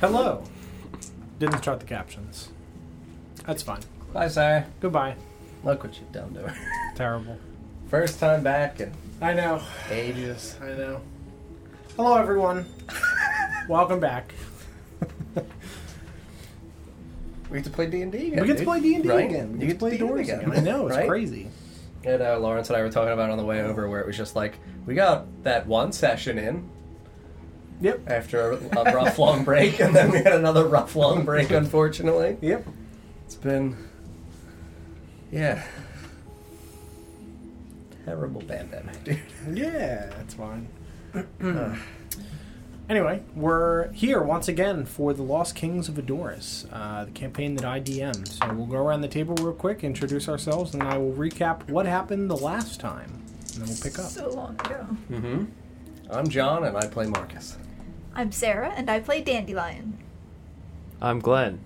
Hello. Didn't start the captions. That's fine. Bye, Sarah. Goodbye. Look what you've done to her. Terrible. First time back in I know. ages. I know. Hello, everyone. Welcome back. We get to play D and D again. We get to dude. play D and D Right? again. We you get to play D&D Doors again. I know it's right? crazy. And uh, Lawrence and I were talking about it on the way over where it was just like we got that one session in Yep. after a, a rough long break, and then we had another rough long break. Unfortunately, Yep. it's been yeah terrible pandemic, dude. Yeah, that's fine. Uh, anyway, we're here once again for the Lost Kings of Adoris, uh, the campaign that I DM. So we'll go around the table real quick, introduce ourselves, and I will recap what happened the last time, and then we'll pick up. So long ago. Mm-hmm. I'm John, and I play Marcus. I'm Sarah, and I play Dandelion. I'm Glenn.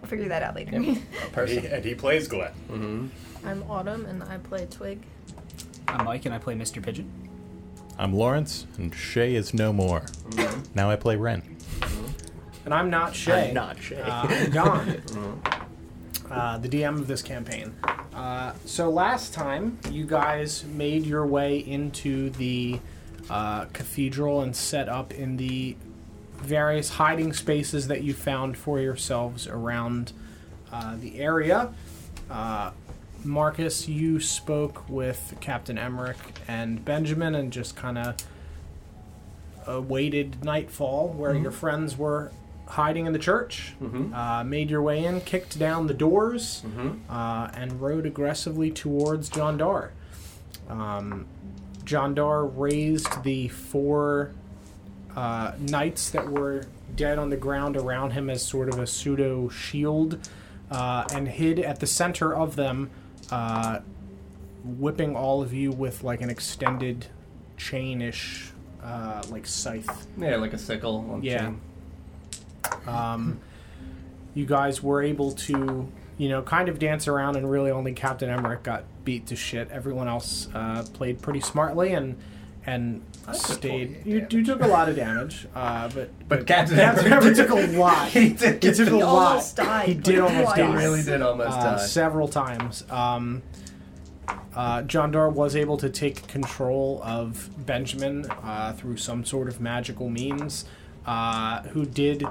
We'll figure that out later. Yep. Person. and he plays Glenn. Mm-hmm. I'm Autumn and I play Twig. I'm Mike and I play Mr. Pigeon. I'm Lawrence, and Shay is no more. Now I play Ren. And I'm not Shay. I'm not Shay. Mm-hmm. Uh, I'm Don, uh, the DM of this campaign. Uh, so last time, you guys made your way into the uh, cathedral and set up in the various hiding spaces that you found for yourselves around uh, the area. Uh, Marcus, you spoke with Captain Emmerich and Benjamin and just kind of awaited nightfall where your friends were hiding in the church. Uh, made your way in, kicked down the doors, uh, and rode aggressively towards John Dar. Um, John Dar raised the four uh, knights that were dead on the ground around him as sort of a pseudo shield uh, and hid at the center of them, uh, whipping all of you with like an extended chainish uh, like scythe. Yeah, like a sickle. On the Yeah. chain. Um, you guys were able to, you know, kind of dance around, and really only Captain Emmerich got beat to shit. Everyone else uh, played pretty smartly and and took stayed. 48 You, you took a lot of damage, uh, but But Captain Captain Emmerich Emmerich took a lot. He did. He took a lot. almost died, He did like, almost twice. die. He really did almost uh, die. several times. Um, uh, John Dar was able to take control of Benjamin uh, through some sort of magical means, uh, who did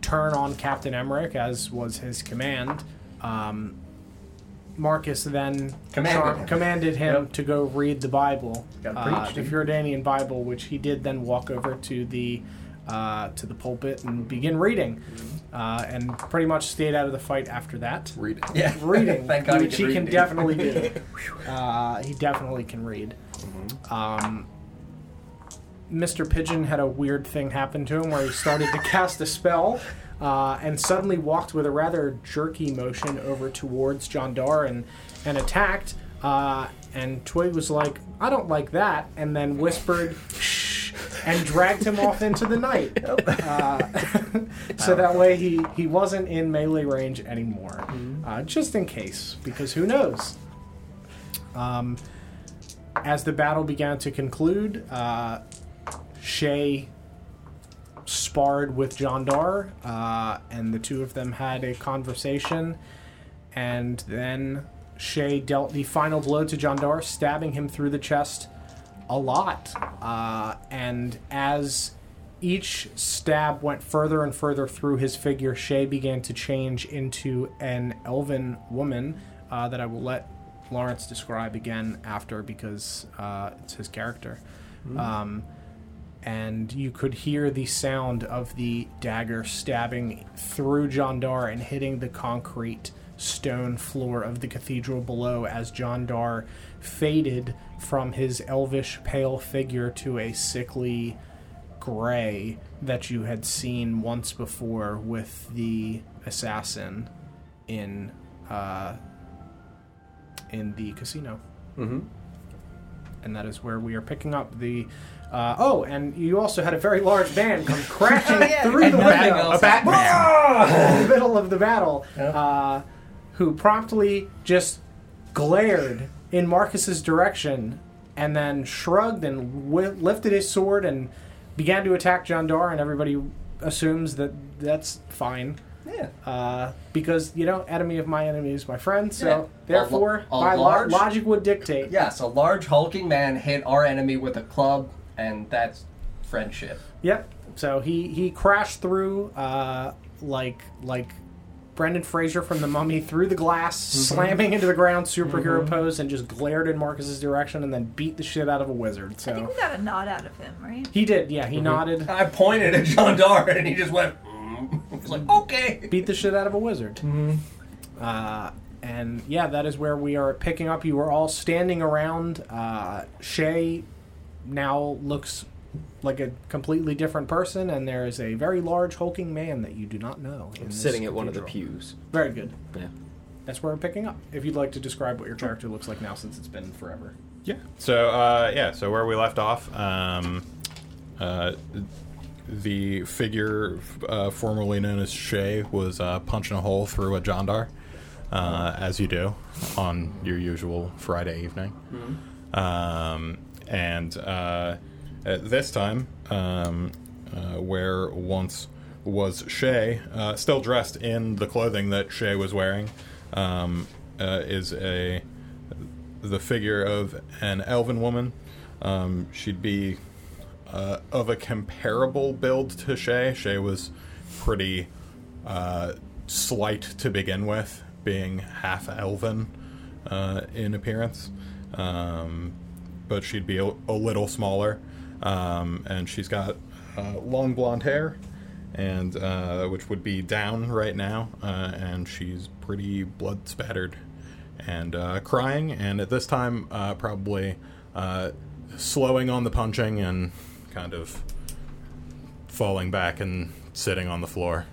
turn on Captain Emmerich, as was his command. Um, Marcus then Commanded char- him. commanded him Yep. to go read the Bible, Gotta uh, preach, the dude. Furidanean Bible, which he did then walk over to the uh, to the pulpit and begin reading, uh, and pretty much stayed out of the fight after that Read it. Yeah. reading, Thank God which he read, can dude. definitely do. Uh, he definitely can read. Um, Mr. Pigeon had a weird thing happen to him where he started to cast a spell uh, and suddenly walked with a rather jerky motion over towards John Dar and, and attacked. Uh, and Twig was like, I don't like that, and then whispered, shh, and dragged him off into the night. Uh, so that way he, he wasn't in melee range anymore. Uh, just in case, because who knows? Um, as the battle began to conclude, uh, Shay sparred with Jondar, uh, and the two of them had a conversation. And then Shay dealt the final blow to Jondar, stabbing him through the chest a lot. Uh, and as each stab went further and further through his figure, Shay began to change into an elven woman uh, that I will let Lawrence describe again after because uh, it's his character. Um, and you could hear the sound of the dagger stabbing through John Dar and hitting the concrete stone floor of the cathedral below as John Dar faded from his elvish pale figure to a sickly gray that you had seen once before with the assassin in uh, in the casino Mm-hmm. and that is where we are picking up the. Uh, oh, and you also had a very large van come crashing through the nothing window else. A Batman. Ah! in the middle of the battle, uh, who promptly just glared in Marcus's direction and then shrugged and wi- lifted his sword and began to attack Jandar, and everybody assumes that that's fine Yeah. uh, because you know, enemy of my enemy is my friend. So Yeah. therefore, A lo- a by lo- large- logic would dictate. Yes, a large hulking man hit our enemy with a club, and that's friendship. Yep. So he he crashed through uh, like like Brendan Fraser from The Mummy through the glass, Mm-hmm. slamming into the ground, superhero pose, and just glared in Marcus's direction, and then beat the shit out of a wizard. I think So we got a nod out of him, right? he did. Yeah, Mm-hmm. he nodded, I pointed at John Dar, and he just went. "Mm." I was like, okay. Mm-hmm. beat the shit out of a wizard. Uh, and yeah, that is where we are picking up. You are all standing around. Uh, Shay now looks like a completely different person, and there is a very large hulking man that you do not know. in this Sitting at one of the cathedral. pews. Very good. Yeah. That's where we're picking up. If you'd like to describe what your character looks like now, since it's been forever. Yeah. So uh, yeah. So where we left off, um, uh, the figure uh, formerly known as Shay was uh, punching a hole through a jandar, uh, as you do on your usual Friday evening. Mm-hmm. Um, and uh, at this time, um, uh, where once was Shay, uh, still dressed in the clothing that Shay was wearing, um, uh, is a the figure of an elven woman. Um, she'd be uh, of a comparable build to Shay. Shay was pretty uh, slight to begin with, being half elven uh, in appearance. Um, but she'd be a, a little smaller. Um, and she's got uh, long blonde hair, and uh, which would be down right now. Uh, and she's pretty blood spattered and uh, crying. And at this time, uh, probably uh, slowing on the punching and kind of falling back and sitting on the floor.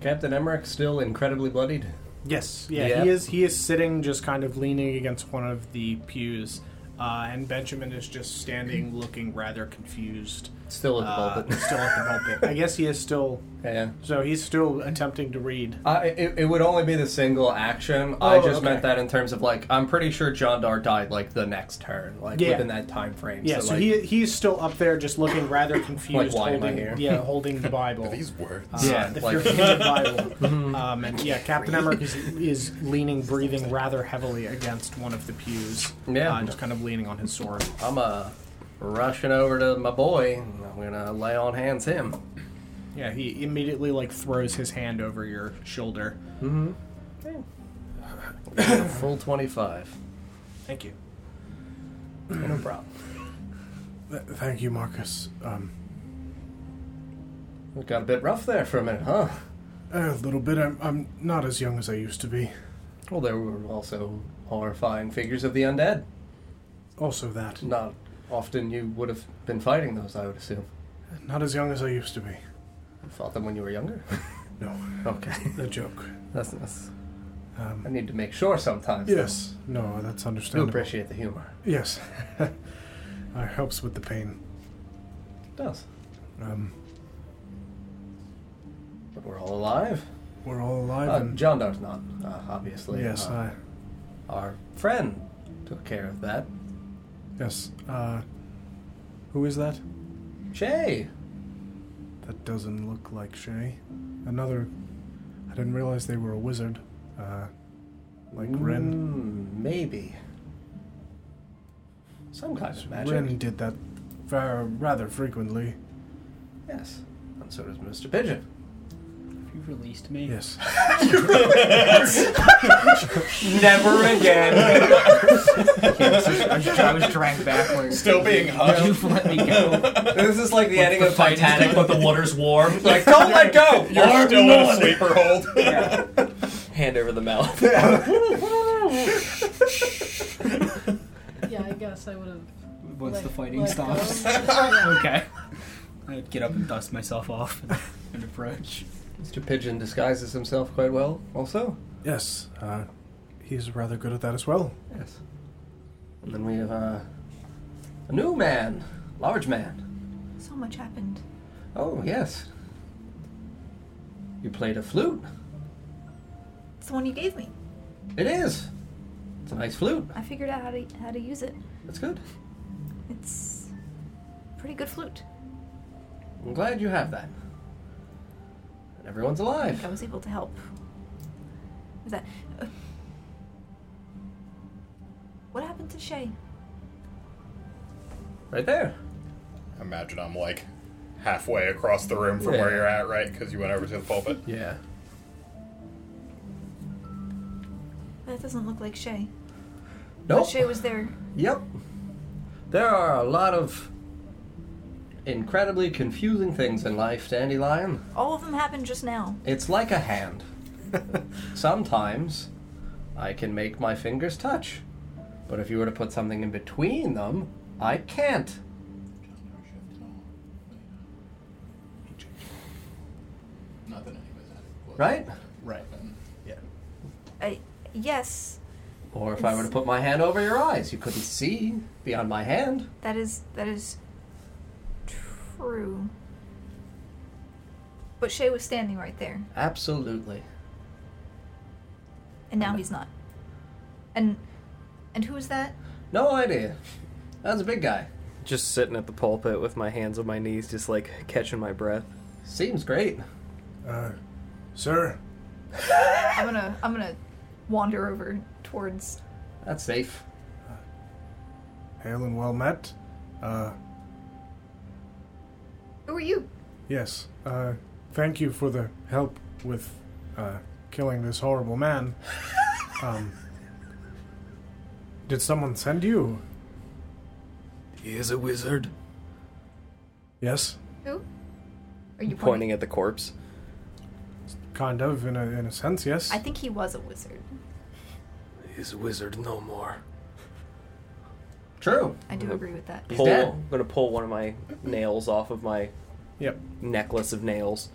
Captain Emmerich still incredibly bloodied. Yes. Yeah. Yeah. He is. He is sitting, just kind of leaning against one of the pews, uh, and Benjamin is just standing, looking rather confused. Still at the Uh, pulpit. still at the pulpit. I guess he is still. Yeah. So he's still attempting to read. Uh, it, it would only be the single action. I Oh, just okay. meant that in terms of like I'm pretty sure John Dar died like the next turn, like Yeah. within that time frame. Yeah. So, like, he he's still up there, just looking rather confused, why am I holding here? yeah, holding the Bible. Uh, words. Yeah, the like- Fury Bible. Um, and yeah, Captain Emmerich is, is leaning, breathing rather heavily against one of the pews. Yeah. Uh, just kind of leaning on his sword. I'm uh, rushing over to my boy. and I'm gonna lay on hands him. Yeah, he immediately like throws his hand over your shoulder. Mm-hmm. Full 25. Thank you. No problem. thank you, Marcus. Um, It got a bit rough there for a minute, huh? a little bit. I'm, I'm not as young as I used to be. Well, there were also horrifying figures of the undead. Also, that Not often you would have been fighting those, I would assume. not as young as I used to be. You fought them when you were younger? No, Okay. a joke. That's, that's, I Um, need to make sure sometimes. though. yes. No, that's I do understandable. appreciate the humor. Yes. it helps with the pain. It does. Um, But we're all alive. we're all alive. Uh, and John Dar's not, uh, obviously. yes, Uh, I. Our friend took care of that. Yes. Uh, who is that? Shay! That doesn't look like Shay. Another. I didn't realize they were a wizard. Uh, like Ren. Mm, maybe. Some kind of magic. Ren did that far, rather frequently. Yes. And so does Mr. Pigeon. If you released me, Yes. Never again. I, was, I was dragged backwards. Still being hugged. You've let me go. this is like the ending of Titanic, but the water's warm. Like, don't don't let let go. You're still in a sleeper hold. Hand over the mouth. Yeah, I guess I would have. Once let- the fighting let stops. go. Yeah. okay. I'd get up and dust myself off and, and approach. Mr. Pigeon disguises himself quite well, also. Yes. Uh, he's rather good at that as well. Yes. And then we have uh, a new man, large man. So much happened. Oh yes. You played a flute. It's the one you gave me. It is. It's a nice flute. I figured out how to how to use it. That's good. It's pretty good flute. I'm glad you have that. And everyone's alive. I was able to help. With that. Uh, what happened to Shay? Right there. Imagine I'm like halfway across the room from where Yeah. you're at, right? Because you went over to the pulpit. Yeah. That doesn't look like Shay. Nope. But Shay was there. Yep. There are a lot of incredibly confusing things in life, Dandelion. All of them happened just now. It's like a hand. Sometimes I can make my fingers touch, but if you were to put something in between them, I can't. Not that anybody's at it. Well, Right? Right. Yeah. I, Uh, yes, Or if I were to put my hand over your eyes, you couldn't see beyond my hand. that is that is true. But Shay was standing right there, Absolutely. and now he's not. And and who is that? No idea. That's a big guy. Just sitting at the pulpit with my hands on my knees, just like catching my breath. Seems great. Uh, Sir, I'm gonna I'm gonna wander over towards. That's safe. uh, hail and well met. Uh, Who are you? yes, uh, thank you for the help with uh, killing this horrible man. Um, did someone send you? He is a wizard. Yes, Who? Are you Pointing at the corpse. kind of, in a, in a sense, yes. I think he was a wizard. He's a wizard no more. True. I do agree with that. Pull, dead. I'm gonna pull one of my nails off of my yep. necklace of nails.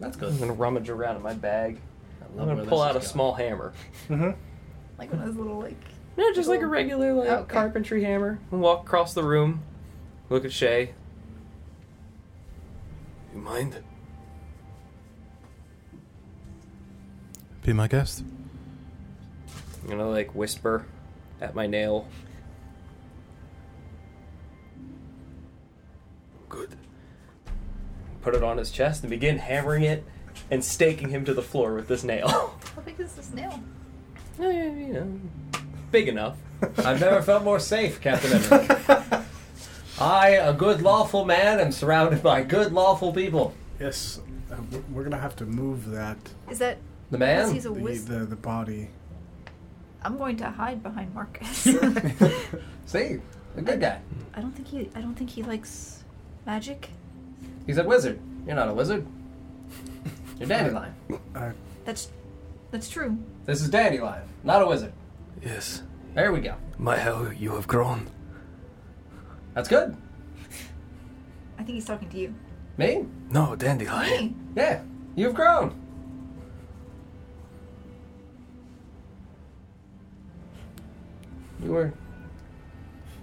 That's good. I'm gonna rummage around in my bag. I love I'm where gonna this pull is out a going. small hammer. Like one of those little like. No, just like a regular like Okay. carpentry hammer. And walk across the room, look at Shay. You mind? Be my guest. I'm gonna like whisper at my nail. Good. put it on his chest and begin hammering it and staking him to the floor with this nail. How big is this nail? Eh, you know, big enough. I've never felt more safe, Captain Emmerich. I, a good lawful man, am surrounded by good lawful people. Yes, uh, we're- we're gonna have to move that Is that The because man? he's a the, wizard? the the body. I'm going to hide behind Marcus. I See? A good guy. don't think he. I don't think he likes magic. He's a wizard. You're not a wizard. You're Dandelion. Uh, That's that's true. This is Dandelion, not a wizard. Yes. There we go. My, how you have grown. That's good. I think he's talking to you. Me? No, dandelion. Me? Yeah. You've grown. You were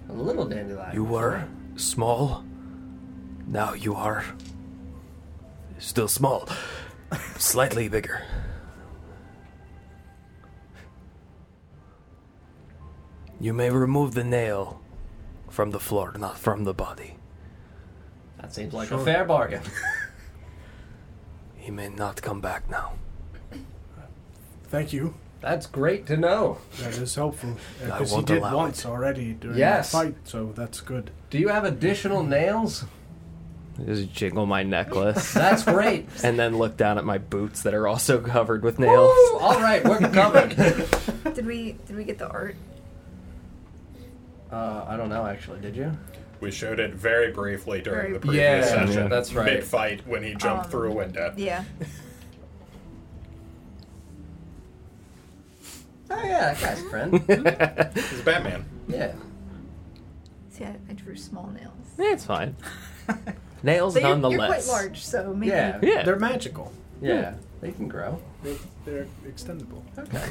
a little dandelion. You were small. Now you are still small. Slightly bigger. You may remove the nail from the floor, not from the body. That seems like a fair bargain. He may not come back now. thank you. That's great to know. That is helpful. I Because he won't did allow once it. already during Yes. the fight, so that's good. Do you have additional nails? Just jingle my necklace That's great. and then look down at my boots that are also covered with nails. Woo! All right, we're covered. Did we did we get the art? Uh, I don't know, actually. Did you? We showed it very briefly during Very the previous Yeah, session. yeah, that's right. Big fight when he jumped Um, through a window. Yeah. Oh yeah, that guy's a friend. He's Batman. yeah. See, I, I drew small nails. Eh, it's fine. Nails But you're, you're quite nonetheless. large, so maybe. Yeah. Yeah. They're magical. Yeah. They can grow. They, they're extendable. Okay.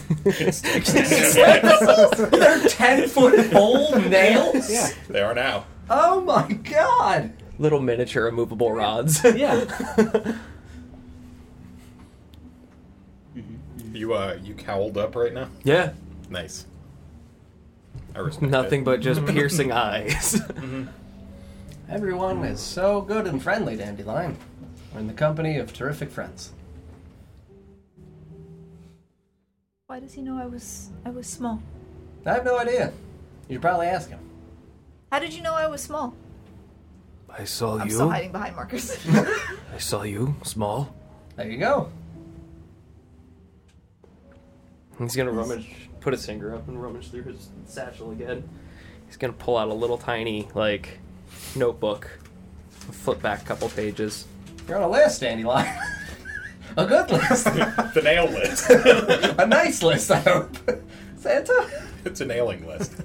they They're ten foot pole nails. Yeah. are now. Oh my god. Little miniature immovable rods. Yeah. You uh, you cowled up right now. yeah. Nice. I respect Nothing but just piercing eyes. Mm-hmm. Everyone is so good and friendly, Dandelion. We're in the company of terrific friends. Why does he know I was I was small? I have no idea. You should probably ask him. How did you know I was small? I saw I'm Oh, you. still hiding behind Marcus. I saw you, small. There you go. He's gonna rummage. Put his finger up and rummage through his satchel again. He's gonna pull out a little tiny like notebook, flip back a couple pages. You're on a list, Dandelion. a good list. The nail list. a nice list, I hope. Santa? it's a nailing list.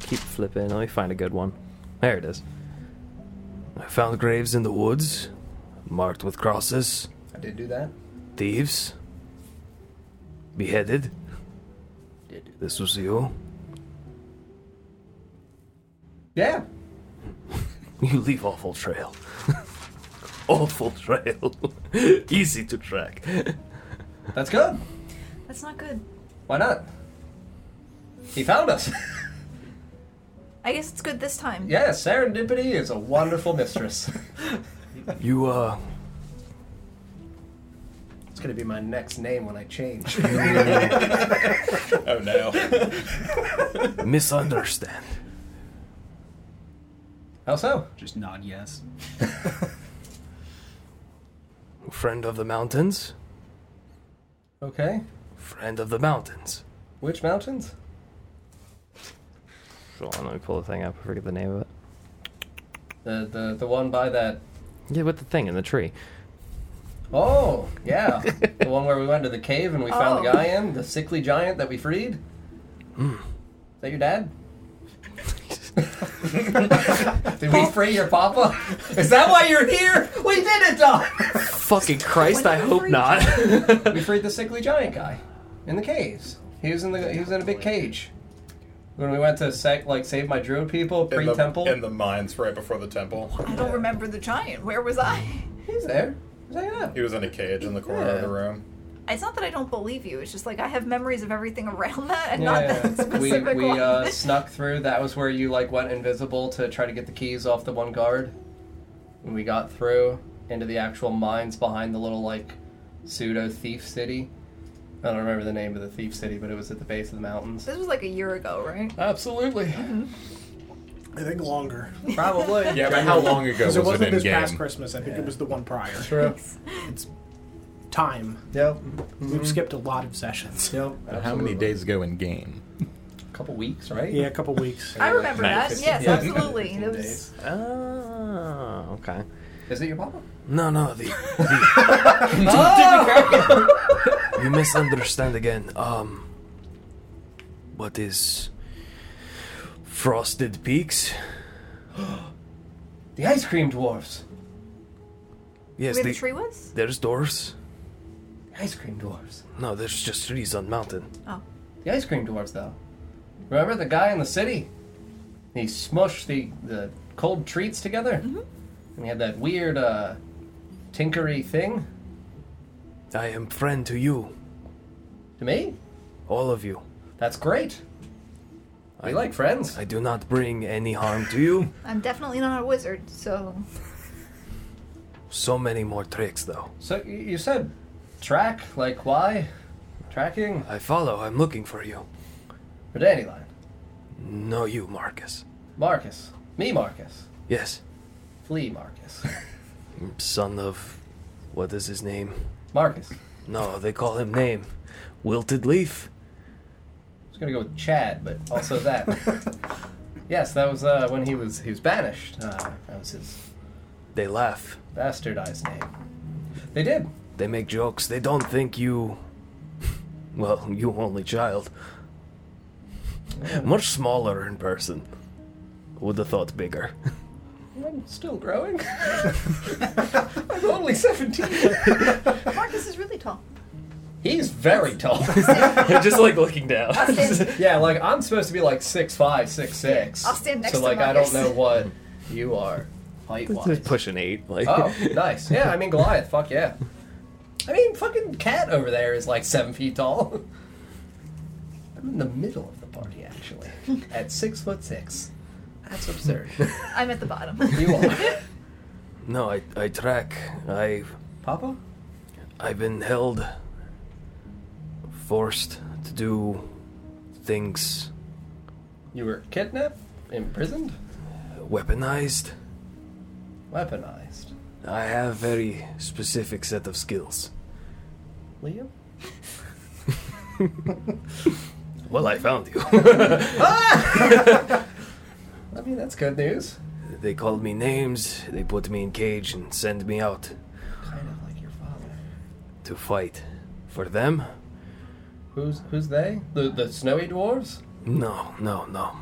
Keep flipping. Let me find a good one. There it is. I found graves in the woods, marked with crosses. I did do that. Thieves. Beheaded. Did do that. This was you. Yeah. You leave awful trail. awful trail. Easy to track. That's good. That's not good. Why not? He found us. I guess it's good this time. yeah, serendipity is a wonderful mistress. You uh It's gonna be my next name when I change. Oh no. misunderstand. How so? Just nod yes. Friend of the mountains. Okay. Friend of the mountains. Which mountains? Hold on, let me pull the thing up. I forget the name of it. The the the one by that. Yeah, with the thing in the tree. Oh yeah, the one where we went to the cave and we found the Oh. guy in the sickly giant that we freed. Is that your dad? did we free your papa? Is that why you're here? We did it, Don. Fucking Christ, I hope not. we freed the sickly giant guy in the caves. He was in the he was in a big cage. When we went to sec, like save my druid people In pre the, temple, in the mines right before the temple. I don't remember the giant. Where was I? he's there. He's hanging Oh. out. He was in a cage in the corner of the room. It's not that I don't believe you. It's just like I have memories of everything around that and not Yeah, that yeah. we specific we one. uh, snuck through. That was where you like went invisible to try to get the keys off the one guard. And we got through into the actual mines behind the little like pseudo thief city. I don't remember the name of the thief city, but it was at the base of the mountains. this was like a year ago, right? Absolutely, Mm-hmm. I think longer. probably. Yeah, but how long ago was Because it wasn't in this past game? Christmas. I think it was the one prior. True. Time. Yep. Mm-hmm. We've skipped a lot of sessions. Yep. How many days ago in game? A couple weeks, right? Yeah, a couple weeks. I remember Nice. that. Yes, Yeah. absolutely. That was, Days. Oh, okay. Is it your papa? No, no, the, Oh! you misunderstand again. Um, what is Frosted Peaks? The ice cream dwarfs. Yes, where the the, tree was? there's doors. The ice cream dwarfs. No, there's just trees on mountain. The ice cream dwarfs, though. Remember the guy in the city? He smushed the, the cold treats together? Mm-hmm. And he had that weird, uh, tinkery thing I am friend to you, to me? all of you. That's great. We I- like friends. I do not bring any harm to you. I'm definitely not a wizard, so So many more tricks, though. So y- you said track, like why? Tracking? I follow. I'm looking for you. Or Dandelion? No, you, Marcus. Marcus. Me, Marcus. Yes, Flea, Marcus. son of, what is his name? Marcus. I No, they call him name. Wilted Leaf. was gonna go with Chad, but also that. yes, that was uh, when he was he was banished. Uh, that was his They laugh. bastardized name. They did. They make jokes. They don't think you. Well, you only child. Much smaller in person. Would have thought bigger. I'm still growing. I'm only 17. Marcus is really tall. He's very tall. Just like looking down. I'll stand, yeah, like I'm supposed to be like six five, six six. Yeah, I'll stand next So to like I Marcus. don't know what you are height wise. Just pushing eight. Like Oh, nice. Yeah, I mean Goliath. Fuck yeah. I mean, fucking cat over there is like seven feet tall. I'm in the middle of the party, actually. At six foot six. That's absurd. I'm at the bottom. you are. No, I, I track. I've Papa? I've been held, forced to do things You were kidnapped? Imprisoned? weaponized. Weaponized. I have very specific set of skills. Liam? Well, I found you. I mean, that's good news. they called me names. They put me in cage and sent me out Kind of like your father. to fight. For them? Who's who's they? The the snowy dwarves? No, no, no.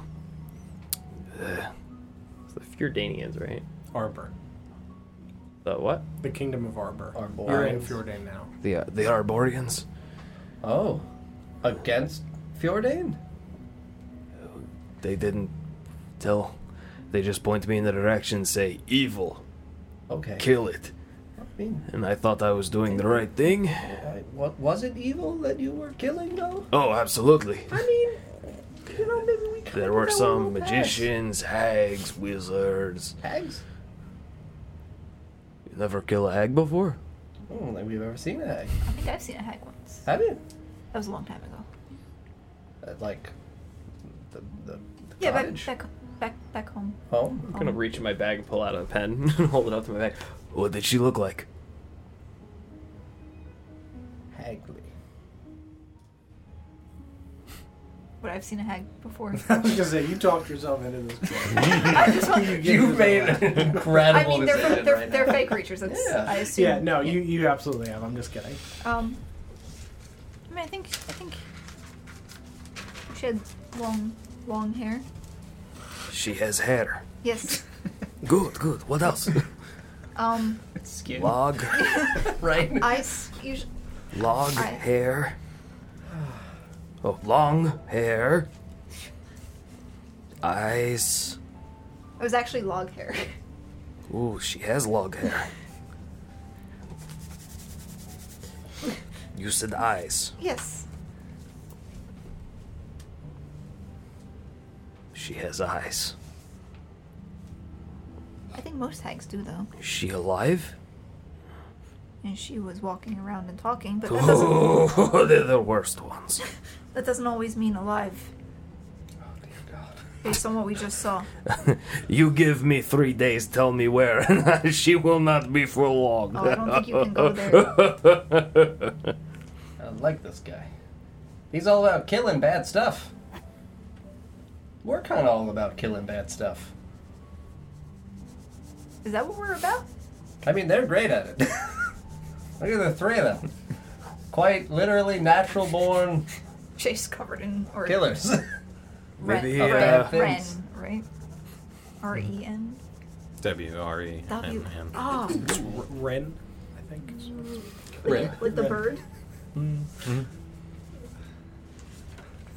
It's the Fjordanians, right? Arbor, The what? the kingdom of Arbor. Arbor. You're in Fjordan now. The uh, the Arborians. Oh. Against Fjordain? They didn't tell. They just point me in the direction, say evil, Okay. kill it. I mean, And I thought I was doing the right thing. I- what was it evil that you were killing though? Oh, absolutely. I mean, you know, maybe we could. There were some magicians, hags, wizards. Hags? You never kill a hag before? I don't think Hmm, we've ever seen a hag. I think I've seen a hag once. Have you? That was a long time ago. Uh, Like the the, the Yeah, back, cottage back, back, back home. Um, home. I'm gonna reach in my bag and pull out a pen and hold it up to my back. What did she look like? Hagley. But I've seen a hag before. I was gonna say you talked yourself into this. Game. I just want- You made an I incredible mean, they're, decision they're, right they're now. fake creatures. That's, Yeah. I assume. yeah, no, you you absolutely have. I'm just kidding. Um, I mean, I think I think she had long, long hair. She has hair. Yes. Good, good. What else? Um, Skin. log, right. I s- usually log, I- hair. Oh, long hair. Eyes. it was actually log hair. Ooh, she has log hair. You said eyes. Yes. She has eyes. I think most hags do though. Is she alive? And she was walking around and talking, but that doesn't Oh, they're the worst ones. that doesn't always mean alive Oh, based on what we just saw. You give me three days, tell me where, and she will not be for long. Oh, I don't think you can go there. I like this guy. He's all about killing bad stuff. We're kind of all about killing bad stuff. Is that what we're about? I mean, they're great at it. Look at the three of them. Quite literally natural born Chase covered in or killers. Ren, Maybe, Ren, uh, Ren, things. right? R E N W R E W. N N. Ah, R- Ren, I think. is what it's- Mm-hmm. Ren. with the bird.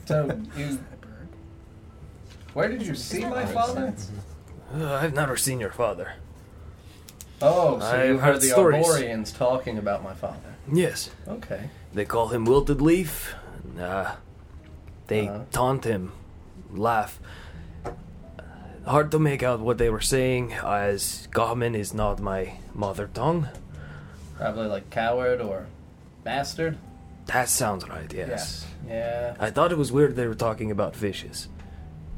So you, where did you see my father? Uh, I've never seen your father. Oh, so you I've heard heard the stories. Arborians talking about my father. Yes, Okay. they call him Wilted Leaf. Uh, they Uh-huh. taunt him, laugh. Hard to make out what they were saying, as Goblin is not my mother tongue. Probably like coward or bastard. That sounds right, yes. Yeah. I thought it was weird they were talking about fishes.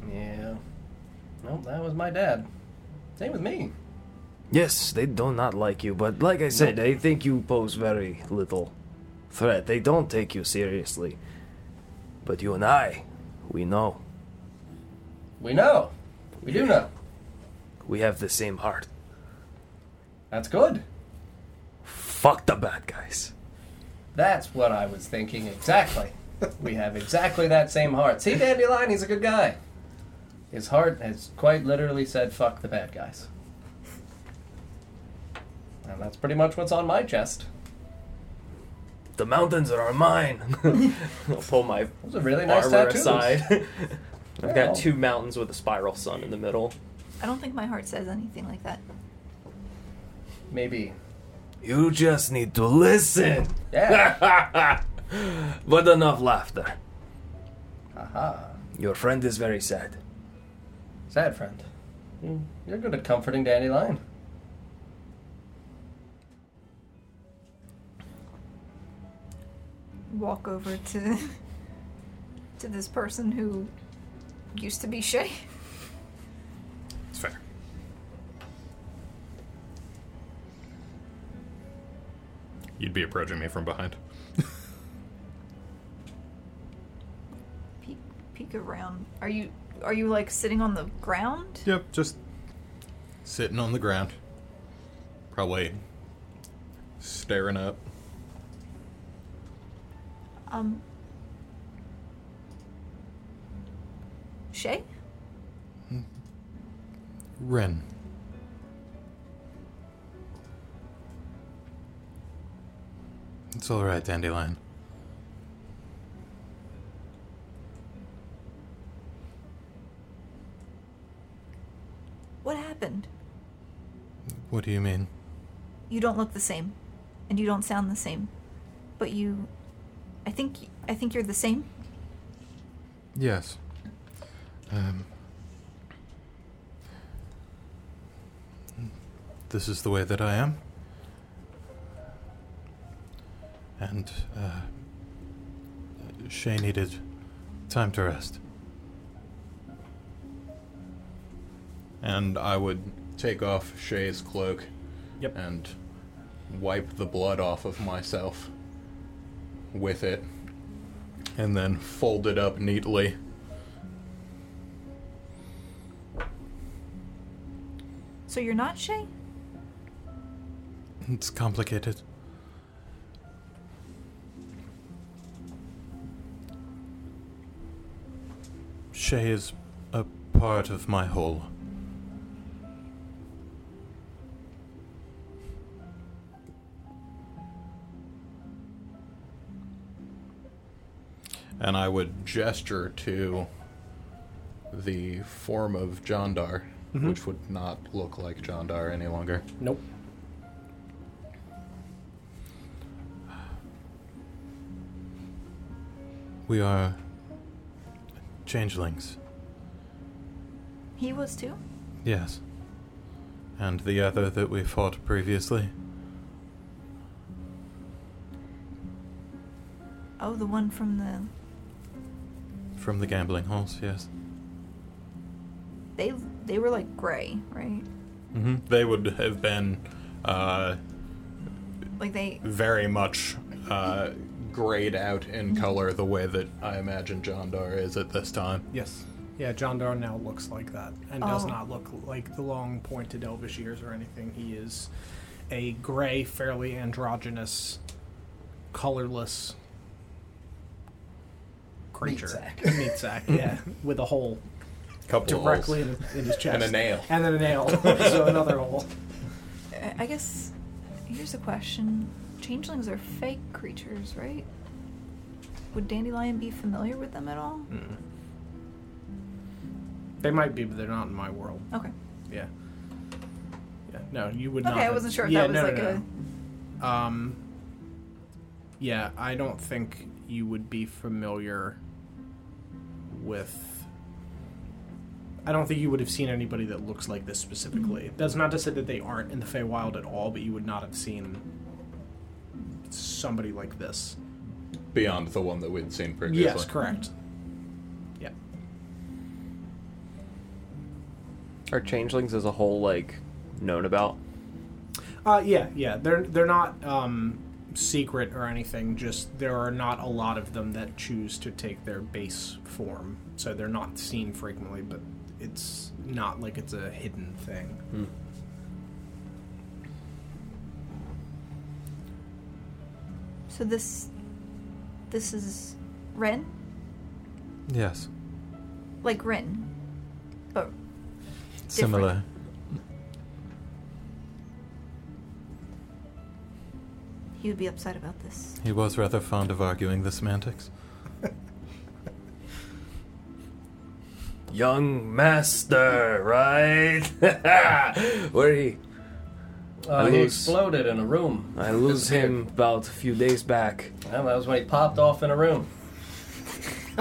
Yeah. Yeah. Nope, that was my dad. Same with me. Yes, they do not like you, but like I said, I think you pose very little threat. They don't take you seriously. But you and I, we know. We know. We do know. We have the same heart. That's good. Fuck the bad guys. That's what I was thinking exactly. we have exactly that same heart. See, Dandelion, he's a good guy. His heart has quite literally said, fuck the bad guys. And that's pretty much what's on my chest. The mountains are mine. I'll pull my Those are really nice armor tattoos. aside. I've Well. got two mountains with a spiral sun in the middle. I don't think my heart says anything like that. Maybe. you just need to listen. Yeah. but enough laughter. Aha. Your friend is very sad. Sad friend. Mm, You're good at comforting Dandelion. Walk over to to this person who used to be Shay. It's fair. You'd be approaching me from behind. Peek peek around. Are you are you like sitting on the ground? Yep, just sitting on the ground. Probably staring up. Um. Shay, Ren. It's all right, Dandelion. what happened? What do you mean? You don't look the same, and you don't sound the same, but you, I think I think you're the same. Yes. Um, this is the way that I am. And uh, Shay needed time to rest. And I would take off Shay's cloak Yep. and wipe the blood off of myself with it and then fold it up neatly. So you're not Shay. It's complicated. Shay is a part of my whole. And I would gesture to the form of Jondar, which would not look like Jondar any longer. Nope. We are changelings, He was too. yes. And the other that we fought previously, Oh, the one from the from the gambling halls, yes. they they were like gray, right? Mm-hmm. They would have been uh, Like they very much uh, grayed out in color the way that I imagine Jondar is at this time. Yes. Yeah, John Dar now looks like that and does Oh. not look like the long pointed elvish ears or anything. He is a gray, fairly androgynous, colorless creature. sack. Meat sack, yeah. With a hole Couple directly in, in his chest. And a nail. And then a nail. so another hole. I I guess here's a question. Changelings are fake creatures, right? Would Dandelion be familiar with them at all? Mm. They might be, but they're not in my world. Okay. Yeah. Yeah. No, you would Okay, not. I have- wasn't sure if Yeah, that was no, no, like no. Um. Yeah, I don't think you would be familiar with. I don't think you would have seen anybody that looks like this specifically. Mm-hmm. That's not to say that they aren't in the Feywild at all, but you would not have seen somebody like this. Beyond the one that we'd seen previously. Yes, correct. Yeah. Are changelings as a whole like known about? Uh, yeah, yeah. They're they're not um, secret or anything. Just there are not a lot of them that choose to take their base form, so they're not seen frequently. But it's not like it's a hidden thing. So this this is Ren? Yes. Like Ren. But Similar. he would be upset about this. He was rather fond of arguing the semantics. Young master, right? Where he? Uh, he Lose. exploded in a room. I lose him about a few days back. Well, that was when he popped off in a room.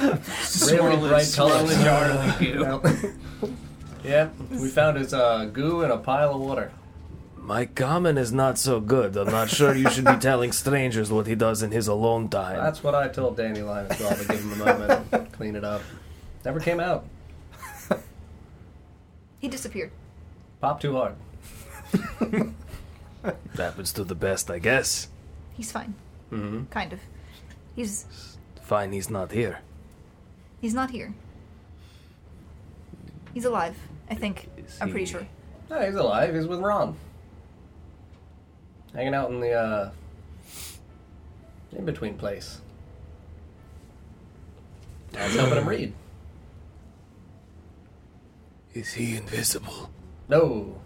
really Swirl it, bright swirl colors. it, jar Yep. we found his uh, goo in a pile of water. My common is not so good. I'm not sure you should be telling strangers what he does in his alone time. That's what I told Dandelion as well to give him a moment, clean it up. Never came out. He disappeared. Popped too hard. Happens to the best, I guess. He's fine. Mm-hmm. Kind of. He's Fine, he's not here. he's not here. He's alive. I think. I'm pretty he- sure. No, he's alive. He's with Ron. Hanging out in the uh, in between place. I was helping him read. Is he invisible? No.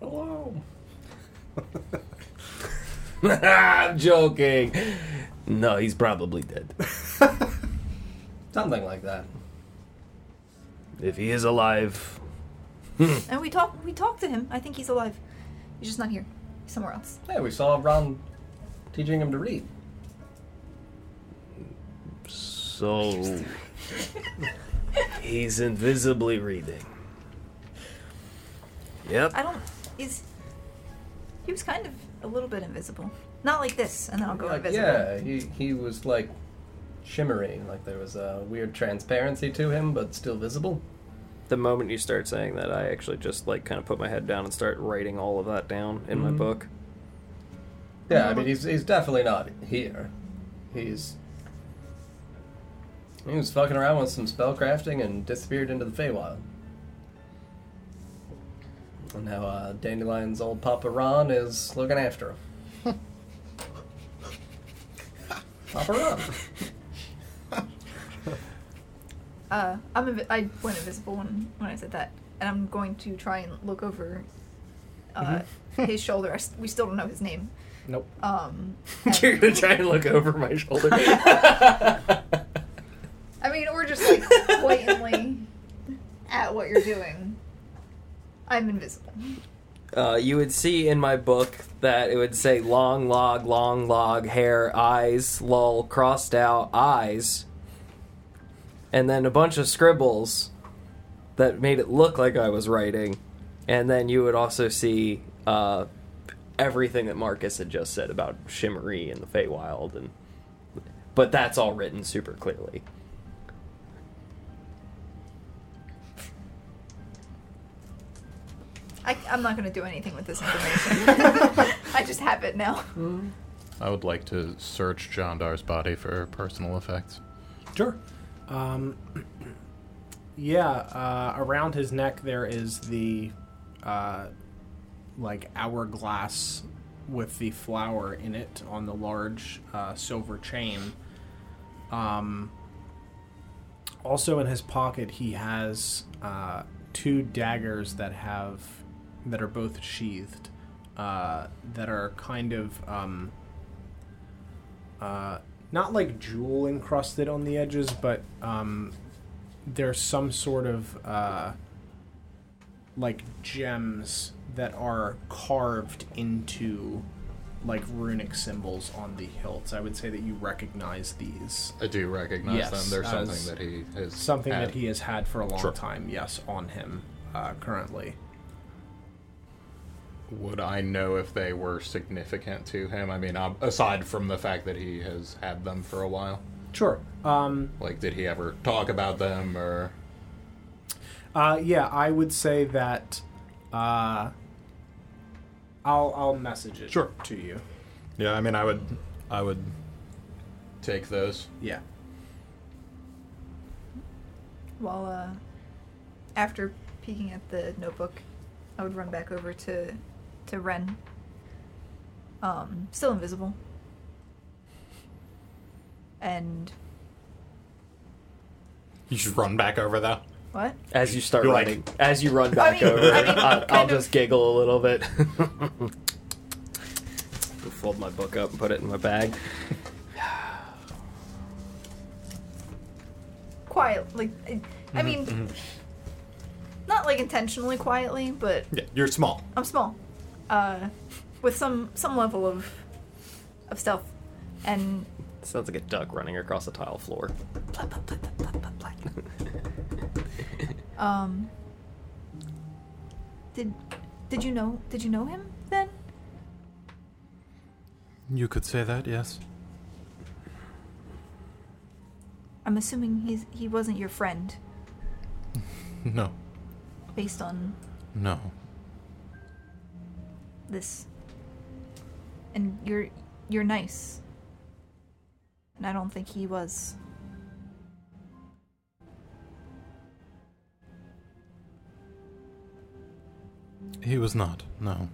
Hello. I'm joking. No, he's probably dead. Something like that. If he is alive, hmm, And we talk we talked to him. I think he's alive. He's just not here. He's somewhere else. Yeah, we saw Ron teaching him to read. so he's invisibly reading. Yep. I don't is he was kind of a little bit invisible. Not like this, and then I'll go Like, invisible. Yeah, he, he was like shimmering, like there was a weird transparency to him, but still visible. The moment you start saying that, I actually just like kind of put my head down and start writing all of that down in my Mhm. book. Yeah, I mean he's he's definitely not here. He's he was fucking around with some spellcrafting and disappeared into the Feywild. And now uh, Dandelion's old Papa Ron is looking after him. Papa Ron. Uh, I'm invi- I went invisible when, when I said that, and I'm going to try and look over uh, Mm-hmm. his shoulder. I s we still don't know his name. Nope. Um, You're gonna try and look over my shoulder. I mean, or just like blatantly at what you're doing. I'm invisible. Uh, you would see in my book that it would say long log, long log, hair, eyes, lol, crossed out, eyes, and then a bunch of scribbles that made it look like I was writing. And then you would also see uh, everything that Marcus had just said about Shimmery and the Feywild, and but that's all written super clearly. I, I'm not going to do anything with this information. I just have it now. I would like to search Jondar's body for personal effects. Sure. Um, yeah, uh, around his neck there is the uh, like hourglass with the flower in it on the large uh, silver chain. Um, also in his pocket he has uh, two daggers that have that are both sheathed uh, that are kind of um, uh, not like jewel encrusted on the edges, but um, there's some sort of uh, like gems that are carved into like runic symbols on the hilts. I would say that you recognize these. I do recognize them. They're something as that he has something had. that he has had for a long Sure. time. Yes, on him uh, currently. Would I know if they were significant to him? I mean, um, aside from the fact that he has had them for a while, Sure. Um, like, did he ever talk about them or? Uh, yeah, I would say that. Uh, I'll I'll message it Sure. to you. Yeah, I mean, I would, I would take those. Yeah. While uh, after peeking at the notebook, I would run back over to to Ren. Um, still invisible. And You should run back over though. what? As you start You're like- running, as you run back I mean- over, I mean, I will kind of- just giggle a little bit. Fold my book up and put it in my bag. Quiet, like I, Mm-hmm, I mean, not like intentionally quietly, but Yeah, you're small. I'm small, uh, with some some level of of stealth. and Sounds like a duck running across a tile floor. um, did did you know did you know him then? You could say that, yes. I'm assuming he's he wasn't your friend No, based on no. this. And you're you're nice. And I don't think he was. He was not, no.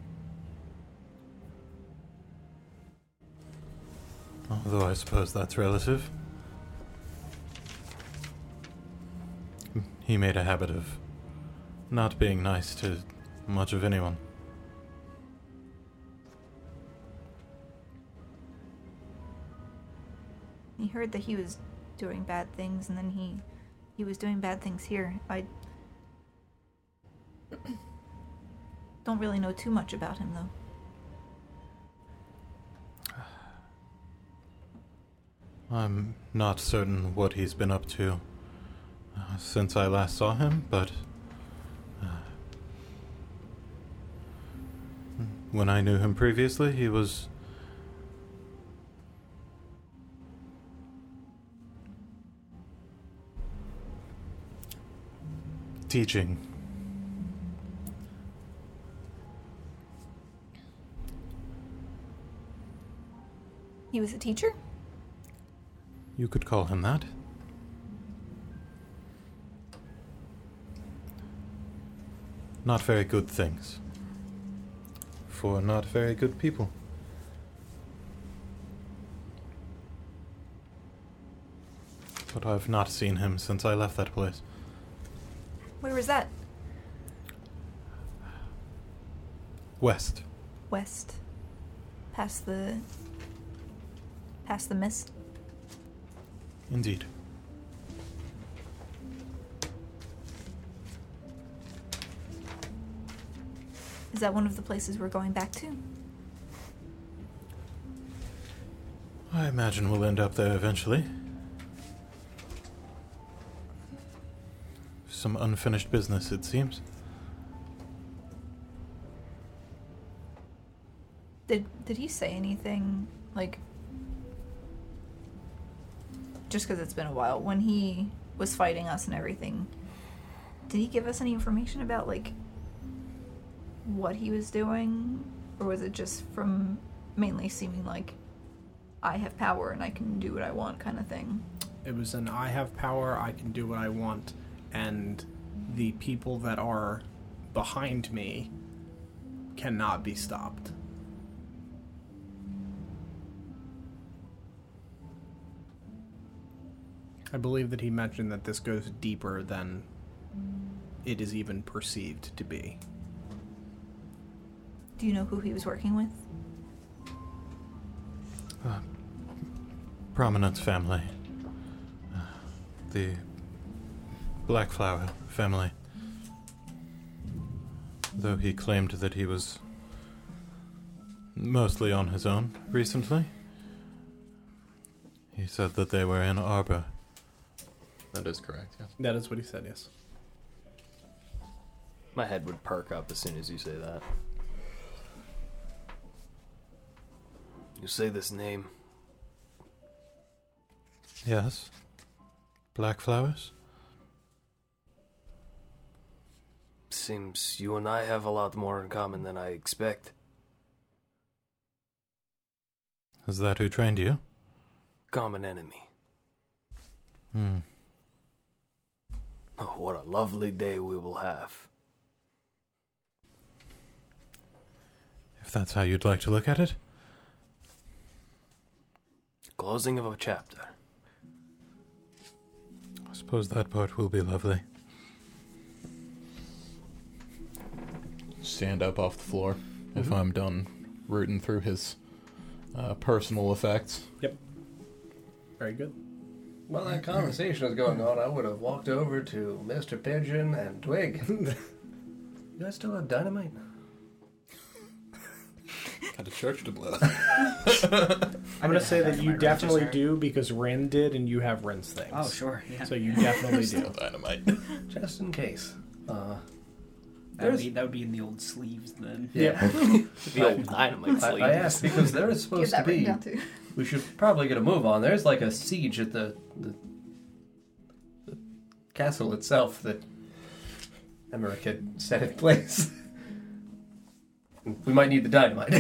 Although I suppose that's relative. He made a habit of not being nice to much of anyone. He heard that he was doing bad things and then he he was doing bad things here. I don't really know too much about him though. I'm not certain what he's been up to uh, since I last saw him, but uh, when I knew him previously, he was teaching. He was a teacher? You could call him that. Not very good things. For not very good people. But I've not seen him since I left that place. Where was that? West. West. Past the past the mist. Indeed. Is that one of the places we're going back to? I imagine we'll end up there eventually. Some unfinished business, it seems. Did did he say anything like just because it's been a while when he was fighting us and everything? Did he give us any information about like what he was doing or was it just from mainly seeming like I have power and I can do what I want kind of thing? It was an I have power, I can do what I want, and the people that are behind me cannot be stopped. I believe that he mentioned that this goes deeper than it is even perceived to be. Do you know who he was working with? Prominent family. Uh, the Blackflower family. Though he claimed that he was mostly on his own recently, he said that they were in Arbor. That is correct, yes. That is what he said, yes. My head would perk up as soon as you say that. You say this name. Yes. Black flowers? Seems you and I have a lot more in common than I expect. Is that who trained you? Common enemy. Hmm. Oh, what a lovely day we will have. If that's how you'd like to look at it. Closing of a chapter. I suppose that part will be lovely. stand up off the floor if I'm done rooting through his uh, personal effects. Very good. While that conversation was going on, I would have walked over to Mr. Pigeon and Twig. you guys still have dynamite? Got a church to blow. I'm gonna say that you definitely do because Rin did, and you have Rin's things. Oh, sure, yeah. So you definitely do. Dynamite. Just in case. That would, Uh, there's- be, that would be in the old sleeves then. Yeah. The I- I, I asked because there is supposed to that written be. down, too. We should probably get a move on. There's like a siege at the the, the castle itself that Emmerich had set in place. we might need the dynamite.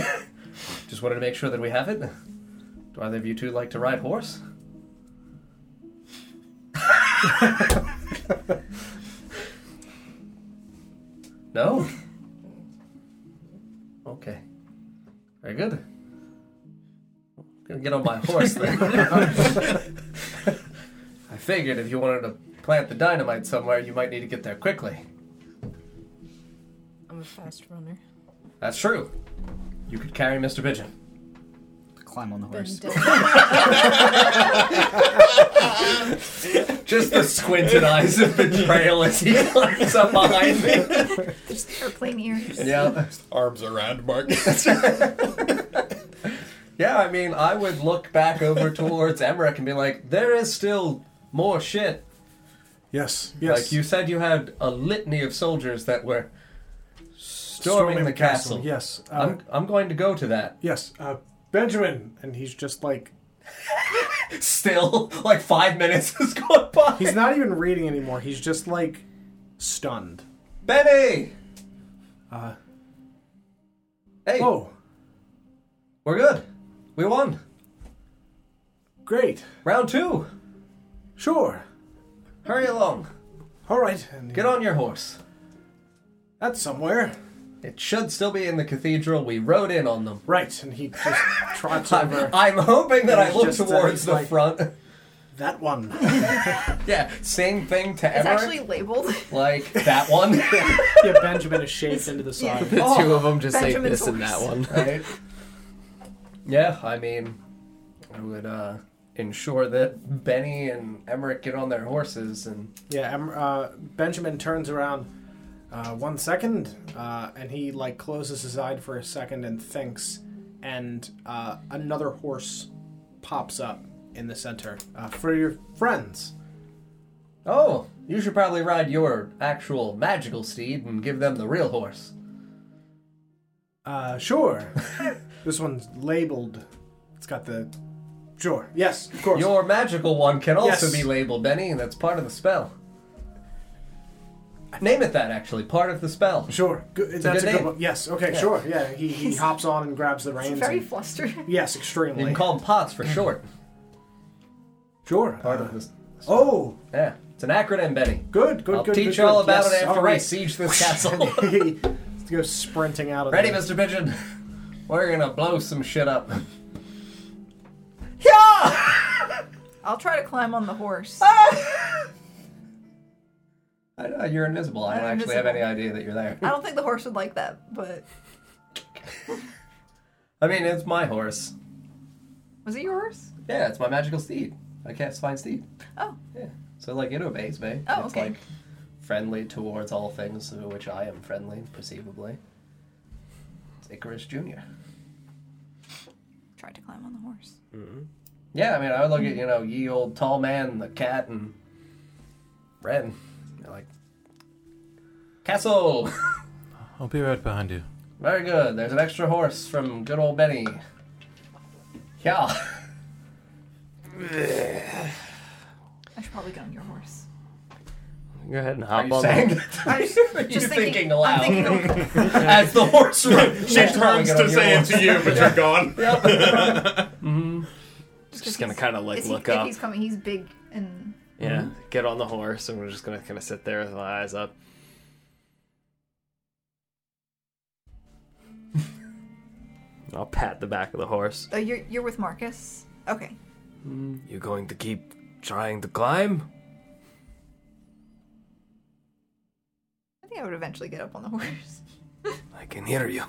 Just wanted to make sure that we have it. Do either of you two like to ride horse? no? Okay. Very good. I'm gonna get on my horse then. I figured if you wanted to plant the dynamite somewhere, you might need to get there quickly. I'm a fast runner. That's true. You could carry Mr. Pigeon. Climb on the horse. Just the squinted eyes of betrayal as he climbs up behind me. Just airplane ears. Yeah. Arms around Mark. yeah, I mean, I would look back over towards Emmerich and be like, there is still more shit. Yes, yes. Like you said, you had a litany of soldiers that were storming, the castle. Yes. uh, I'm, I'm going to go to that. Yes. Uh, Benjamin, and he's just like Still, like five minutes has gone by. He's not even reading anymore. He's just like stunned. Benny. Uh, Hey. Oh, We're good. We won. Great. Round two. Sure. Hurry along. All right. And Get on your horse. That's somewhere. It should still be in the cathedral. We rode in on them. Right, and he just trots I'm, over. I'm hoping that And I he's look just, uh, towards he's the like, front. That one. yeah, same thing to It's Emmerich. actually labeled. Like that one. yeah, Benjamin is shaped into the Yeah. side. The Oh, two of them just say Benjamin's this and that horse. one. right? Yeah, I mean, I would uh, ensure that Benny and Emmerich get on their horses and Yeah, Em- uh, Benjamin turns around uh, one second, uh, and he like closes his eye for a second and thinks, and uh, another horse pops up in the center uh, for your friends. Oh, you should probably ride your actual magical steed and give them the real horse. Uh, sure. this one's labeled. It's got the. Sure. Yes, of course. Your magical one can also Yes. be labeled Benny, and that's part of the spell. Name it that, actually, part of the spell. Sure. Good, It's a that's good a name. good one. Yes. Okay. Yeah. Sure. Yeah. He, he hops on and grabs the reins. Very and- flustered. yes, You extremely. Mm. can call him Potts for short. sure. Part uh, of this. Oh, Yeah, it's an acronym, Benny. good. Good. I'll good. teach good, you all good. about Yes, it after all we right. siege this castle. he goes sprinting out of Ready, there. Mr. Pigeon? We're gonna blow some shit up. Yeah! I'll try to climb on the horse. I know, you're invisible. I don't I'm actually have any invisible. idea that you're there. I don't think the horse would like that, but I mean, it's my horse. was it your horse? Yeah, it's my magical steed. I cast Fine Steed. Oh. Yeah. So, like, it obeys me. Oh, it's, okay. like, friendly towards all things to which I am friendly, perceivably. It's Icarus Jr. Tried to climb on the horse. Mm-hmm. Yeah, I mean, I would look at, you know, ye old tall man, the cat, and Ren. They're like, Castle! I'll be right behind you. Very good. There's an extra horse from good old Benny. Yeah. I should probably get on your horse. Go ahead and Are hop you on. saying the- Are you just thinking, thinking- aloud? I'm thinking As the horse runs, She turns to say it to you, but you're gone. Mm-hmm. Just gonna kind of like Is he- look if up. he's Mm-hmm. coming, he's big and Yeah, get on the horse, and we're just gonna kind of sit there with my eyes up. I'll pat the back of the horse. oh, you're you're with Marcus. Okay. You going to keep trying to climb? I think I would eventually get up on the horse. I can hear you.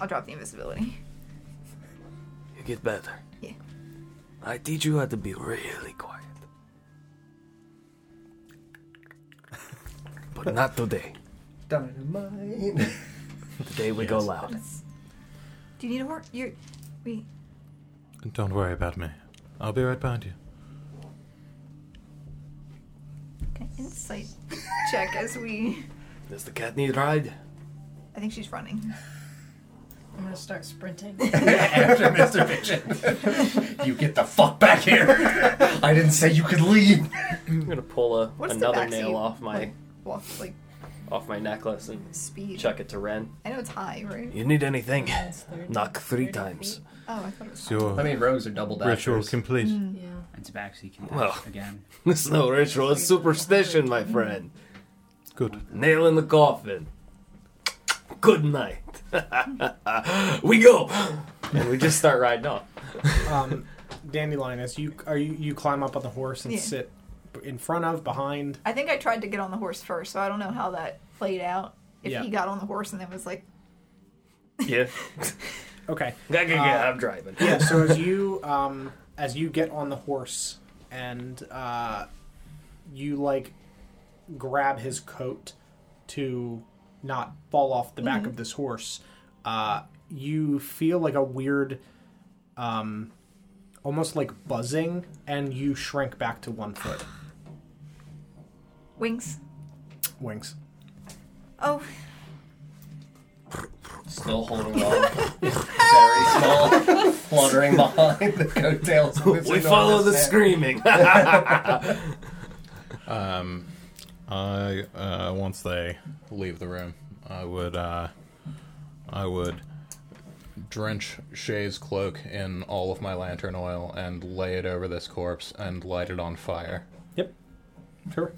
I'll drop the invisibility. You get better. Yeah. I teach you how to be really quiet. but not today. Dynamite. the day we go Yes. loud. Do you need a horn? You're. We. Don't worry about me. I'll be right behind you. An insight check as we. Does the cat need a ride? I think she's running. I'm gonna start sprinting. After Mr. Pigeon. you get the fuck back here. I didn't say you could leave. I'm gonna pull a, What's the another backseat? nail off my Like, walk, like, off my necklace and Speed. chuck it to Ren. I know it's high, right? You need anything? Knock three times. Oh, I thought it was. Your I mean, rogues are double dashers. Ritual complete. Yeah. It's backseat can Well, again. it's no ritual. It's superstition, my friend. Good. Nail in the coffin. Good night. we go. And we just start riding off. um, dandelion as you are you, you climb up on the horse and Yeah. sit b- in front of behind I think I tried to get on the horse first, so I don't know how that played out. If Yeah. he got on the horse and then was like, Yeah. okay Yeah, yeah, yeah, Uh, I'm driving. yeah so as you um, as you get on the horse and uh, you like grab his coat to not fall off the back of this horse uh, you feel like a weird um, almost like buzzing and you shrink back to one foot Winks. wings Oh, Still holding on. Very small, fluttering behind the coattails. of this We follow enormous the man. screaming. Um, I uh, once they leave the room, I would uh, I would drench Shay's cloak in all of my lantern oil and lay it over this corpse and light it on fire. Yep. Sure.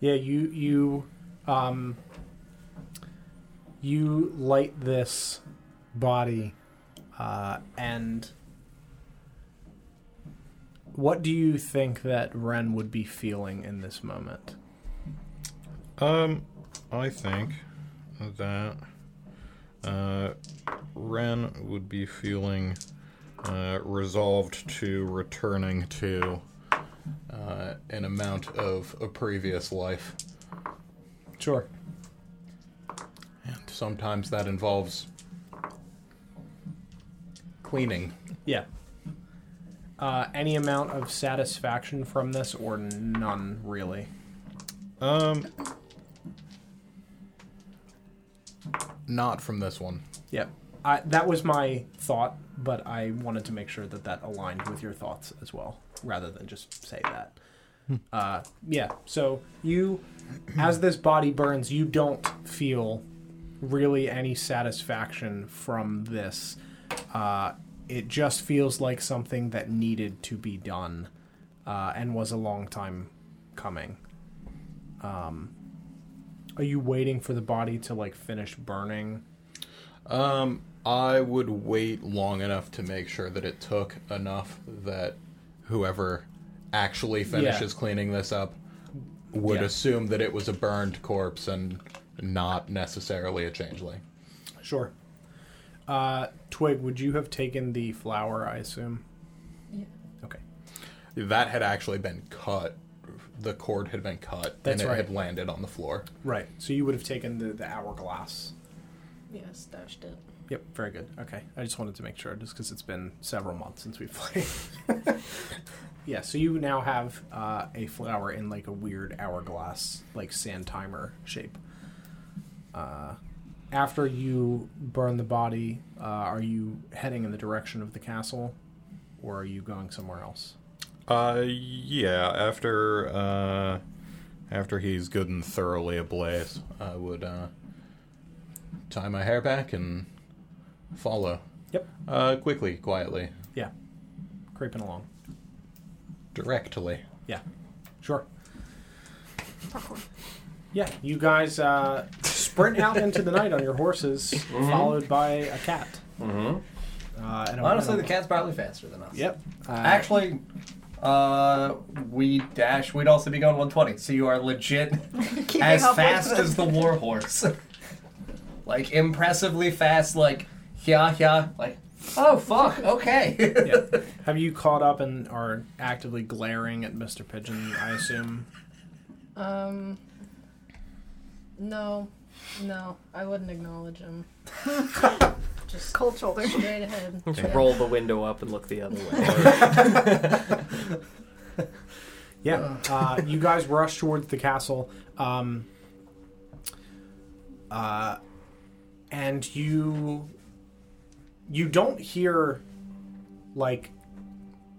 Yeah, you you um you light this body uh and what do you think that Ren would be feeling in this moment? Um, I think that uh, Ren would be feeling uh, resolved to returning to uh, an amount of a previous life. Sure. And sometimes that involves cleaning. Yeah. Uh, any amount of satisfaction from this or none really? Um, not from this one. Yep. I, that was my thought, but I wanted to make sure that that aligned with your thoughts as well, rather than just say that. Uh, yeah. So you, as this body burns, you don't feel really any satisfaction from this. Uh, it just feels like something that needed to be done, uh, and was a long time coming. Um, are you waiting for the body to like finish burning? Um, I would wait long enough to make sure that it took enough that whoever actually finishes cleaning this up would Yeah. assume that it was a burned corpse and not necessarily a changeling. Sure. Uh, Twig, would you have taken the flower, I assume? Yeah. Okay. That had actually been cut. The cord had been cut That's and it right. had landed on the floor. Right. So you would have taken the, the hourglass. Yeah, stashed it. Yep, very good. Okay. I just wanted to make sure, just because it's been several months since we've played. yeah, so you now have uh, a flower in like a weird hourglass, like sand timer shape. Uh, after you burn the body, uh, are you heading in the direction of the castle or are you going somewhere else? Uh, yeah. After uh, after he's good and thoroughly ablaze, I would uh, tie my hair back and follow. Yep. Uh, quickly, quietly, Yeah. Creeping along. directly. Yeah, sure. Yeah, you guys uh, sprint out into the night on your horses, followed by a cat. Mm-hmm. Uh, and a- Honestly, and the a- cat's probably faster than us. Yep. Uh, Actually, uh, we dash. We'd also be going 120. So you are legit Keeping as up with fast the- as the war horse. like impressively fast. Like yeah, yeah. Like oh fuck. Okay. yeah. Have you caught up and are actively glaring at Mr. Pigeon? I assume. Um. No, No, I wouldn't acknowledge him. Just cold shoulder. Straight ahead. Just roll the window up and look the other way. Yeah, uh, you guys rush towards the castle, um, uh, and you you don't hear like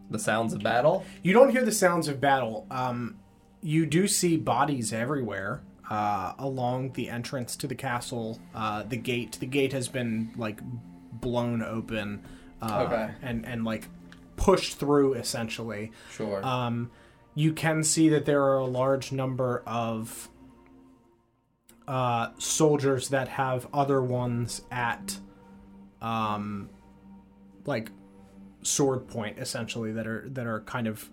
the sounds of battle. You don't hear the sounds of battle. Um, you do see bodies everywhere uh, along the entrance to the castle. Uh, the gate. The gate has been like blown open. Uh, Okay. And and like pushed through essentially. Sure. Um, you can see that there are a large number of uh, soldiers that have other ones at um, like sword point essentially that are that are kind of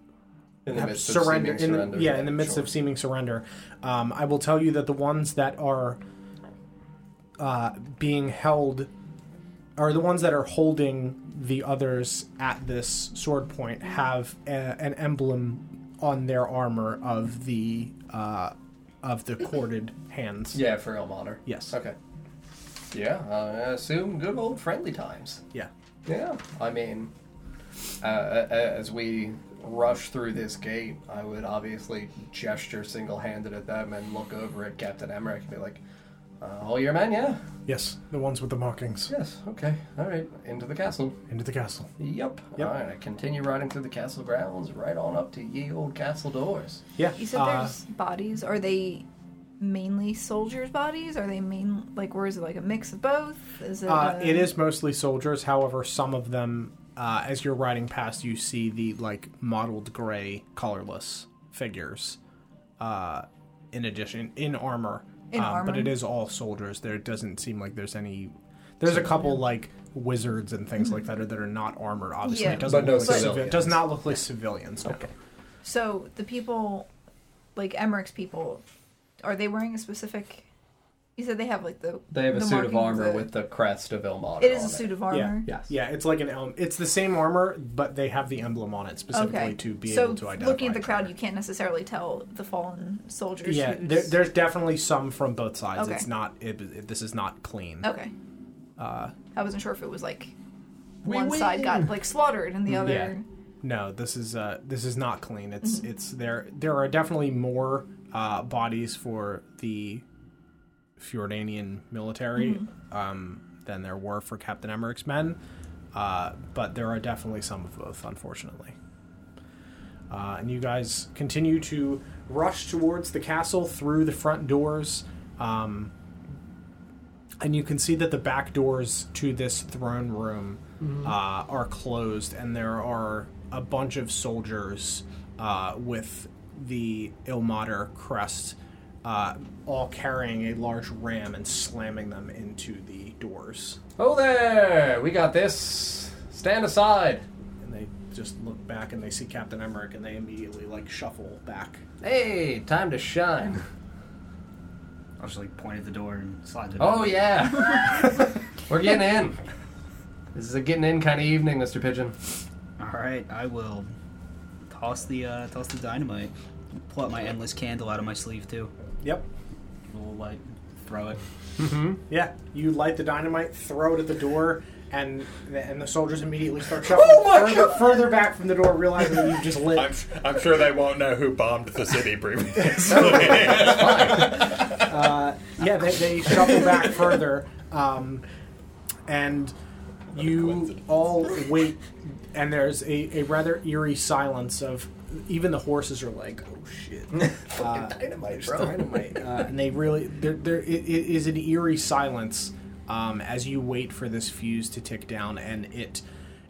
In the have midst of surrender- seeming in the- surrender, yeah, yeah, in the midst sure. of seeming surrender. Um, I will tell you that the ones that are uh, being held are the ones that are holding the others at this sword point have a, an emblem on their armor of the uh, of the corded hands. Yeah, for Elmodder. Yes. Okay. Yeah, I assume good old friendly times. Yeah. Yeah, I mean, uh, a- a- as we rush through this gate, I would obviously gesture single handed at them and look over at Captain Emmerich and be like, uh, all your men, yeah? Yes, the ones with the markings. Yes, okay, all right, into the castle. Into the castle. Yep. All right, I continue riding through the castle grounds right on up to ye old castle doors. Yeah. You said there's Uh, bodies. Are they mainly soldiers' bodies? Are they main like where is it like a mix of both? Is it? Uh, uh, it is mostly soldiers. However, some of them, uh, as you're riding past, you see the like mottled gray, colorless figures. Uh, in addition, in armor, Um, In but armor. it is all soldiers. There doesn't seem like there's any. There's a couple like wizards and things like that that are not armored. Obviously, Mm-hmm. Yeah. it doesn't But no look like civi- civilians. does not look like civilians. Okay. So the people, like Emmerich's people, are they wearing a specific? You said they have like the. They have a the suit of markings armor with the crest of Ilmater. It is on a suit of armor. Yeah, yes. yeah, it's like an elm. It's the same armor, but they have the emblem on it specifically okay. to be so able to identify. looking at the crowd, you can't necessarily tell the fallen soldiers. Yeah, who's- there, there's definitely some from both sides. Okay. It's not. It, it- this is not clean. Okay, Uh, I wasn't sure if it was like We one win. side got like slaughtered and the other. Mm, Yeah. no, this is uh, this is not clean. It's it's there. There are definitely more uh, bodies for the Fjordanian military um, than there were for Captain Emmerich's men, uh, but there are definitely some of both, unfortunately. Uh, and you guys continue to rush towards the castle through the front doors. Um, and you can see that the back doors to this throne room Mhm. uh, are closed, and there are a bunch of soldiers uh, with the Ilmater crest, uh, all carrying a large ram and slamming them into the doors. uh, Oh there! We got this. Stand aside. And they just look back and they see Captain Emmerich, and they immediately like shuffle back. Hey, time to shine. I'll just like point at the door and slide the door. Oh yeah. We're getting in. This is a getting in kind of evening, Mr. Pigeon. All right, I will toss the uh, toss the dynamite. Pull out my endless candle out of my sleeve too. Yep. We'll like throw it. Mm-hmm. Yeah, you light the dynamite, throw it at the door, and the, and the soldiers immediately start shuffling Oh my further, God! further back from the door, realizing that you've just lit. I'm, I'm sure they won't know who bombed the city previously. uh, yeah, they, they shuffle back further, um, and you all wait. And there's a, a rather eerie silence of even the horses are like, oh shit, Fucking dynamite, bro. Dynamite. uh, and they really there there it, it is an eerie silence um, as you wait for this fuse to tick down and it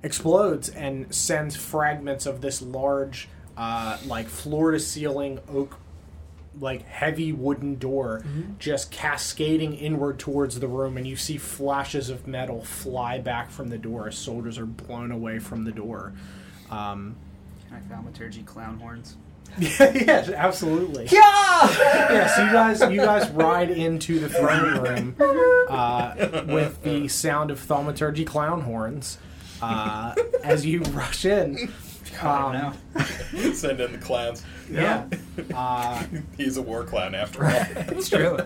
explodes and sends fragments of this large uh, like floor to ceiling oak like heavy wooden door just cascading inward towards the room and you see flashes of metal fly back from the door as soldiers are blown away from the door um, My thaumaturgy clown horns. yes, absolutely. Yeah. so you guys, you guys ride into the throne room uh, with the sound of thaumaturgy clown horns uh, as you rush in, God, Um, Send in the clowns. Yeah. Uh, He's a war clown after all. It's true.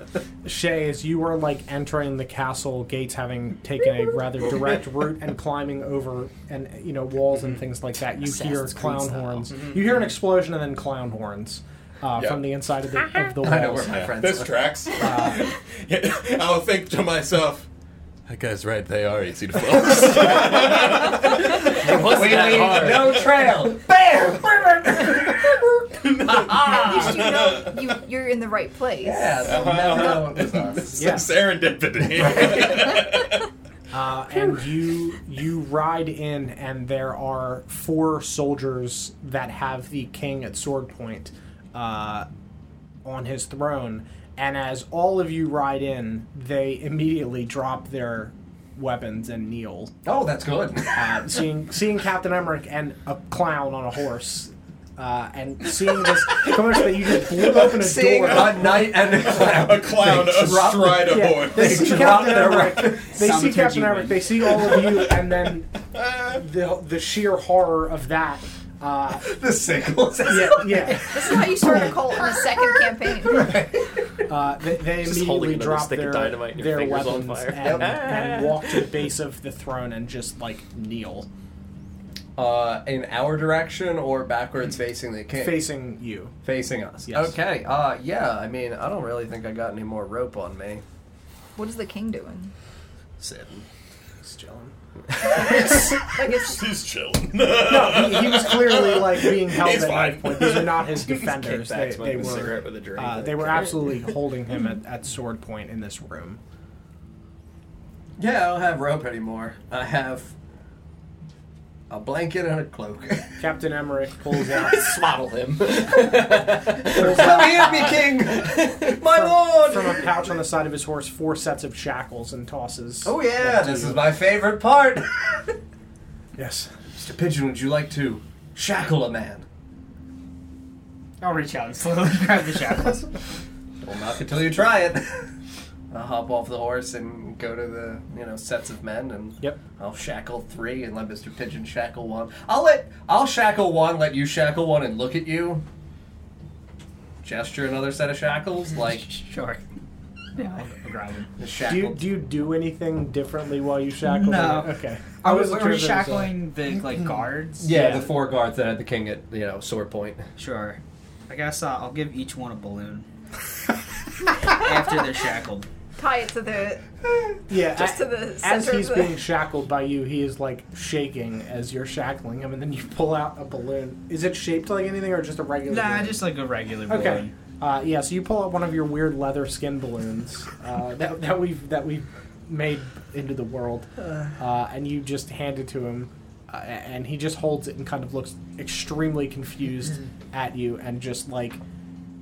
Shay, as you were like entering the castle gates, having taken a rather direct route and climbing over and you know walls and things like that, you Mm-hmm. hear Assassin's Creed clown style. horns. Mhm. You hear an explosion and then clown horns uh, Yeah. from the inside of the, of the walls. Uh, I know where my friends This are. tracks. I'll think to myself, that guy's right, they are easy to follow. we leave no trail. Bam! At least you know you, you're in the right place. Yeah, they'll never know it was us. Yeah. Some serendipity. Uh, and you you ride in, and there are four soldiers that have the king at sword point uh, on his throne. And as all of you ride in, they immediately drop their weapons and kneel. Oh, that's good. Uh, seeing seeing Captain Emmerich and a clown on a horse. Uh, and seeing this, so much that you just blew open a Seeing door. a knight and a clown. A clown They drop- astride a yeah, horse. They see Captain America. They see Sound Captain Tucci America. They see all of you, and then the the sheer horror of that. Uh, the sickles. Yeah, yeah. This is how you start a cult in the second campaign. Uh, they they Just holding immediately another drop stick of their, dynamite and your their fingers weapons on fire. And, Yep. and walk to the base of the throne and just like kneel, Uh, in our direction or backwards facing the king? facing you. Facing us. Yes. Okay. Uh, yeah. I mean, I don't really think I got any more rope on me. What is the king doing? Sitting. Just chilling. Like it's He's chilling. no, he, he was clearly like being held He's at fine. knife point. These are not his defenders. They, kickback, they smoking a cigarette with a were drink, uh, like, they were okay. absolutely holding him at, at sword point in this room. Yeah, I don't have rope anymore. I have a blanket and a cloak. Captain Emmerich pulls out Swaddle him. pulls Come out here, me king, my lord. from a pouch on the side of his horse four sets of shackles and tosses. Oh yeah, them to this you. is my favorite part. yes. Mr. Pigeon, would you like to shackle a man? I'll reach out and slowly grab the shackles. Well, knock until you try it. I'll hop off the horse and go to the you know sets of men, and Yep. I'll shackle three and let Mister Pigeon shackle one. I'll let I'll shackle one, let you shackle one, and look at you. Gesture another set of shackles, like sure. Yeah, I'll, I'll grab him. the Do you, shackle. do you do anything differently while you shackle? No. them? Okay. Are we, wasn't are we sure if it was a- shackling the like guards? yeah, the four guards that had the king at you know sword point. Sure. I guess uh, I'll give each one a balloon after they're shackled. tie it to the Yeah. just to a- the as center he's of the. being shackled by you, he is like shaking as you're shackling him, and then you pull out a balloon. Is it shaped like anything, or just a regular? Nah, balloon? just like a regular balloon. Okay. Uh, yeah, so you pull out one of your weird leather skin balloons uh, that, that we've that we've made into the world, uh, and you just hand it to him, uh, and he just holds it and kind of looks extremely confused at you, and just like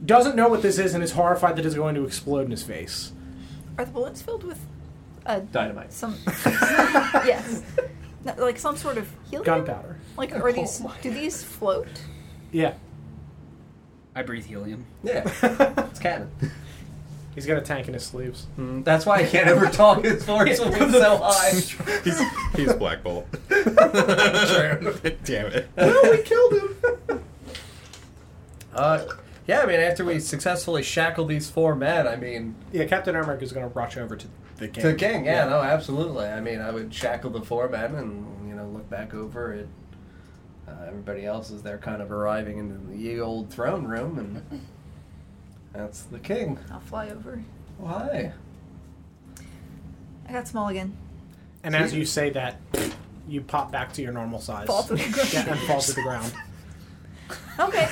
doesn't know what this is, and is horrified that it's going to explode in his face. Are the balloons filled with uh, Dynamite. some? yes, No, like some sort of helium. Gunpowder. Like, Oh are these? Do these float? Yeah, I breathe helium. Yeah, it's canon. he's got a tank in his sleeves. Mm, That's why I can't ever talk. His voice will be so high. he's, he's Black Bolt. Damn it. no, we killed him. uh, yeah, I mean, after we successfully shackled these four men, I mean, Yeah, Captain Armork is going to rush over to the king. to the king, yeah, no, absolutely. I mean, I would shackle the four men and, you know, look back over at uh, everybody else as they're kind of arriving into the ye old throne room, and that's the king. I'll fly over. Oh, hi. I got small again. And as you say that, you pop back to your normal size Fall to the ground. Yeah, and fall to the ground. Okay.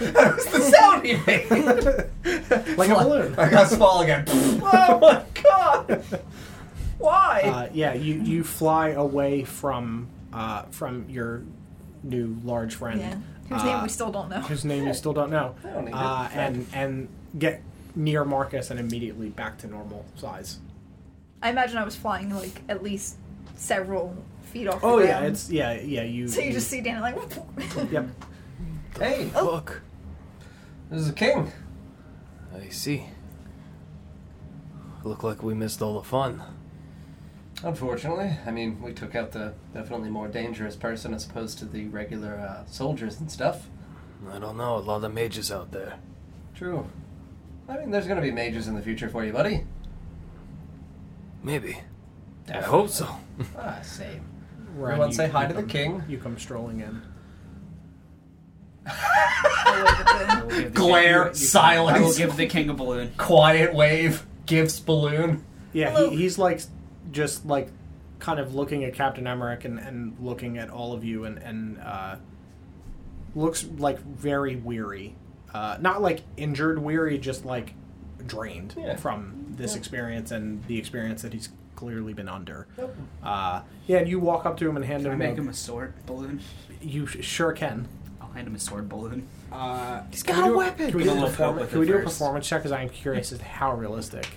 that was the sound he made. Like a balloon. I got small again. oh, my God. Why? Uh, yeah, you, you fly away from uh, from your new large friend, yeah. Whose name Uh, we still don't know. whose name you still don't know, I don't need uh, it. and and get near Marcus and immediately back to normal size. I imagine I was flying like at least several feet off. Oh the yeah, ground. it's yeah yeah you. so you just see Danny like. whoop. Yep. hey, Oh. Look, this is the king. I see. Look like we missed all the fun. Unfortunately, I mean, we took out the definitely more dangerous person as opposed to the regular uh, soldiers and stuff. I don't know. A lot of mages out there. True. I mean, there's going to be mages in the future for you, buddy. Maybe. I hope so. Ah, same. Ren, Everyone say you- hi you to the come- king. You come strolling in. Glare, silence. I will give the king a balloon. Quiet wave, gifts balloon. Yeah, he, he's like just like kind of looking at Captain Emmerich and, and looking at all of you and, and uh, looks like very weary. Uh, not like injured weary, just like drained Yeah. from this Yeah. experience and the experience that he's clearly been under. Yep. Uh, yeah, and you walk up to him and hand Can I him. make a- him a sword balloon? You sh- sure can. I'll hand him a sword balloon. Uh, He's can got we a do weapon! Can we Give do, him a a poke performance, with can it we do a first. performance check? Because I'm curious as to how realistic.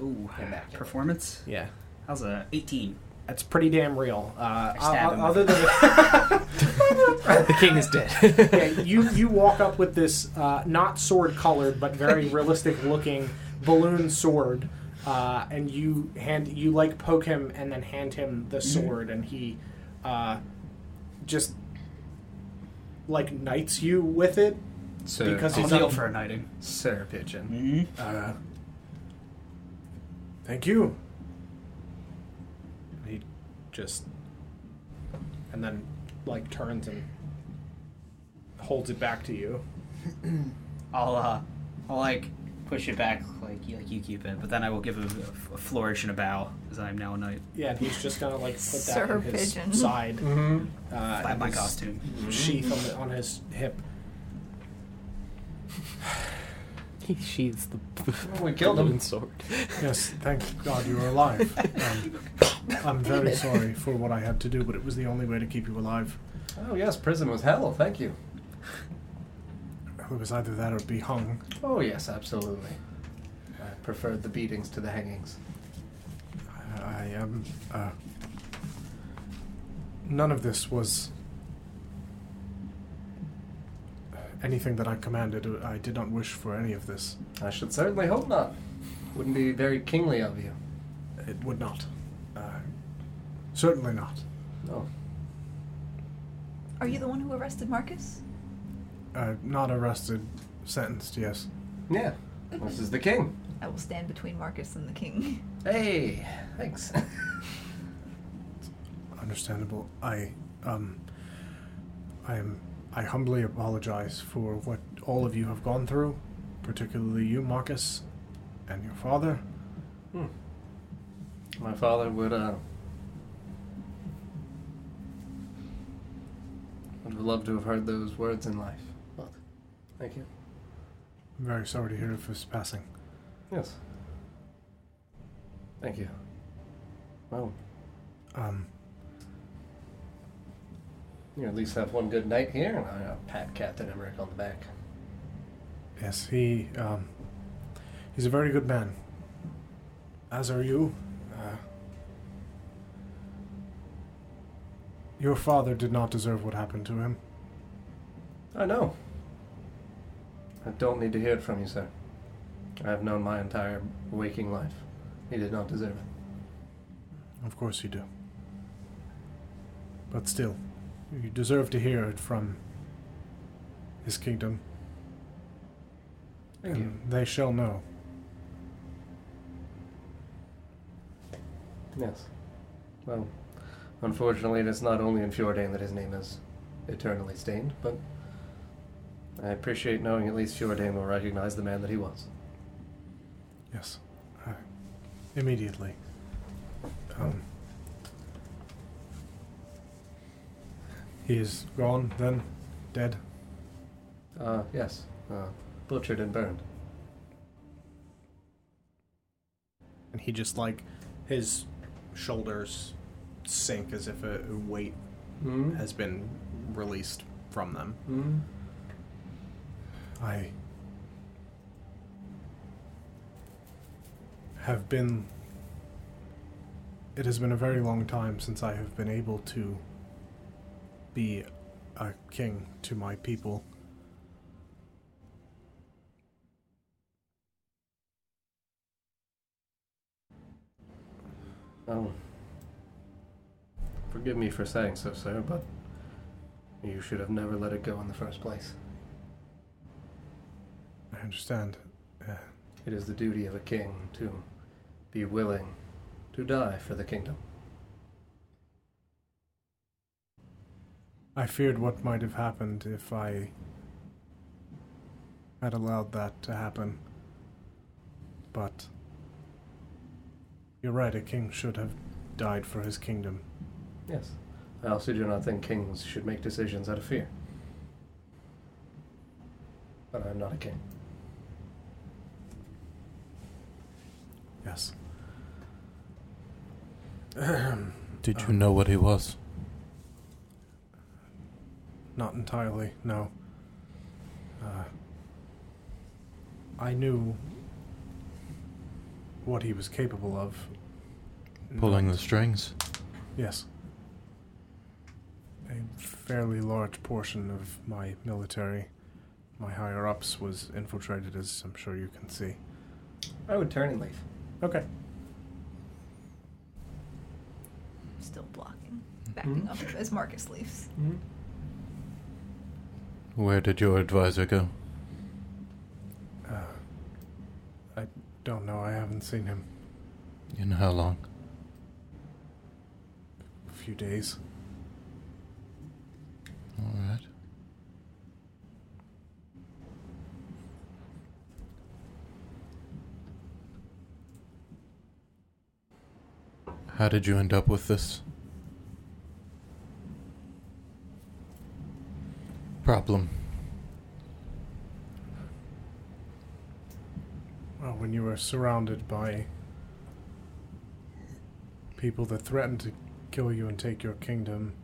Ooh, performance. Yeah. How's a 18? That's pretty damn real. Uh, stab o- him. other than The king is dead. yeah, you you walk up with this uh, not sword colored but very realistic looking balloon sword, uh, and you hand you like poke him and then hand him the Mm-hmm. sword, and he uh, just like knights you with it Sir. because I'll he's kneel un- for a knighting. Sir Pigeon. Mm-hmm. Uh, thank you. he just and then like turns and holds it back to you. I'll uh, I'll like push it back like you, like you keep it, but then I will give a, a flourish and a bow because I am now a knight. Yeah, and he's just gonna like put that Sir in his Pigeon. side. Mm-hmm. Uh, Flap and my his costume. Sheath on, the, on his hip. He sheathes the Oh, We killed balloon him. sword. Yes, thank God you are alive. Um, I'm very sorry for what I had to do, but it was the only way to keep you alive. Oh, yes, prison was hell. Thank you. It was either that or be hung. Oh, yes, absolutely. I preferred the beatings to the hangings. I am. Uh, none of this was anything that I commanded. I did not wish for any of this. I should certainly hope not. Wouldn't be very kingly of you. It would not. Uh, certainly not. No. Are you the one who arrested Marcus? Uh, not arrested, sentenced, yes. Yeah. This is the king. I will stand between Marcus and the king. Hey, thanks. Understandable. I, um, I am. I humbly apologize for what all of you have gone through, particularly you, Marcus, and your father. My father would uh would have loved to have heard those words in life. But thank you. I'm very sorry to hear of his passing. Yes. Thank you. Well, Um, you at least have one good night here, and I uh, pat Captain Emmerich on the back. yes, he, um, he's a very good man. As are you. Uh, your father did not deserve what happened to him. I know. I don't need to hear it from you, sir. I have known my entire waking life. He did not deserve it. Of course you do. But still, you deserve to hear it from his kingdom. Thank and you. they shall know. Yes. Well, unfortunately, it is not only in Fjordane that his name is eternally stained, but I appreciate knowing at least Fjordane will recognize the man that he was. Yes. Uh, immediately. Um, he is gone then? Dead? Uh, yes. Uh, butchered and burned. and he just like his shoulders sink as if a weight Mm. has been released from them. Mm. Hmm? I have been. It has been a very long time since I have been able to be a king to my people. Oh, Forgive me for saying so, sir, but you should have never let it go in the first place. I understand. Uh, It is the duty of a king to be willing to die for the kingdom. I feared what might have happened if I had allowed that to happen. But you're right, a king should have died for his kingdom. Yes. I also do not think kings should make decisions out of fear. But I am not a king. Yes. Did you know what he was? Not entirely, no. Uh, I knew what he was capable of. Pulling the strings. Yes. A fairly large portion of my military, my higher ups, was infiltrated, as I'm sure you can see. I would turn and leave. Okay. Still blocking, Mm-hmm. backing up as Marcus leaves. Where did your advisor go? Uh, I don't know, I haven't seen him In how long? a few days. All right. How did you end up with this problem? Well, when you were surrounded by people that threatened to kill you and take your kingdom,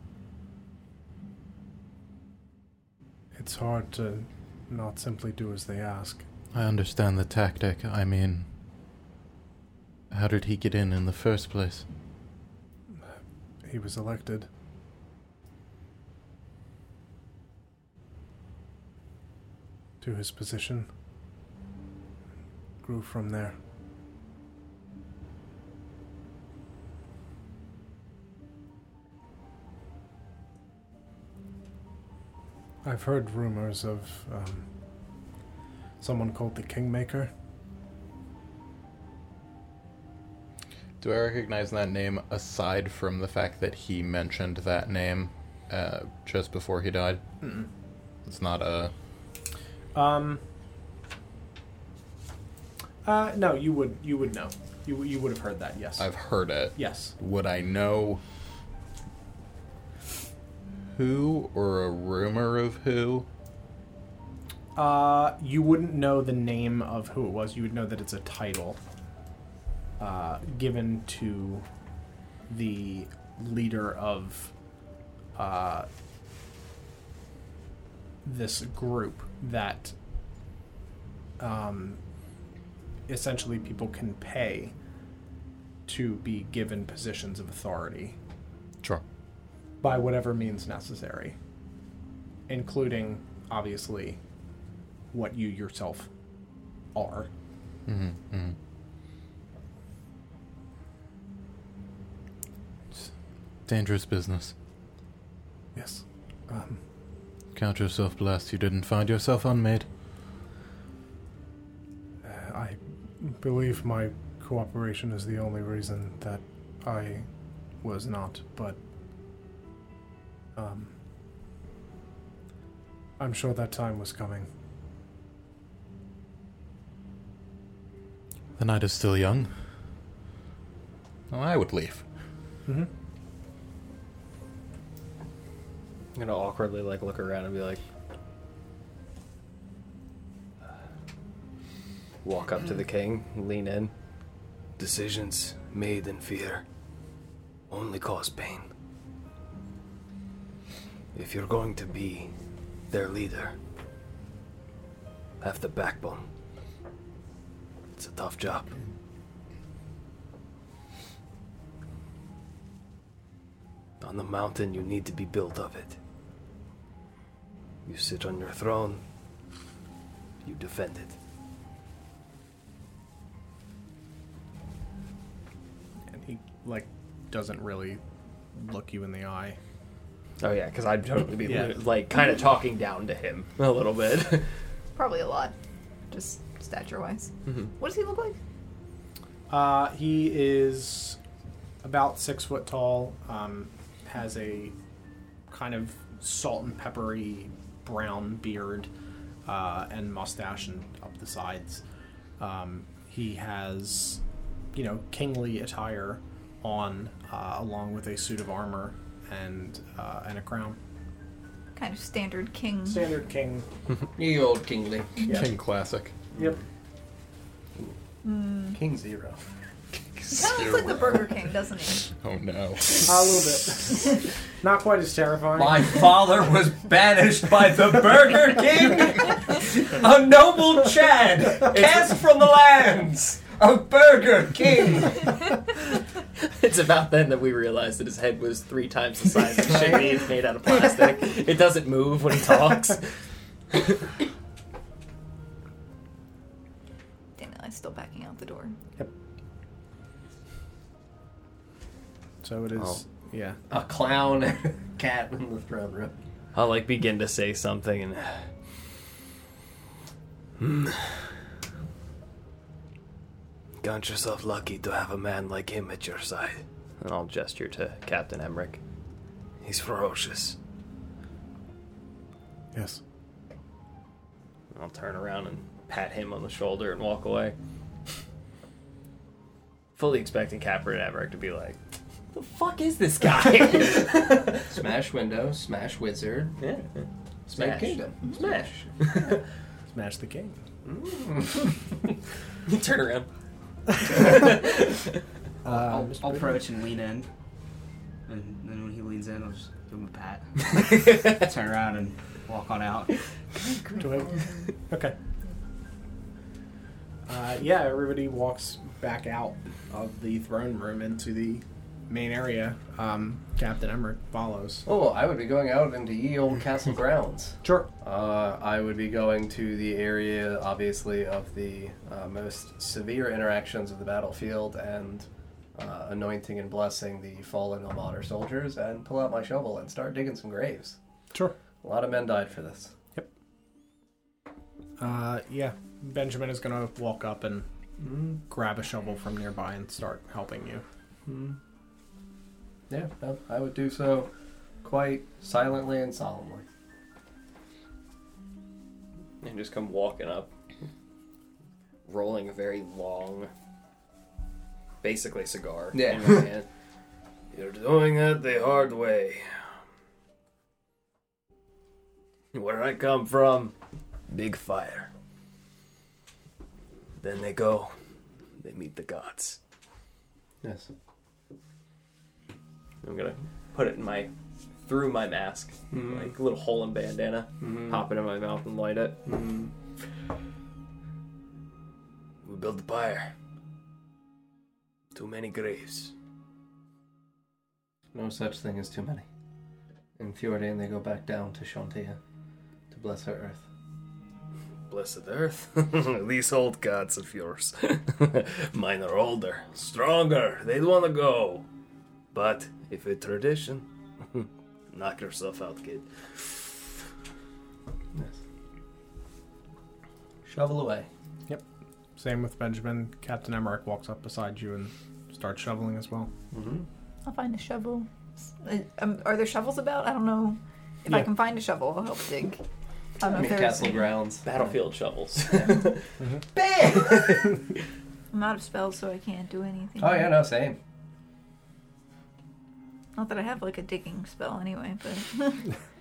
it's hard to not simply do as they ask. I understand the tactic. I mean, how did he get in in the first place? He was elected. To his position. Grew from there. I've heard rumors of um, someone called the Kingmaker. Do I recognize that name aside from the fact that he mentioned that name uh, just before he died? Mm-mm. It's not a. Um. Uh, no, you would you would know. You you would have heard that. Yes. I've heard it. Yes. Would I know who or a rumor of who? Uh, you wouldn't know the name of who it was. You would know that it's a title uh, given to the leader of uh, this group that um, essentially people can pay to be given positions of authority Sure. by whatever means necessary, including, obviously, what you yourself are. hmm Dangerous business. Yes. Um, Count yourself blessed you didn't find yourself unmade. Uh, I believe my cooperation is the only reason that I was not, but um, I'm sure that time was coming. The night is still young. Well, I would leave. I'm gonna awkwardly like look around and be like, walk up to the king, lean in. Decisions made in fear only cause pain. If you're going to be their leader, have the backbone. It's a tough job. On the mountain, you need to be built of it. You sit on your throne, you defend it. And he, like, doesn't really look you in the eye. Oh yeah, because I'd totally be Yeah. like kind of talking down to him a little bit. Probably a lot, just stature wise. Mm-hmm. Mhm. What does he look like? Uh, he is about six foot tall. Um, has a kind of salt and peppery brown beard uh, and mustache and up the sides. Um, he has, you know, kingly attire on, uh, along with a suit of armor and uh, and a crown. Kind of standard king. Standard king. Ye old kingly. Yeah. King classic. Yep. Hmm. Mm. King Zero. He kind of looks like the Burger King, doesn't he? Oh no. a little bit. Not quite as terrifying. My father was banished by the Burger King, a noble Chad, cast from the lands of Burger King. it's about then that we realized that his head was three times the size it should be. It's made out of plastic. It doesn't move when he talks. Daniel, I'm still backing out the door. So it is. Yeah. Oh. A clown and a cat in the throne room. I'll like begin to say something and. Hmm. Count yourself lucky to have a man like him at your side. And I'll gesture to Captain Emmerich. He's ferocious. Yes. And I'll turn around and pat him on the shoulder and walk away. Fully expecting Capper and Emmerich to be like, the fuck is this guy? Smash window, smash wizard, yeah. smash kingdom, Smash. Smash the king. Mm. you turn around. Uh, I'll, Mr. I'll Britton? approach and lean in, and then when he leans in, I'll just give him a pat. Turn around and walk on out. Do I- Okay. Uh, yeah, everybody walks back out of the throne room into the main area. Um, Captain Emmerich follows. Oh, I would be going out into ye old castle grounds. Sure. Uh, I would be going to the area, obviously, of the uh, most severe interactions of the battlefield and uh, anointing and blessing the fallen Elmater soldiers and pull out my shovel and start digging some graves. Sure. A lot of men died for this. Uh, yeah, Benjamin is going to walk up and Mm-hmm. grab a shovel from nearby and start helping you. Hmm. Yeah, no, I would do so quite silently and solemnly. And just come walking up, rolling a very long, basically cigar. Yeah. In my hand. You're doing it the hard way. Where I come from, big fire. Then they go, they meet the gods. Yes. I'm gonna put it in my through my mask, Mhm. like a little hole in bandana, Mhm. pop it in my mouth and light it. We build the pyre. Too many graves. No such thing as too many. In Fjordan, they go back down to Shantia to bless her earth. Blessed earth. These old gods of yours. Mine are older, stronger. They'd want to go. But if a tradition, knock yourself out, kid. Yes. Shovel away. Yep. Same with Benjamin. Captain Emmerich walks up beside you and starts shoveling as well. Mm-hmm. I'll find a shovel. Uh, Um, are there shovels about? I don't know. If I Yeah. can find a shovel, I'll help dig. I don't know if there's. Castle grounds. Battlefield shovels. I'm out of spells, so I can't do anything. Oh yeah, no, same. Not that I have like a digging spell anyway, but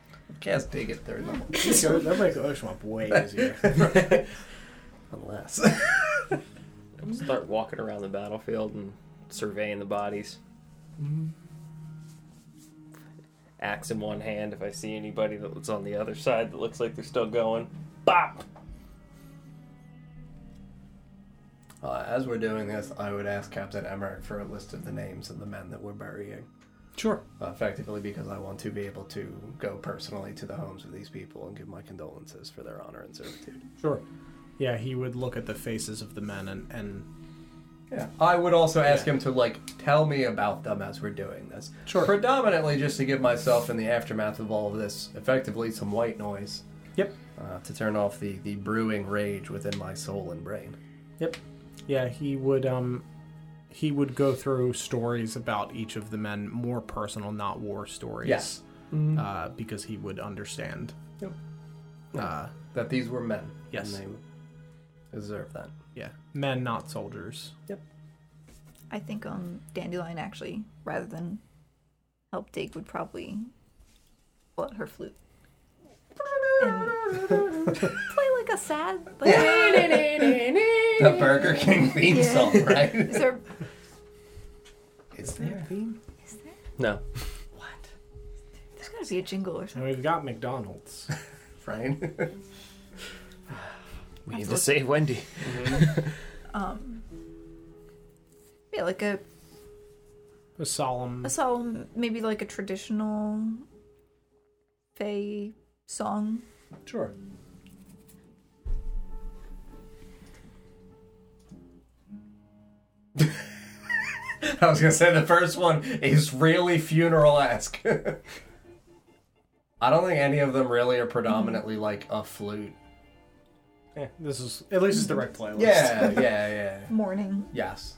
Cast dig at third level. So that makes Oshwamp way easier. Unless. Start walking around the battlefield and surveying the bodies. Axe in one hand. If I see anybody that's on the other side that looks like they're still going, bop. Uh, as we're doing this, I would ask Captain Emmerich for a list of the names of the men that we're burying. Sure. Uh, effectively, because I want to be able to go personally to the homes of these people and give my condolences for their honor and servitude. Sure. Yeah, he would look at the faces of the men and, and Yeah. I would also ask him to like tell me about them as we're doing this. Sure. Predominantly just to give myself in the aftermath of all of this effectively some white noise. Yep. Uh, to turn off the the brewing rage within my soul and brain. Yep. Yeah, he would um he would go through stories about each of the men, more personal, not war stories. Yes. Mm. Uh, because he would understand. Yep. Uh, that these were men. Yes. And they deserve that. Yeah. Men, not soldiers. Yep. I think um Dandelion actually, rather than help Dig, would probably let her flute. And play like a sad like The Burger King theme Yeah. song, right? Is there Is there a theme? No. there's gotta be a jingle or something. And we've got McDonald's. right? We need to save Wendy. Mm-hmm. Um Yeah, like a A solemn. a solemn maybe like a traditional Fey song. Sure. I was gonna say the first one is really funeral esque. I don't think any of them really are predominantly like a flute. Yeah, this is at least it's the right playlist. Yeah, yeah, yeah. Morning. Yes.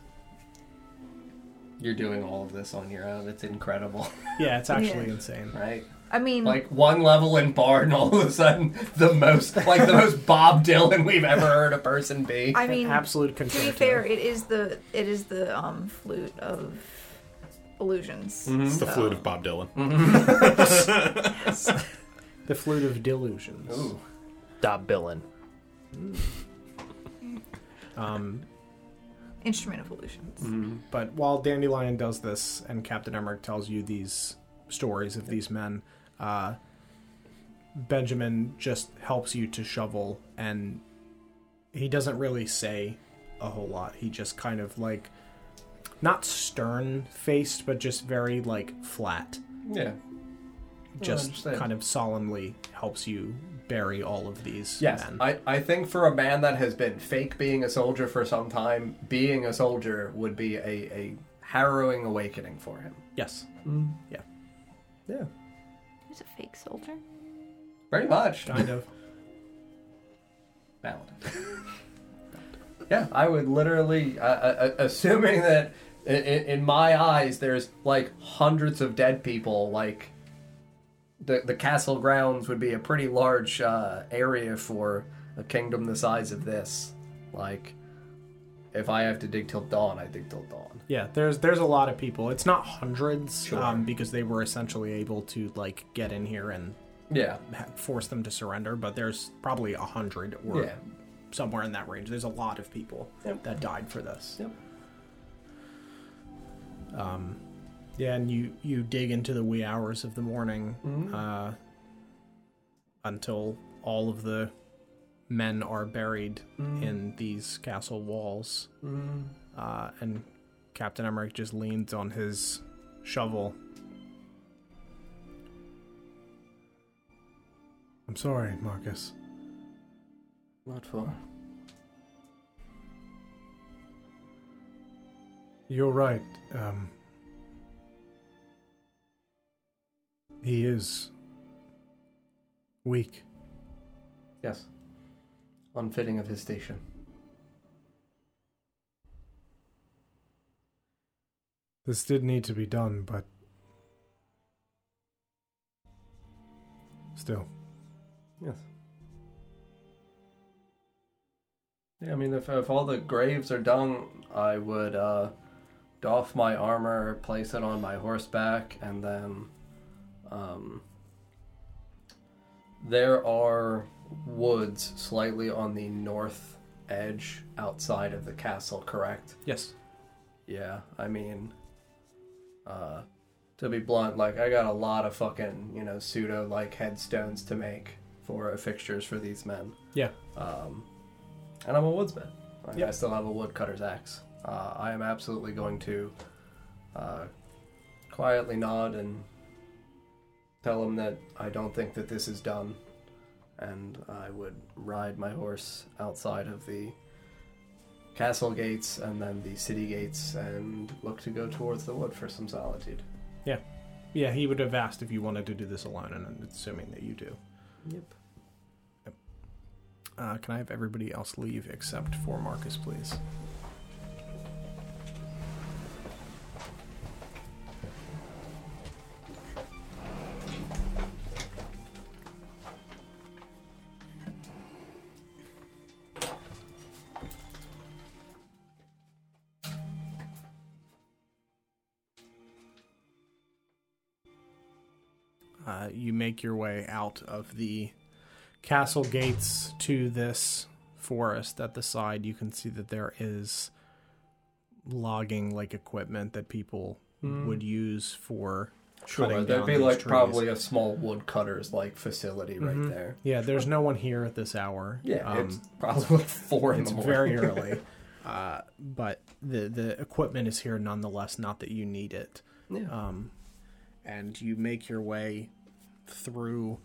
You're doing all of this on your own. It's incredible. Yeah, it's actually Yeah. insane. Right? I mean Like one level in bar, and all of a sudden, the most like the most Bob Dylan we've ever heard a person be. I mean absolute To be concerto. fair, it is the it is the um flute of illusions. Mm-hmm. Mm-hmm. It's the so- flute of Bob Dylan. Mm-hmm. the flute of delusions. Ooh. Bob Dylan. Um, instrument of illusions. Mm-hmm. But while Dandelion does this and Captain Emmerich tells you these stories of these men, uh, Benjamin just helps you to shovel and he doesn't really say a whole lot. He just kind of like not stern faced, but just very like flat. Yeah. Just understand. kind of solemnly helps you bury all of these Yes, men. I, I think for a man that has been fake being a soldier for some time, being a soldier would be a, a harrowing awakening for him. Yes. Yeah. Mm-hmm. Yeah. He's a fake soldier. Pretty much. Kind of. Valid. yeah, I would literally, uh, uh, assuming that in, in my eyes there's like hundreds of dead people, like the, the castle grounds would be a pretty large uh, area for a kingdom the size of this. Like, if I have to dig till dawn, I dig till dawn. Yeah, there's there's a lot of people. It's not hundreds, Sure. um, because they were essentially able to like get in here and Yeah. ha- force them to surrender. But there's probably a hundred or Yeah. somewhere in that range. There's a lot of people Yep. that died for this. Yep. Um, yeah, and you you dig into the wee hours of the morning Mm-hmm. uh, until all of the men are buried Mm-hmm. in these castle walls. Uh, and Captain Emmerich just leans on his shovel. I'm sorry, Marcus. Not far. You're right. Um, he is weak. Yes. Unfitting of his station. This did need to be done, but still, Yes. Yeah, I mean, if, if all the graves are done, I would uh, doff my armor, place it on my horseback, and then um, there are woods slightly on the north edge outside of the castle, correct? Yes. Yeah, I mean, uh, to be blunt, like I got a lot of fucking you know pseudo like headstones to make for fixtures for these men. Yeah. Um, and I'm a woodsman. Like, I Yep. still have a woodcutter's axe. Uh, I am absolutely going to uh, quietly nod and tell him that I don't think that this is done, and I would ride my horse outside of the castle gates and then the city gates and look to go towards the wood for some solitude. Yeah. Yeah, he would have asked if you wanted to do this alone, and I'm assuming that you do. Yep. Uh, can I have everybody else leave except for Marcus, please? Uh, you make your way out of the castle gates to this forest at the side you can see that there is logging like equipment that people Hmm. would use for Sure, cutting there'd down be these like trees. probably a small woodcutters like facility right Mhm. there. yeah there's no one here at this hour Um, Yeah, it's probably like four in it's the morning. very early uh, but the the equipment is here nonetheless not that you need it Yeah. um, and you make your way through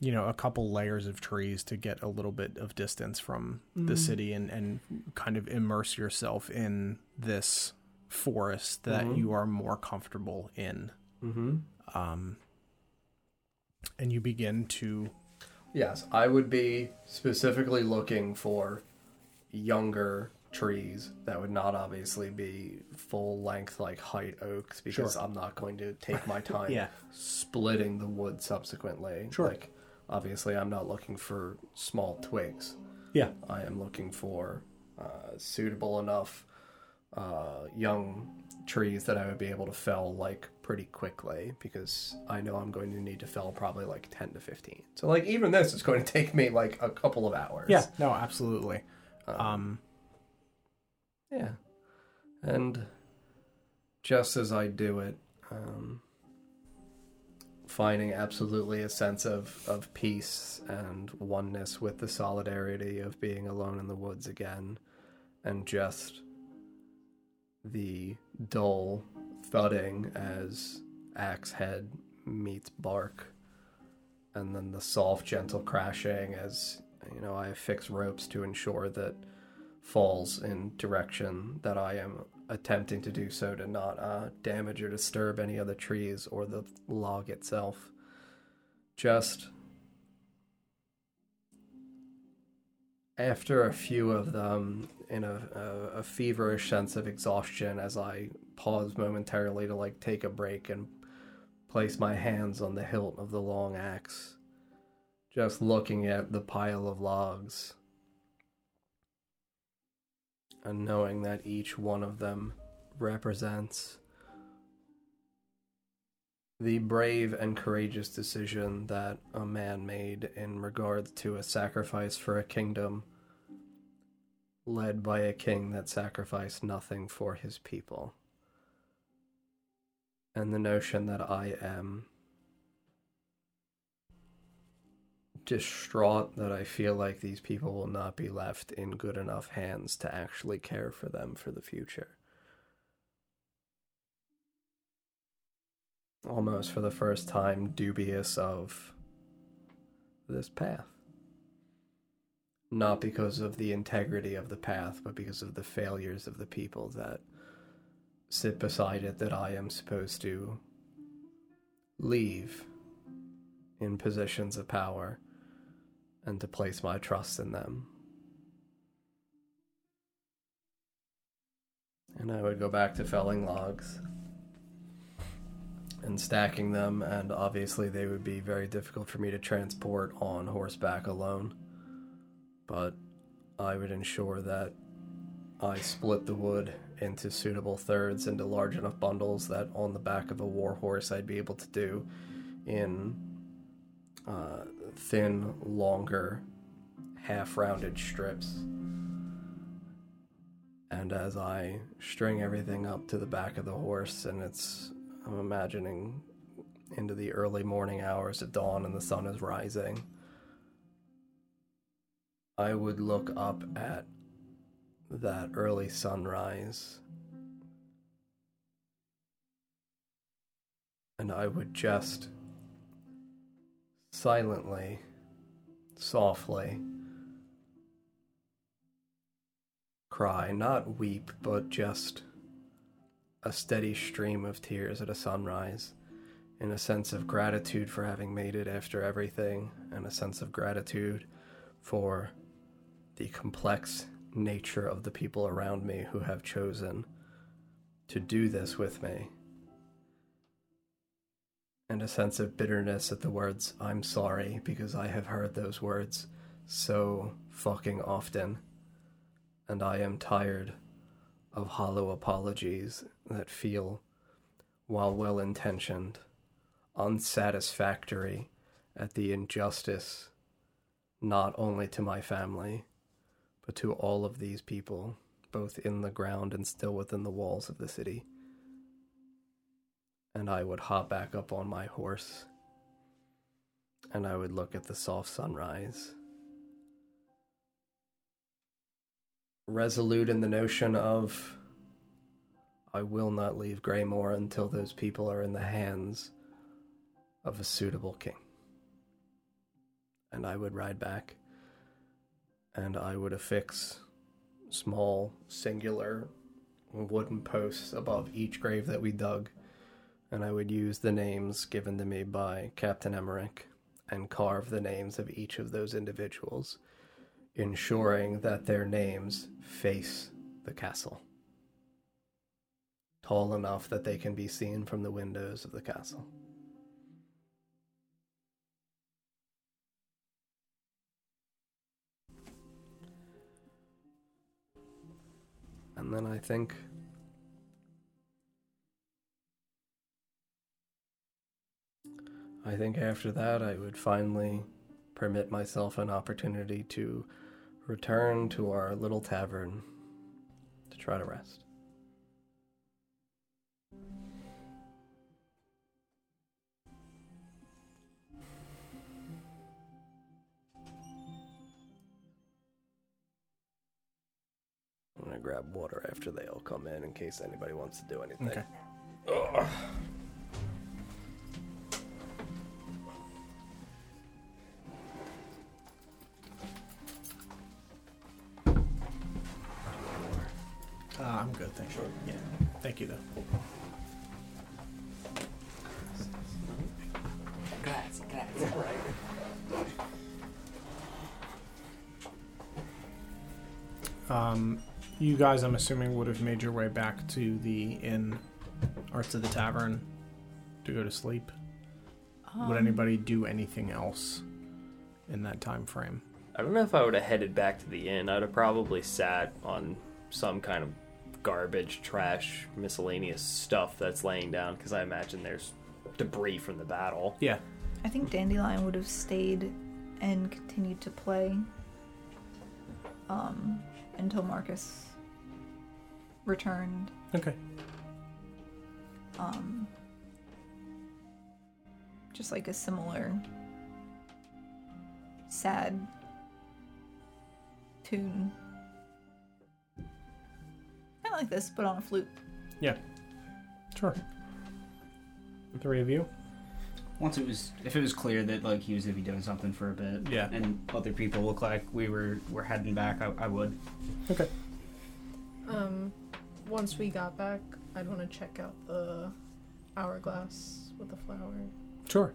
you know a couple layers of trees to get a little bit of distance from the Mm-hmm. Mm. city and and kind of immerse yourself in this forest that Mm-hmm. Mhm. you are more comfortable in Mhm. um and you begin to Yes, I would be specifically looking for younger trees that would not obviously be full length like height oaks because Sure. I'm not going to take my time Yeah. splitting the wood subsequently. Sure. Like obviously I'm not looking for small twigs. Yeah. I am looking for uh, suitable enough uh, young trees that I would be able to fell like pretty quickly because I know I'm going to need to fell probably like 10 to 15. So like even this is going to take me like a couple of hours. yeah no absolutely um Uh, Yeah. And just as I do it, um, finding absolutely a sense of, of peace and oneness with the solidarity of being alone in the woods again, and just the dull thudding as axe head meets bark, and then the soft, gentle crashing as you know I affix ropes to ensure that falls in direction that I am attempting to do so to not uh, damage or disturb any other trees or the log itself. Just after a few of them in a, a, a feverish sense of exhaustion as I pause momentarily to like take a break and place my hands on the hilt of the long axe, just looking at the pile of logs and knowing that each one of them represents the brave and courageous decision that a man made in regards to a sacrifice for a kingdom led by a king that sacrificed nothing for his people. And the notion that I am distraught that I feel like these people will not be left in good enough hands to actually care for them for the future. Almost for the first time, dubious of this path. Not because of the integrity of the path, but because of the failures of the people that sit beside it that I am supposed to leave in positions of power and to place my trust in them. And I would go back to felling logs and stacking them, and obviously they would be very difficult for me to transport on horseback alone. But I would ensure that I split the wood into suitable thirds into large enough bundles that on the back of a war horse I'd be able to do in uh, thin, longer, half rounded strips. And as I string everything up to the back of the horse, and it's, I'm imagining into the early morning hours of dawn and the sun is rising, I would look up at that early sunrise and I would just silently, softly, cry, not weep, but just a steady stream of tears at a sunrise, in a sense of gratitude for having made it after everything, and a sense of gratitude for the complex nature of the people around me who have chosen to do this with me, and a sense of bitterness at the words, I'm sorry, because I have heard those words so fucking often, and I am tired of hollow apologies that feel, while well intentioned, unsatisfactory at the injustice not only to my family, but to all of these people, both in the ground and still within the walls of the city. And I would hop back up on my horse, and I would look at the soft sunrise. Resolute in the notion of, I will not leave Greymore until those people are in the hands of a suitable king and I would ride back. And I would affix small, singular wooden posts above each grave that we dug. And I would use the names given to me by Captain Emmerich and carve the names of each of those individuals, ensuring that their names face the castle. Tall enough that they can be seen from the windows of the castle. And then I think. I think after that, I would finally permit myself an opportunity to return to our little tavern to try to rest. I'm gonna grab water after they all come in in case anybody wants to do anything. Okay. Ugh. Uh, I'm good, thank you. Yeah, thank you though. Grazie, grazie. Um, you guys, I'm assuming, would have made your way back to the inn or to the tavern to go to sleep. Um, would anybody do anything else in that time frame? I don't know if I would have headed back to the inn. I'd have probably sat on some kind of garbage, trash, miscellaneous stuff that's laying down because I imagine there's debris from the battle. Yeah. I think Dandelion would have stayed and continued to play um, until Marcus returned. Okay. Um, just like a similar sad tune. Kind of like this, but on a flute. Yeah. Sure. Three of you. Once it was, if it was clear that like he was gonna be doing something for a bit, Yeah. and other people looked like we were were heading back, I, I would. Okay. Um, once we got back, I'd want to check out the hourglass with the flower. Sure.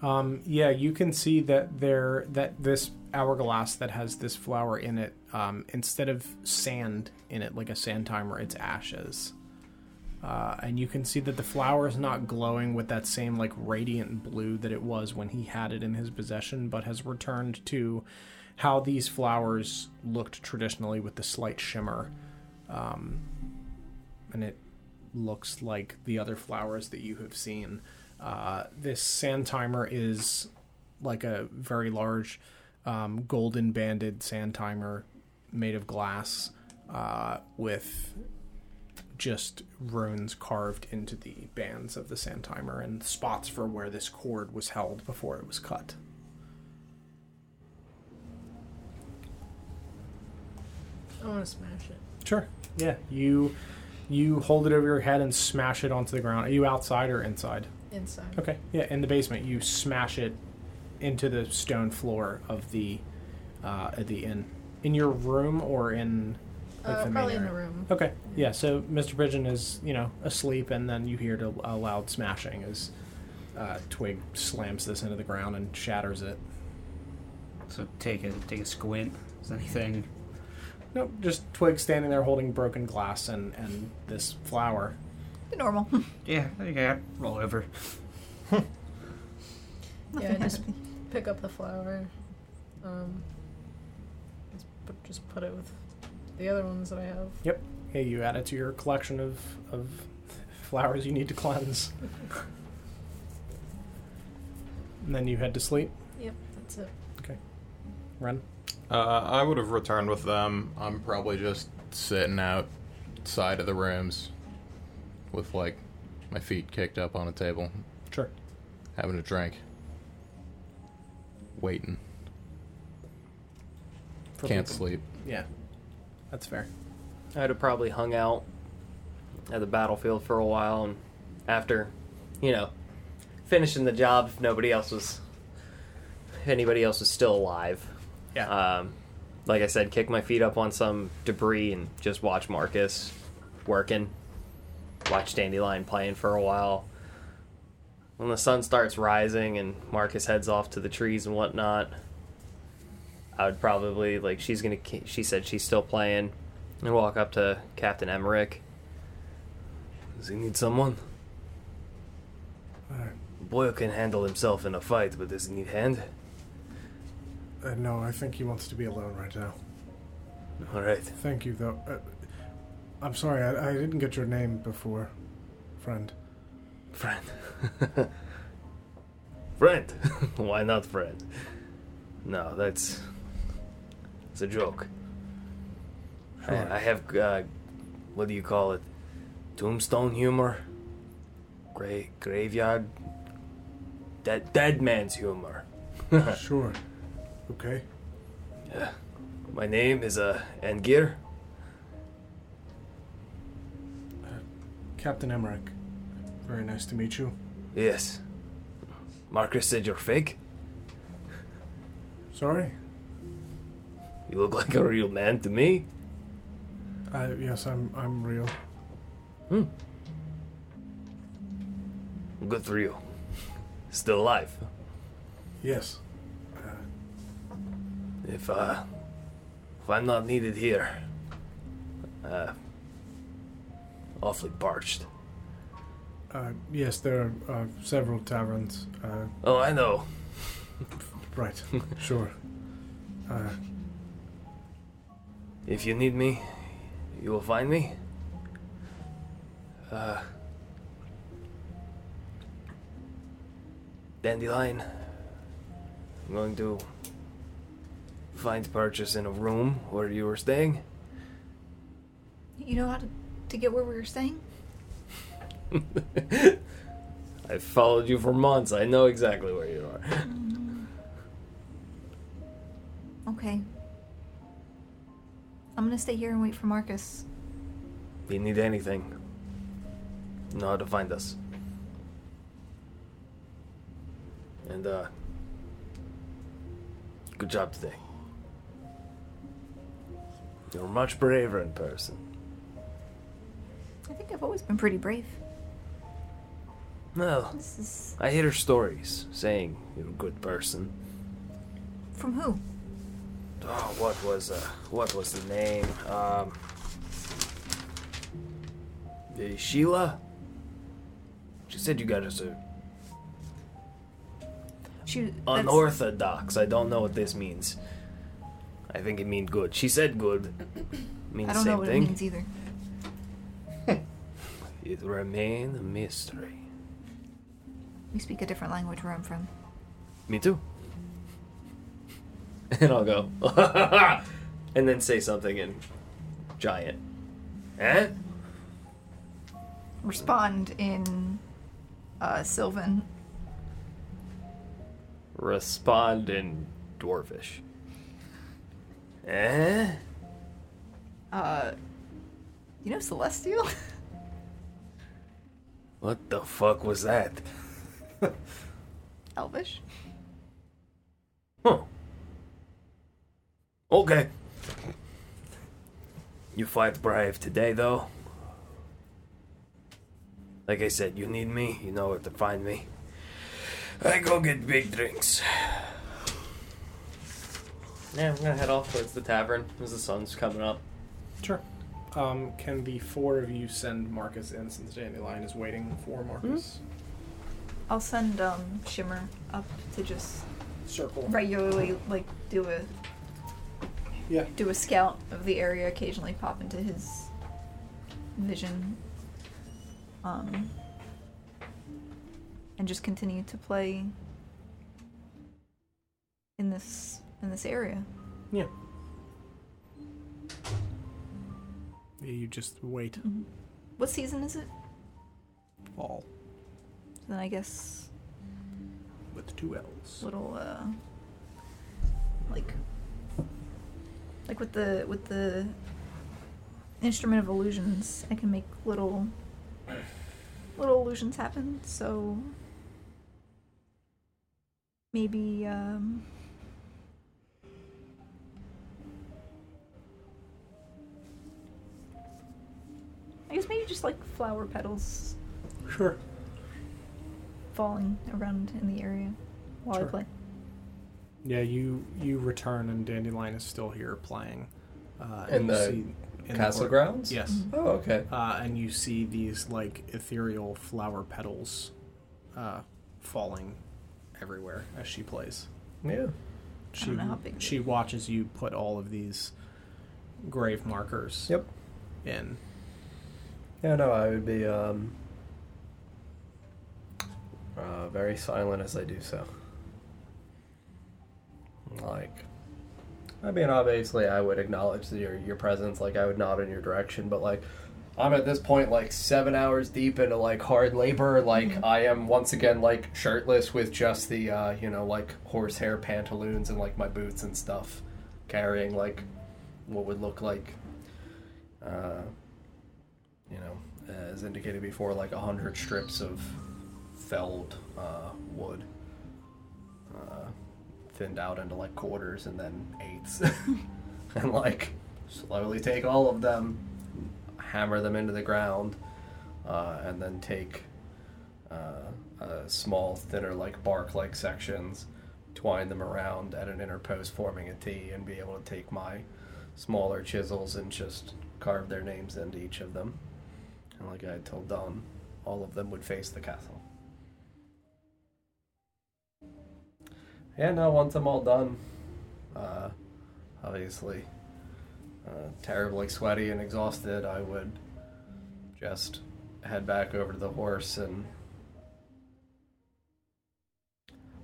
Um, yeah, you can see that there that this hourglass that has this flower in it, um, instead of sand in it like a sand timer, it's ashes. Uh, and you can see that the flower is not glowing with that same like radiant blue that it was when he had it in his possession, but has returned to how these flowers looked traditionally with the slight shimmer. Um, and it looks like the other flowers that you have seen. Uh, this sand timer is like a very large um, golden banded sand timer made of glass uh, with just runes carved into the bands of the sand timer and spots for where this cord was held before it was cut. I want to smash it. Sure. Yeah. You you hold it over your head and smash it onto the ground. Are you outside or inside? Inside. Okay. Yeah, in the basement, you smash it into the stone floor of the uh, at the inn. In your room or in Like Uh, the probably in main the area. room. Okay. Yeah. So Mr. Pigeon is, you know, asleep, and then you hear the- a loud smashing as uh, Twig slams this into the ground and shatters it. So take a take a squint. Is anything? Nope. Just Twig standing there holding broken glass and and this flower. Normal. Yeah, okay. I'd Roll over. Yeah, just pick up the flower. Um, just put, just put it with the other ones that I have. Yep. Hey, you add it to your collection of of flowers you need to cleanse. and then you head to sleep. Yep, that's it. Okay. Run. Uh, I would have returned with them. I'm probably just sitting outside of the rooms with like my feet kicked up on a table. Sure. Having a drink. Waiting. For Can't people. sleep. Yeah. That's fair. I'd have probably hung out at the battlefield for a while, and after, you know, finishing the job, if nobody else was, if anybody else was still alive, yeah. Um, like I said, kick my feet up on some debris and just watch Marcus working, watch Dandelion playing for a while. When the sun starts rising and Marcus heads off to the trees and whatnot, I would probably like she's gonna. ki- She said she's still playing, and walk up to Captain Emmerich. Does he need someone? Uh, Boyle can handle himself in a fight, but does he need hand? Uh, no, I think he wants to be alone right now. All right. Thank you, though. Uh, I'm sorry, I, I didn't get your name before, friend. Friend. Friend. Why not friend? No, that's. It's a joke. Sure. I, I have, uh, what do you call it? Tombstone humor? Gra- graveyard? Dead, dead man's humor. sure. Okay. Yeah. My name is uh, Engir. Captain Emmerich. Very nice to meet you. Yes. Marcus said you're fake. Sorry? You look like a real man to me. Uh, yes, I'm I'm real. Good for you. Still alive. Yes. If uh, if I'm not needed here, uh, awfully parched. Uh, yes, there are uh, several taverns. Uh, Oh, I know. right. sure. Uh, If you need me, you will find me. Uh, dandelion. I'm going to find purchase in a room where you were staying. You know how to, to get where we were staying? I've followed you for months. I know exactly where you are. Okay. I'm gonna stay here and wait for Marcus. If you need anything, you know how to find us. And, uh, good job today. You're much braver in person. I think I've always been pretty brave. No, This is I hear stories saying you're a good person. from who? Oh, what was uh, what was the name? Um, uh, Sheila. She said you guys are She. that's- unorthodox. I don't know what this means. I think it means good. She said good. Means I don't same know what thing. it means either. It remain a mystery. We speak a different language where I'm from. Me too. And I'll go. and then say something in giant. Eh? Respond in uh, Sylvan. Respond in dwarfish. Eh? Uh, you know Celestial? What the fuck was that? Elvish? Okay. You fight brave today, though. Like I said, you need me, you know where to find me. I go get big drinks. Yeah, I'm gonna head off towards the tavern as the sun's coming up. Sure. Um, can the four of you send Marcus in since Dandelion is waiting for Marcus? I'll send um, Shimmer up to just circle regularly, like do a Yeah. do a scout of the area, occasionally pop into his vision, um, and just continue to play in this in this area. Yeah. Yeah, You just wait. What season is it? Fall Then I guess with two L's. little uh, like like with the with the instrument of illusions, I can make little little illusions happen. So maybe um, I guess maybe just like flower petals Sure. falling around in the area while Sure. I play. Yeah, you you return and Dandelion is still here playing. Uh, In you the castle court- grounds? Yes. Mm-hmm. Mhm. Oh, okay. Uh, and you see these like ethereal flower petals uh, falling everywhere as she plays. Yeah. She know how big she watches you put all of these grave markers. Yep. In. Yeah, no, I would be um, uh, very silent as I do so. Like, I mean, obviously, I would acknowledge your your presence. Like, I would nod in your direction, but like, I'm at this point like seven hours deep into like hard labor. Like, I am once again like shirtless with just the uh, you know like horsehair pantaloons and like my boots and stuff, carrying like what would look like. Uh, you know, as indicated before, like a hundred strips of felled uh, wood, uh, thinned out into like quarters and then eighths, and like slowly take all of them, hammer them into the ground, uh, and then take uh, uh, small, thinner, like bark-like sections, twine them around at an inner post, forming a T, and be able to take my smaller chisels and just carve their names into each of them. And like I had told Don, all of them would face the castle. Yeah, no, once I'm all done, uh, obviously, uh, terribly sweaty and exhausted, I would just head back over to the horse and.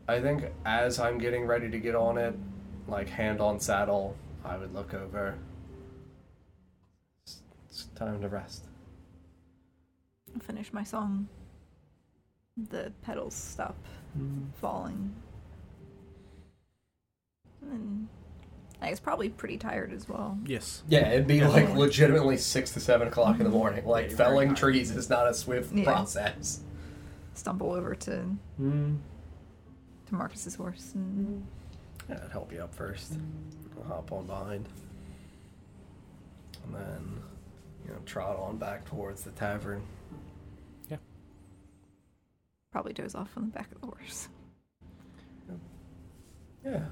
I think as I'm getting ready to get on it, like hand on saddle, I would look over. It's, it's time to rest. I'll finish my song. The petals stop falling. And then I was probably pretty tired as well. Yes. Yeah, it'd be Yeah. like legitimately six to seven o'clock in the morning. Like Yeah, very felling high. trees is not a swift Yeah. process. Stumble over to to Marcus's horse and Yeah, I'd help you up first. I'll hop on behind. And then, you know, trot on back towards the tavern. probably doze off on the back of the horse. Yeah.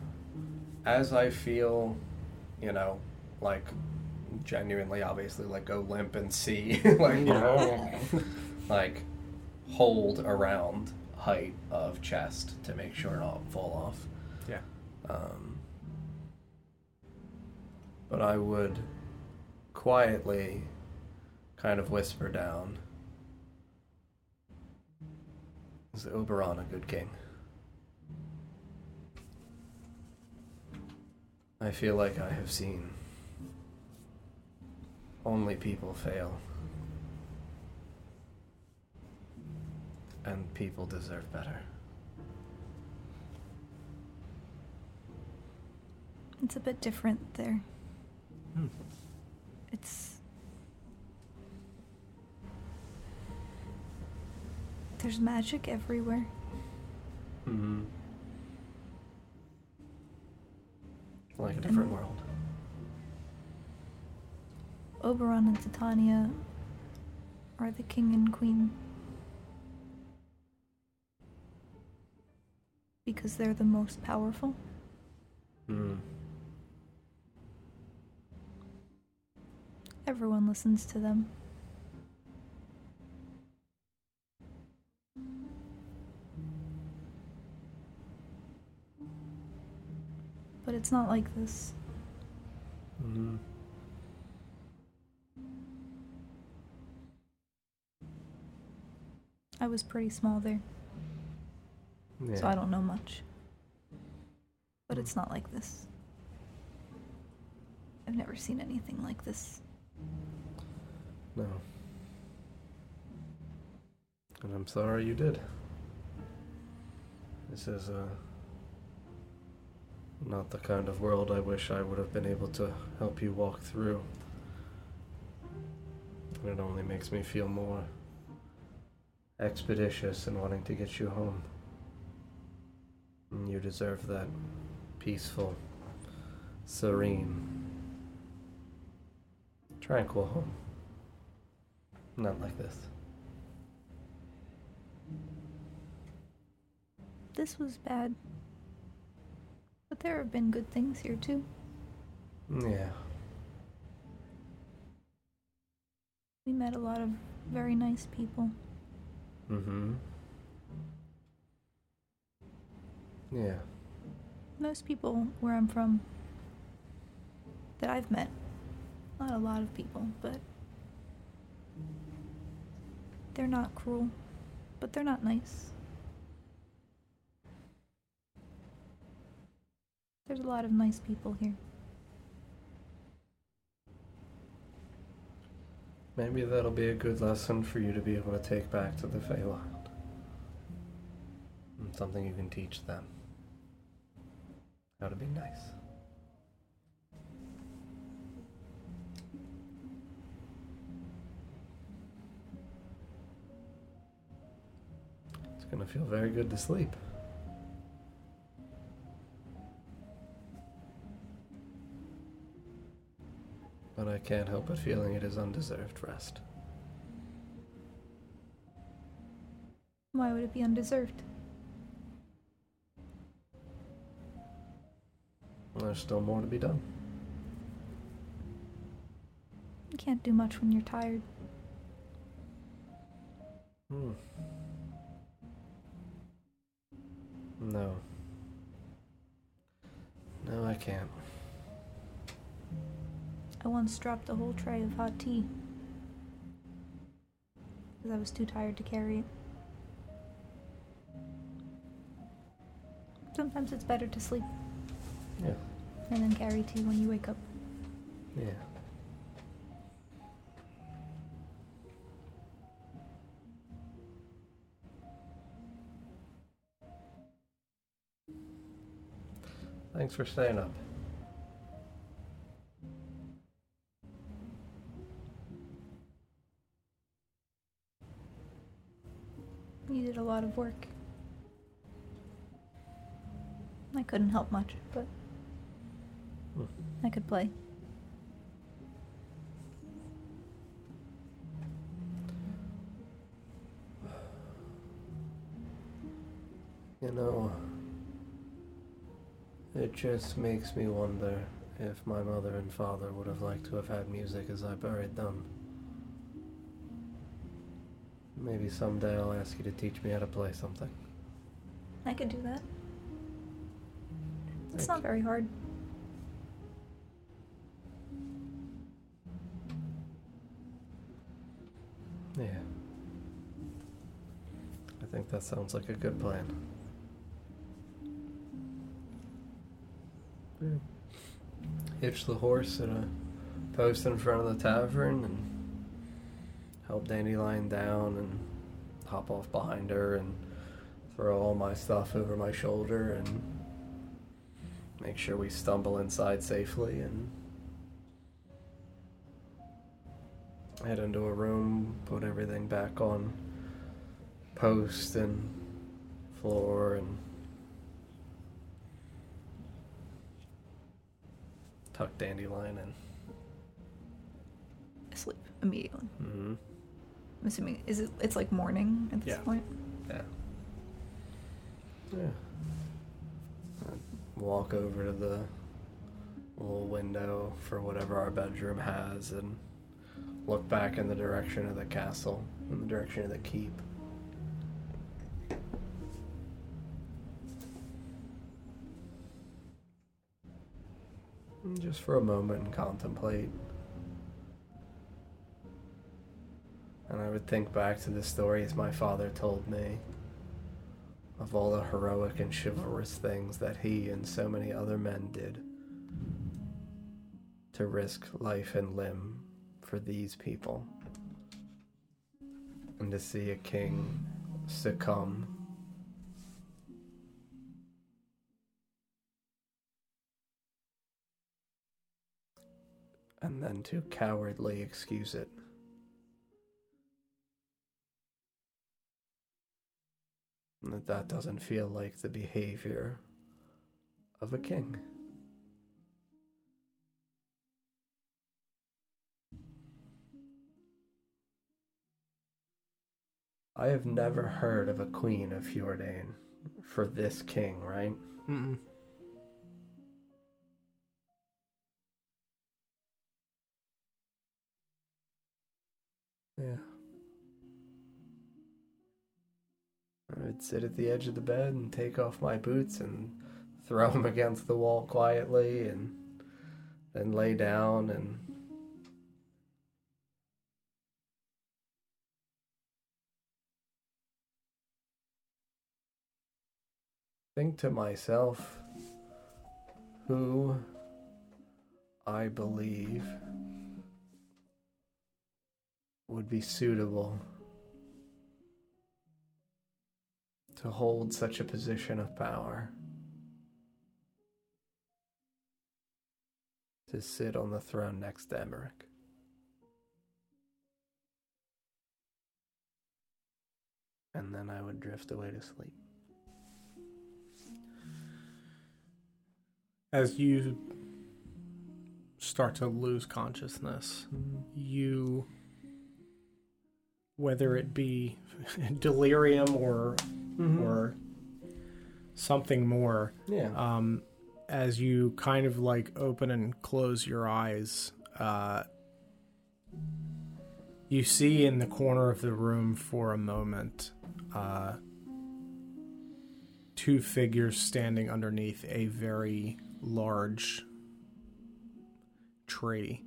As I feel, you know, like genuinely, obviously, like go limp and see, like, you know, like hold around height of chest to make sure not fall off. Yeah. Um, but I would quietly kind of whisper down Is Oberon a good king? I feel like I have seen only people fail. And people deserve better. It's a bit different there. It's there's magic everywhere. Mm-hmm. Like a different world. Oberon and Titania are the king and queen. Because they're the most powerful. Hmm. Mm. Everyone listens to them. But it's not like this. Mm-hmm. Mm. I was pretty small there, so I don't know much. But it's not like this. I've never seen anything like this. No. And I'm sorry you did. This is uh, not the kind of world I wish I would have been able to help you walk through. And it only makes me feel more expeditious in wanting to get you home. And you deserve that peaceful, serene, tranquil home. Not like this. This was bad. But there have been good things here too. Yeah. We met a lot of very nice people. Mm-hmm. Yeah. Most people where I'm from that I've met, not a lot of people, but they're not cruel, but they're not nice. There's a lot of nice people here. Maybe that'll be a good lesson for you to be able to take back to the Feywild. And Something you can teach them. How to be nice. It's gonna feel very good to sleep. But I can't help but feeling it is undeserved rest. Why would it be undeserved? There's still more to be done. You can't do much when you're tired. Hmm. No. No, I can't. I once dropped a whole tray of hot tea. Because I was too tired to carry it. Sometimes it's better to sleep. Yeah. And then carry tea when you wake up. Yeah. Thanks for staying up. You did a lot of work. I couldn't help much, but Hmm. I could play. You know, it just makes me wonder if my mother and father would have liked to have had music as I buried them. Maybe someday I'll ask you to teach me how to play something. I could do that. It's not very hard. Yeah. I think that sounds like a good plan. Hitch the horse at a post in front of the tavern and help Dandelion down and hop off behind her and throw all my stuff over my shoulder and make sure we stumble inside safely and head into a room, put everything back on post and floor and tuck dandelion in. asleep immediately. Hmm. I'm assuming is it? It's like morning at this Yeah. point. Yeah. Yeah. Walk over to the little window for whatever our bedroom has and look back in the direction of the castle, in the direction of the keep. And Just for a moment and contemplate. And I would think back to the stories my father told me of all the heroic and chivalrous things that he and so many other men did to risk life and limb for these people. And to see a king succumb and then to cowardly excuse it. And that that doesn't feel like the behavior of a king. I have never heard of a queen of Fjordain for this king, right? Mm-mm. Yeah. I would sit at the edge of the bed and take off my boots and throw them against the wall quietly and then lay down and think to myself who I believe would be suitable to hold such a position of power. To sit on the throne next to Emmerich. And then I would drift away to sleep. as you start to lose consciousness, you, whether it be delirium or or something more, Yeah. Um, as you kind of like open and close your eyes, uh, you see in the corner of the room for a moment. Uh, two figures standing underneath a very large tree,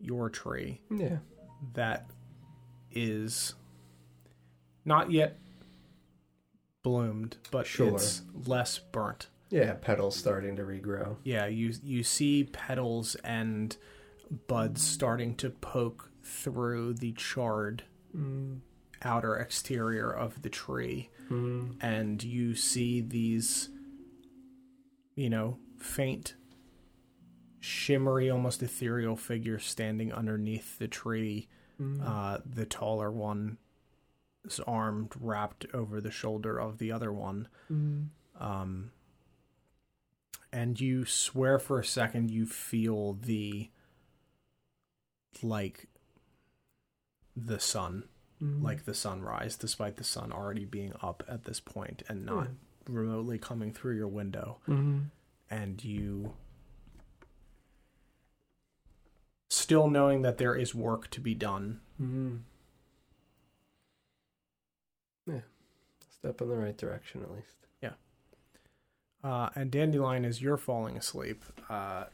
your tree. Yeah. That is not yet bloomed, but Sure. it's less burnt. Yeah, petals starting to regrow. Yeah, you you see petals and buds starting to poke through the charred Mm. outer exterior of the tree, Mm. and you see these, you know, faint, shimmery, almost ethereal figures standing underneath the tree. Mm. Uh, the taller one is armed, wrapped over the shoulder of the other one. Mm. Um, and you swear for a second you feel the like the sun Mhm. like the sunrise despite the sun already being up at this point and not Yeah. remotely coming through your window Mhm. and you still knowing that there is work to be done Mm-hmm. Mm. Yeah. Step in the right direction at least. Yeah. Uh, and Dandelion, as you're falling asleep, uh,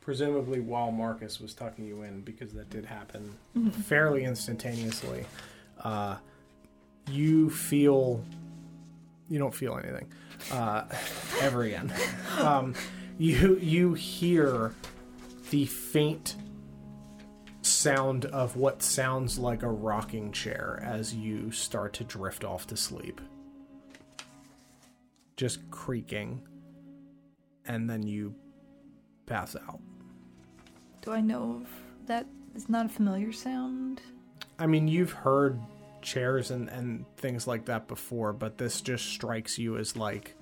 presumably while Marcus was tucking you in, because that did happen Mhm. fairly instantaneously, uh, you feel. You don't feel anything uh, ever again. Um, you you hear the faint sound of what sounds like a rocking chair as you start to drift off to sleep just creaking, and then you pass out. Do I know if that is not a familiar sound? I mean, you've heard chairs and, and things like that before, but this just strikes you as like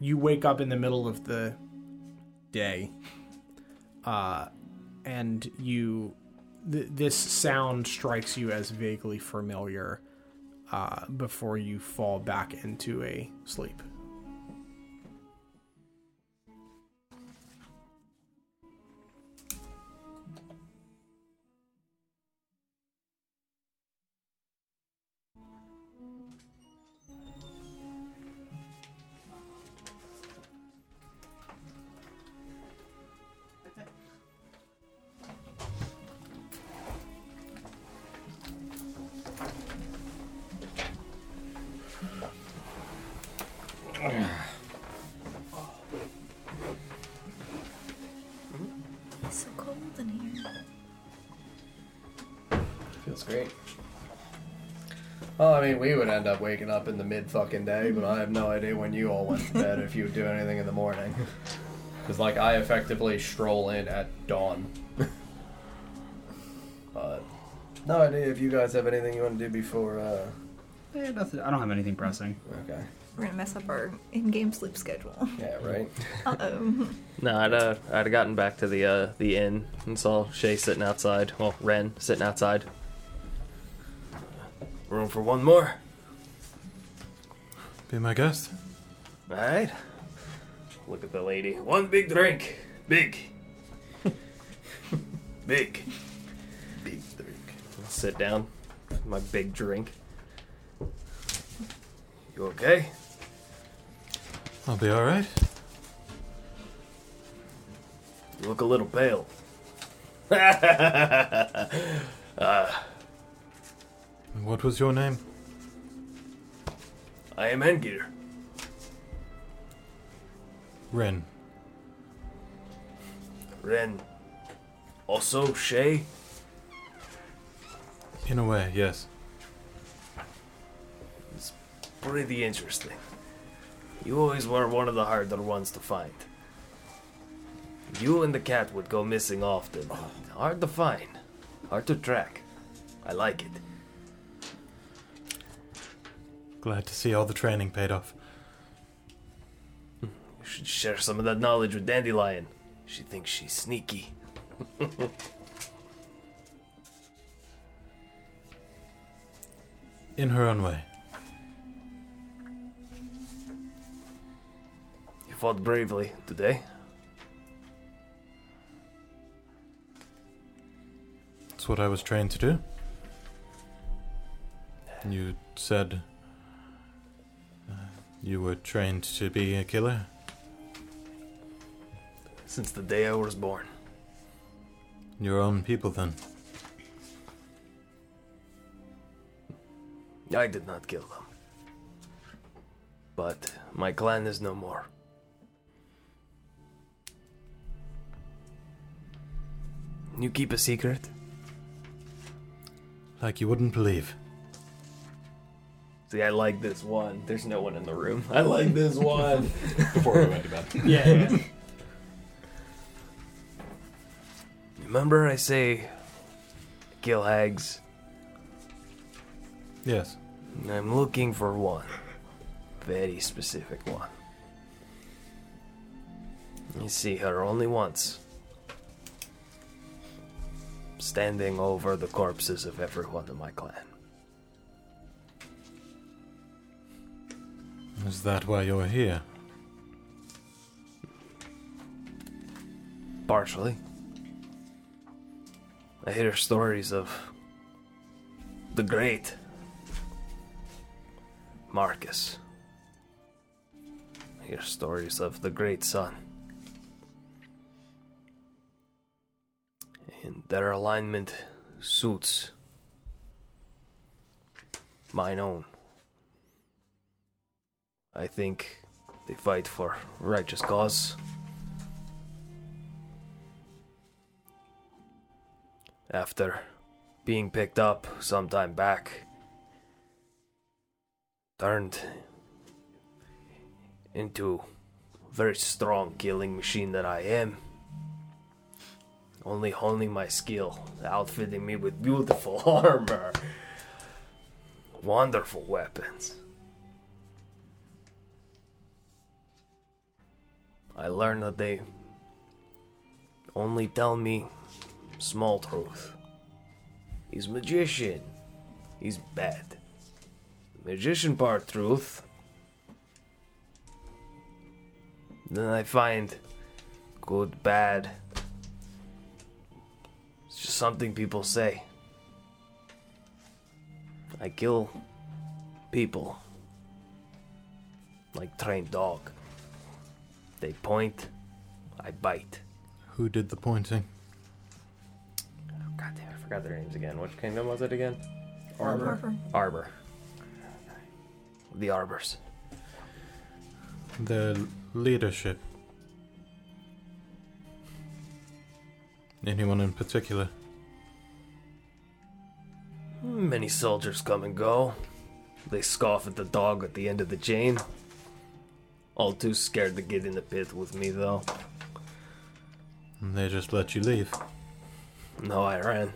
you wake up in the middle of the day, uh, and you th- this sound strikes you as vaguely familiar uh, before you fall back into a sleep. It's so cold in here. Feels great. Well, I mean, we would end up waking up in the mid fucking day, but I have no idea when you all went to bed if you would do anything in the morning. Because, like, I effectively stroll in at dawn. but, no idea if you guys have anything you want to do before, uh. Eh, nothing. I don't have anything pressing. Okay. We're gonna mess up our in-game sleep schedule. Yeah, right. Uh oh. No, I'd uh, I'd have gotten back to the uh, the inn and saw Shay sitting outside. Well, Ren sitting outside. Room for one more. Be my guest. All right. Look at the lady. One big drink. Big. Big, big drink. I'll sit down. My big drink. You okay? I'll be all right. You look a little pale. uh, What was your name? I am Engir. Ren. Ren. Also Shay. In a way, yes. Pretty interesting. You always were one of the harder ones to find. You and the cat would go missing often. Hard to find. Hard to track. I like it. Glad to see all the training paid off. You should share some of that knowledge with Dandelion. She thinks she's sneaky. In her own way. You fought bravely today. That's what I was trained to do. You said uh, you were trained to be a killer. Since the day I was born. Your own people, then. I did not kill them. But my clan is no more. You keep a secret? Like you wouldn't believe. See, I like this one. There's no one in the room. I like this one. Before we went to bed. Yeah, yeah. Remember, I say kill hags. Yes. I'm looking for one. Very specific one. You see her only once. Standing over the corpses of everyone in my clan. Is that why you're here? Partially. I hear stories of the great Marcus. I hear stories of the great son. And their alignment suits mine own. I think they fight for righteous cause. After being picked up some time back, turned into a very strong killing machine that I am. Only honing my skill, outfitting me with beautiful armor, wonderful weapons. I learned that they only tell me Small truth. He's magician. He's bad. The magician part truth. Then I find good, bad. It's just something people say. I kill people like trained dog. They point, I bite. Who did the pointing? God damn, I forgot their names again. Which kingdom was it again? Arbor. Arbor. Arbor. The arbors. The leadership. Anyone in particular? Many soldiers come and go. They scoff at the dog at the end of the chain. All too scared to get in the pit with me, though. They just let you leave. No, I ran.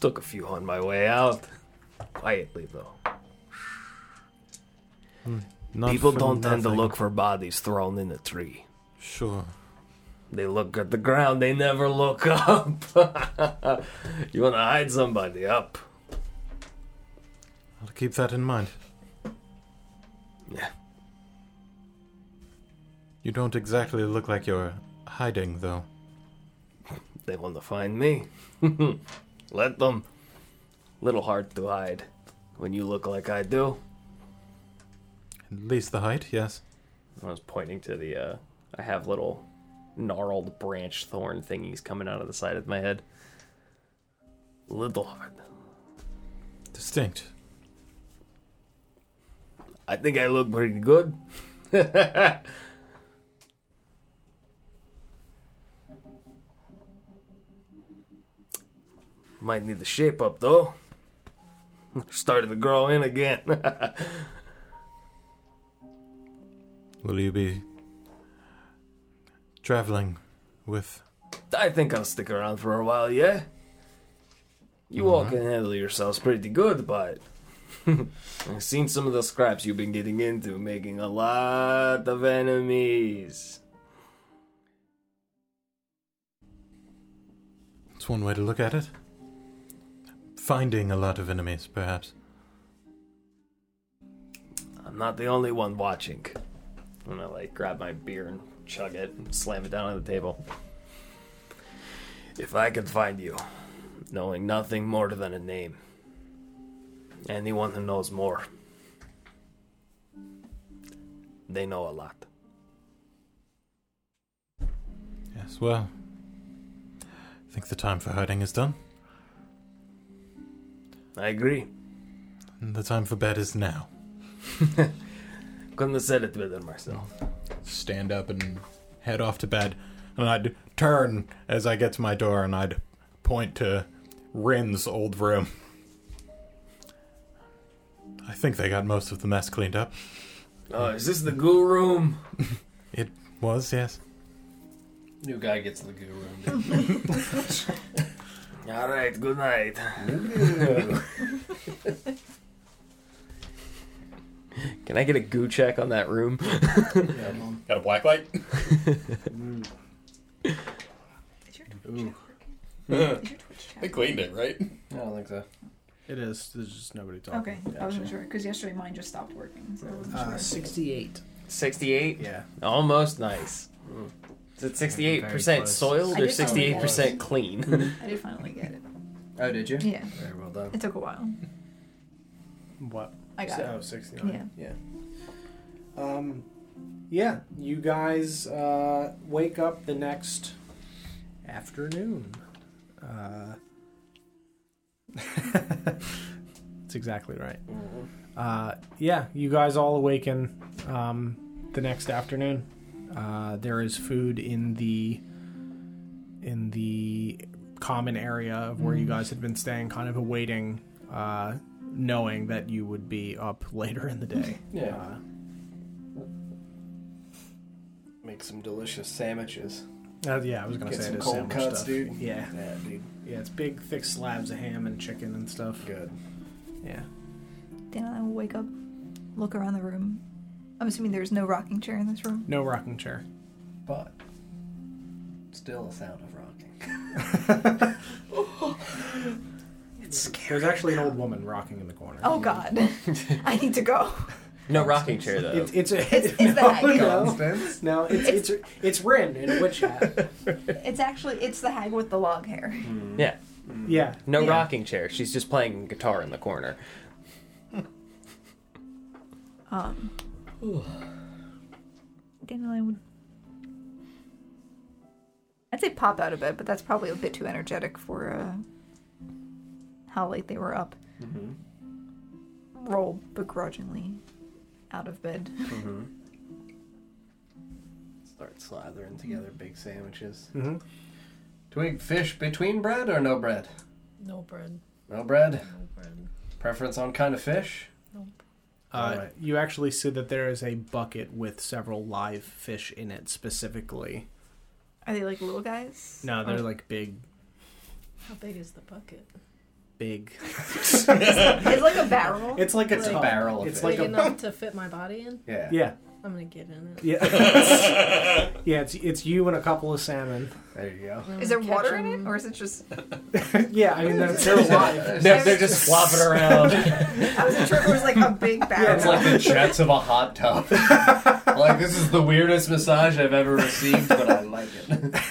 Took a few on my way out. Quietly, though. Not Hmm. People for don't tend to nothing. look for bodies thrown in a tree. Sure. They look at the ground, they never look up. you want to hide somebody up. I'll keep that in mind. Yeah. You don't exactly look like you're hiding, though. They want to find me. Let them. Little hard to hide when you look like I do. At least the height, yes. I was pointing to the. uh I have little gnarled branch thorn thingies coming out of the side of my head. Little hard. Distinct. I think I look pretty good. That's Might need the shape up though. Started to grow in again. Will you be traveling with. I think I'll stick around for a while, yeah? You all can handle yourselves pretty good, but I've seen some of the scraps you've been getting into, making a lot of enemies. It's one way to look at it. Finding a lot of enemies, perhaps. I'm not the only one watching. I'm gonna like grab my beer and chug it and slam it down on the table. If I could find you, knowing nothing more than a name, anyone who knows more, they know a lot. Yes, well. I think the time for hiding is done, I agree. and the time for bed is now. Couldn't have said it better myself. Stand up and head off to bed, and I'd turn as I get to my door and I'd point to Rin's old room. I think they got most of the mess cleaned up. Oh, is this the goo room? It was, yes. New guy gets the goo room. All right, good night. Can I get a goo check on that room? Got a black light? Hmm. they cleaned it, right? I don't think so. It is. There's just nobody talking. Okay, I wasn't sure because yesterday mine just stopped working, so I wasn't Uh, sure. 68. 68? Yeah. Almost nice. Mm. Is it 68% soiled I or did find 68% it. clean? I did finally get it. Oh, did you? Yeah. Very well done. It took a while. What? I got it. Oh, 69. Yeah. Yeah. Um, yeah, you guys uh, wake up the next afternoon. Uh, that's exactly right. Mm-hmm. Uh, yeah, you guys all awaken um, the next afternoon. Uh, there is food in the in the common area of where Mm-hmm. you guys had been staying, kind of awaiting, uh, knowing that you would be up later in the day. Yeah. Uh, Uh, Make some delicious sandwiches. uh, yeah, I was gonna Get say some it is cold sandwich cuts, stuff. dude. Yeah, Yeah, dude. yeah, it's big, thick slabs of ham and chicken and stuff. Good. Yeah. Dan and I will wake up, look around the room. I'm assuming there's no rocking chair in this room. No rocking chair. But it's still a sound of rocking. There's actually an old woman rocking in the corner. Oh God, I need to go. No rocking chair though. It's it's a Oh, It's- it's the hag. no, no, it's it's it's Rin in a witch hat. It's actually it's the hag with the log hair. Hmm. Yeah. Yeah. No Yeah. rocking chair. She's just playing guitar in the corner. Um, Dandelion would. I'd say pop out of bed, but that's probably a bit too energetic for uh, how late they were up. Mm-hmm. Roll begrudgingly out of bed. Mm-hmm. Start slathering together big sandwiches. Mm-hmm. Twig fish between bread or no bread? No bread. No bread. No bread. Preference on kind of fish? Uh, You actually see that there is a bucket with several live fish in it specifically. Are they like little guys? No, they're like big, How big is the bucket? big. it's like a barrel. It's like a Like- tub. barrel of It's fish. like Big a enough to fit my body in? Yeah. yeah, I'm gonna get in it. yeah, yeah. It's it's you and a couple of salmon. There you go. Is there water in it, or is it just? yeah, I mean they're, they're alive. They're, they're just flopping around. I was sure if it was like a big barrel. It's like the jets of a hot tub. like this is the weirdest massage I've ever received, but I like it.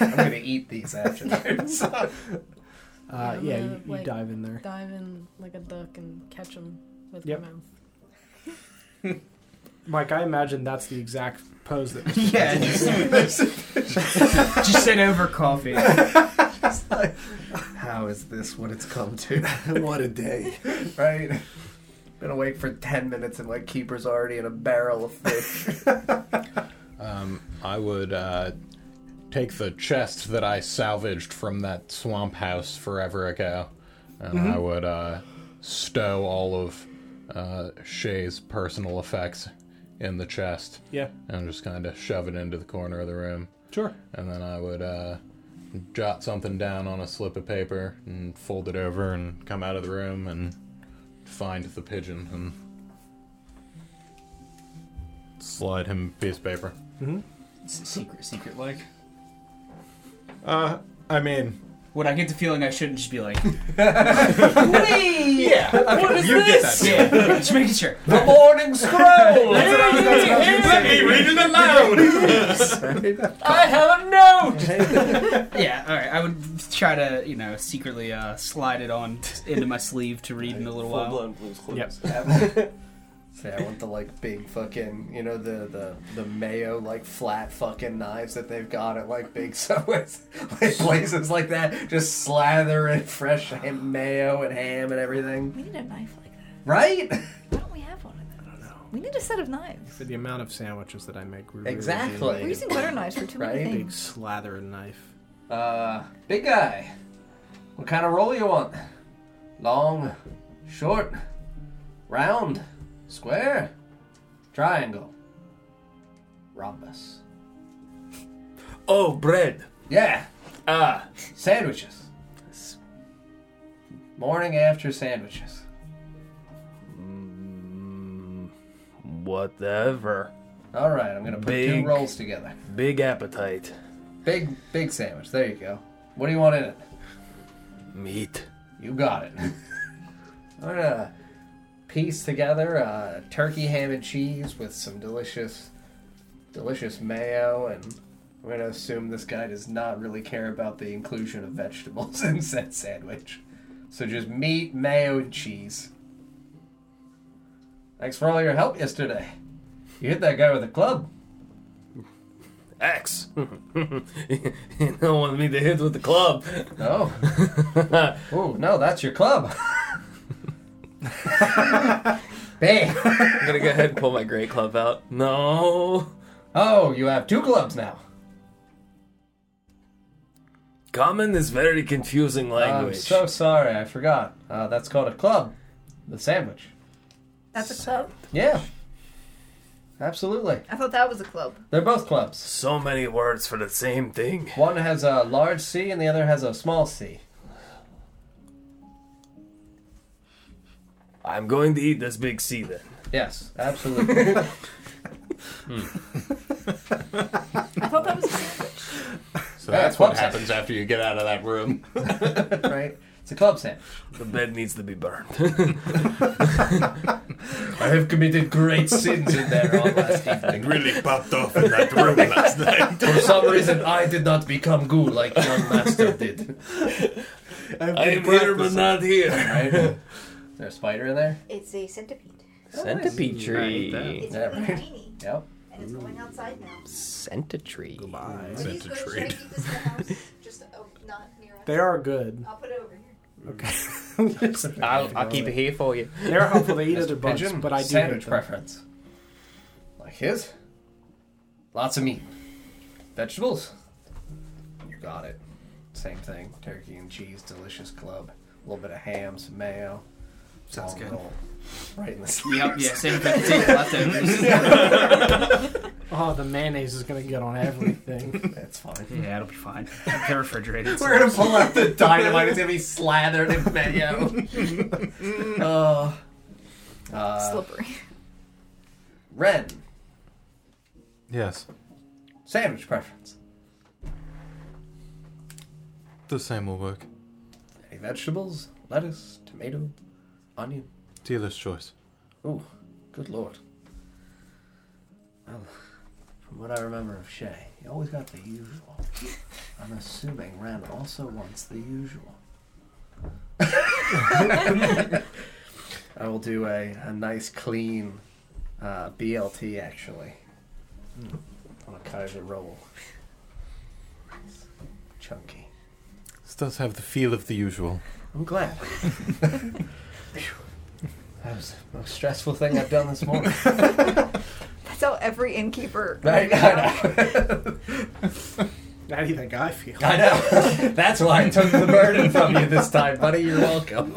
I'm gonna eat these afterwards. Uh, yeah, I'm you, gonna, you like, dive in there. Dive in like a duck and catch them with Yep. my mouth. Mike, I imagine that's the exact pose that. Yeah, just, just sit over coffee. How is this what it's come to? what a day, right? Been awake for ten minutes and my keeper's already in a barrel of fish. Um, I would uh, take the chest that I salvaged from that swamp house forever ago, and I would uh, stow all of uh, Shay's personal effects in the chest, Yeah, and just kind of shove it into the corner of the room. sure. And then I would uh, jot something down on a slip of paper and fold it over and come out of the room and find the pigeon and slide him a piece of paper. secret, secret, like. Uh, I mean, When I get the feeling I shouldn't just be like, yeah. what is you this? yeah, just making sure. the morning scroll. Let me read it aloud. I have a note. yeah, all right. I would try to, you know, secretly uh, slide it on into my sleeve to read in a little Full while. blown blues clues. Yep. Say I want the like big fucking you know the the the mayo like flat fucking knives that they've got at like big subways like places like that just slather in fresh ham, mayo and ham and everything we need a knife like that. right Why don't we have one of those? We need a set of knives. For the amount of sandwiches that I make, we're We're exactly using butter knives for too many Right? big things. slather knife. uh big guy what kind of roll you want long short round square triangle rhombus Oh, bread. yeah Uh, Ah, Sandwiches. Morning after sandwiches. whatever. All right, I'm gonna put Big. two rolls together. Big appetite. Big, big sandwich. There you go. What do you want in it? Meat. You got it. I'm gonna piece together uh, turkey ham and cheese with some delicious, delicious mayo, and I'm gonna assume this guy does not really care about the inclusion of vegetables in said sandwich. So just meat, mayo, and cheese. Thanks for all your help yesterday. You hit that guy with a club. X. you don't want me to hit with the club. No. Oh. Ooh, no, that's your club. Bang. I'm gonna go ahead and pull my great club out. No. Oh, you have two clubs now. Common is very confusing I'm language. so sorry, I forgot. Uh, that's called a club. The sandwich. That's a club. Yeah. Absolutely. I thought that was a club. They're both clubs. So many words for the same thing. One has a large C and the other has a small C. I'm going to eat this big C then. Yes, absolutely. Hmm. I thought that was a sandwich. So Yeah, that's club what sandwich. happens after you get out of that room. right? It's a club sandwich. The bed needs to be burned. I have committed great sins in there all last evening. really popped off in that room last night. For some reason, I did not become goo like young master did. I am here, but not here. Right? Is there a spider in there? It's a centipede. Oh, Centipede tree. It's Yeah, really right. tiny, Yep. and it's going outside now. Centipede tree. Are these good? Should I keep this in the house? Just oh, not near us. They are good. I'll put it over here. I'll, I'll keep it here for you. They're helpful. They eat other bugs, Pigeon but I do sandwich hate them. preference. Like his? Lots of meat. Vegetables. You got it. Same thing. Turkey and cheese, delicious club. A little bit of ham, some mayo. Sounds Long good. roll. Right in the Yep, yeah, same thing. Take leftovers. Oh, the mayonnaise is gonna get on everything. That's fine. Yeah, it'll be fine. They're refrigerated. so- We're gonna pull out the dynamite. It's gonna be slathered in mayo. oh. Uh, Slippery. Ren, yes, sandwich preference. the same will work. Any vegetables? Lettuce, tomato, onion. Dealer's choice. Oh, good lord. Well, from what I remember of Shay, he always got the usual. I'm assuming Ren also wants the usual. I will do a, a nice clean uh, BLT actually on a Kaiser roll. Chunky. This does have the feel of the usual. I'm glad. Phew. that was the most stressful thing I've done this morning. That's how every innkeeper. Right? I know. How do you think I feel? I know. That's why I took the burden from you this time, buddy. You're welcome.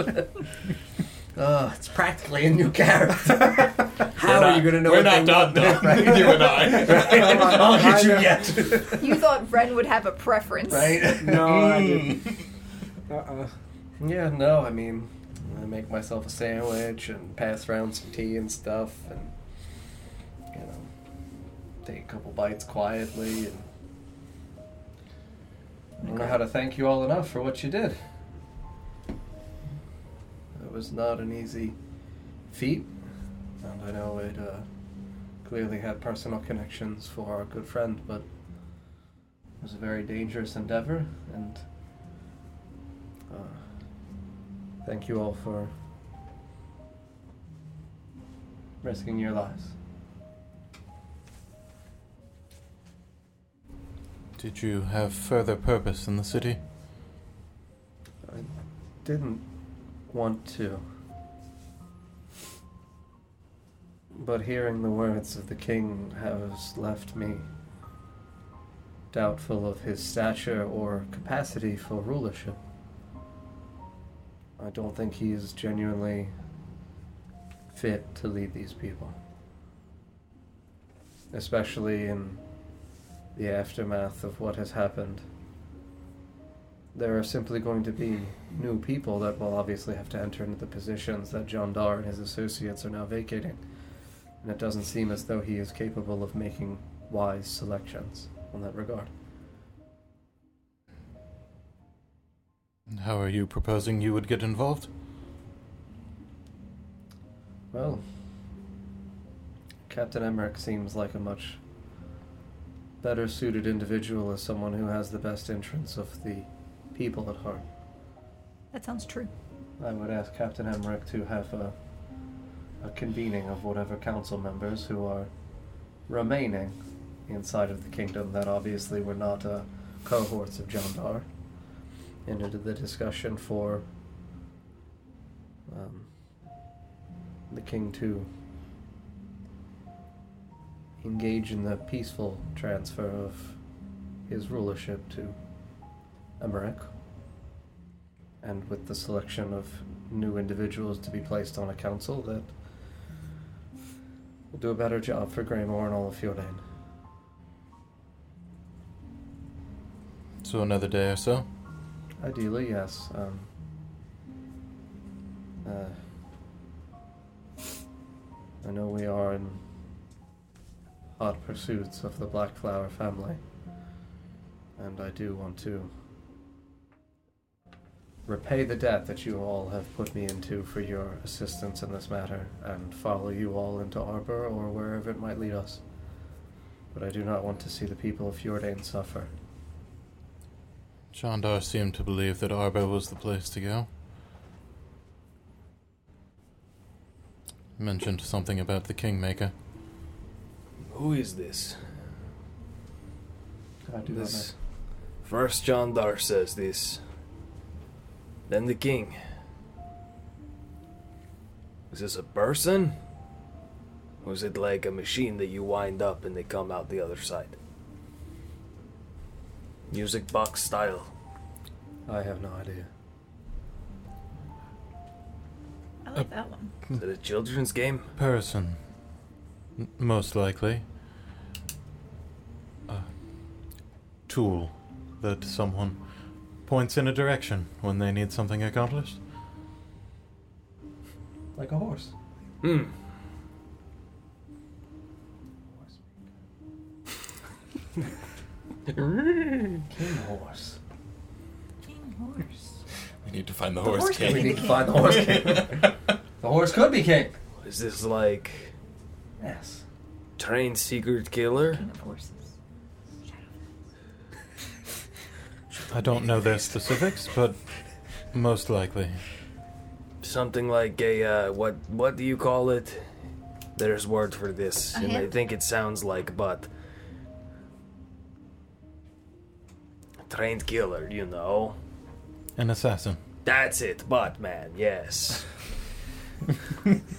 Uh, it's practically a new character. How are you going to know? We're what not they done, want? though. Right? You and I. I'll get you yet. You thought Ren would have a preference. Right? Mm. No, I didn't. Uh-uh. Yeah. No. I mean, I make myself a sandwich and pass around some tea and stuff, and you know, take a couple bites quietly. And I don't know how to thank you all enough for what you did. It was not an easy feat, and I know it uh, clearly had personal connections for our good friend, but it was a very dangerous endeavor, and uh, thank you all for risking your lives. Did you have further purpose in the city? didn't want to. But hearing the words of the king has left me doubtful of his stature or capacity for rulership. I don't think he is genuinely fit to lead these people. Especially in the aftermath of what has happened there are simply going to be new people that will obviously have to enter into the positions that John Dar and his associates are now vacating. And it doesn't seem as though he is capable of making wise selections on that regard. And How are you proposing you would get involved? Well, Captain Emmerich seems like a much better suited individual as someone who has the best interests of the people at heart. That sounds true. I would ask Captain Emmerich to have a, a convening of whatever council members who are remaining inside of the kingdom that obviously were not uh, cohorts of Jandar and into the discussion for um, the king to engage in the peaceful transfer of his rulership to Emmerich and with the selection of new individuals to be placed on a council that will do a better job for Greymore and all of Fjordain. So another day or so? Ideally, yes. Um, uh, I know we are in hot pursuits of the Black Flower family, and I do want to repay the debt that you all have put me into for your assistance in this matter and follow you all into Arbor or wherever it might lead us. But I do not want to see the people of Fjordain suffer. Chandar seemed to believe that Arbor was the place to go. Mentioned something about the Kingmaker. Who is this? I do this. First John Dar says this. Then the king. Is this a person? Or is it like a machine that you wind up and they come out the other side? Music box style. I have no idea. I like that one. Is it a children's game? Person. M- most likely. A tool that someone points in a direction when they need something accomplished. Like a horse. Hmm. King horse. King horse. We need to find the, The horse, horse king. could be We need the to find the king. horse king. The horse could be king. Is this like Yes. trained secret killer? King of horses. I don't know their specifics, but most likely. Something like a uh, what? What do you call it? There's word for this, A and I hand- think it sounds like but trained killer. You know, An assassin. that's it. Batman. Yes.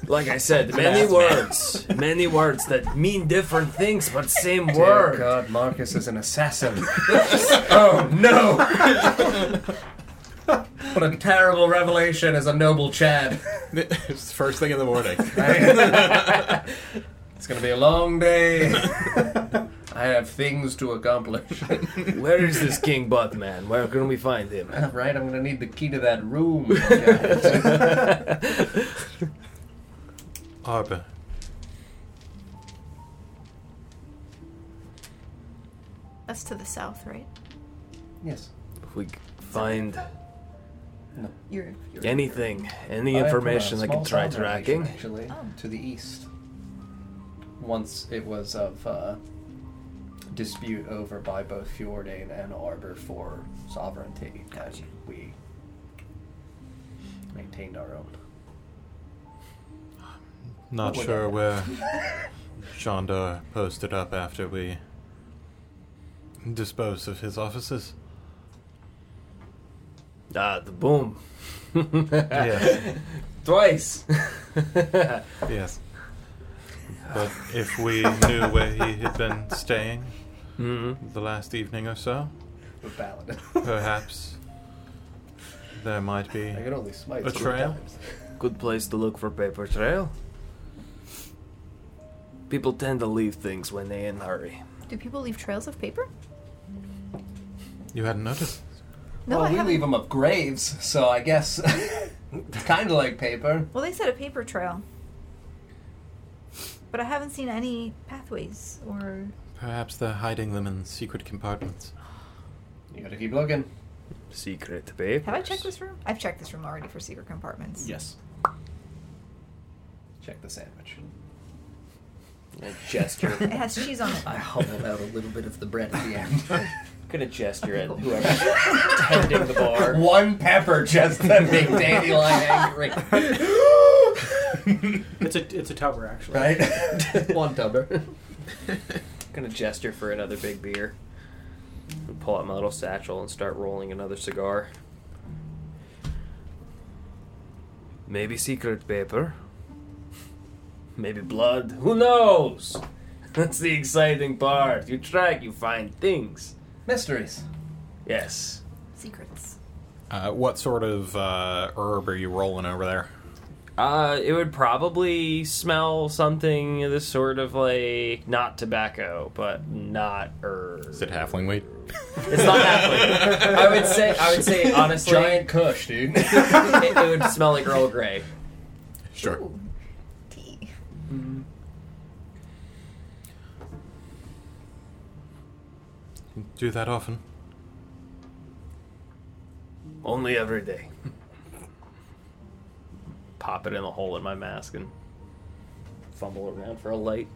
like I said, many words, many words that mean different things, but same Dear word. God, Marcus is an assassin. oh no! what a terrible revelation as a noble Chad. it's first thing in the morning. it's gonna be a long day. I have things to accomplish. Where is this King Batman? Where can we find him? right, I'm gonna need the key to that room. Arbor. That's to the south, right? yes. If we find You're, you're anything, I any am from a information that small can try southern nation, tracking. actually, Oh. to the east. Once it was of uh, dispute over by both Fjordain and Arbor for sovereignty, and we maintained our own. Not What would sure that- where Chandar posted up after we disposed of his offices. Ah, the boom. Yes. Twice. Yes. But if we knew where he had been staying the last evening or so, The ballad. perhaps there might be I can only smite a three trail. times. Good place to look for paper trail. People tend to leave things when they in a hurry. Do people leave trails of paper? You hadn't noticed? No, well, I we haven't. leave them up graves, so I guess it's kind of like paper. Well, they said a paper trail. But I haven't seen any pathways or. Perhaps they're hiding them in secret compartments. You gotta keep looking. Secret papers. Have I checked this room? I've checked this room already for secret compartments. Yes. Check the sandwich. A gesture. It has cheese on it. I hobbled out a little bit of the bread at the end. gonna gesture at whoever's tending the bar. One pepper just to make Dandelion angry. It's a it's a tower actually. right? One tubber. Gonna gesture for another big beer. And pull out my little satchel and start rolling another cigar. Maybe secret paper. Maybe blood. Who knows? That's the exciting part. You track, you find things. Mysteries. Yes. Secrets. Uh, what sort of uh, herb are you rolling over there? Uh, it would probably smell something of this sort of like not tobacco, but not herb. Is it halfling weed? It's not halfling. I would say. I would say honestly, Giant Kush, dude. it, it would smell like Earl Grey. Sure. Ooh, tea. Mm-hmm. You do that often. Only every day. Pop it in the hole in my mask and fumble around for a light.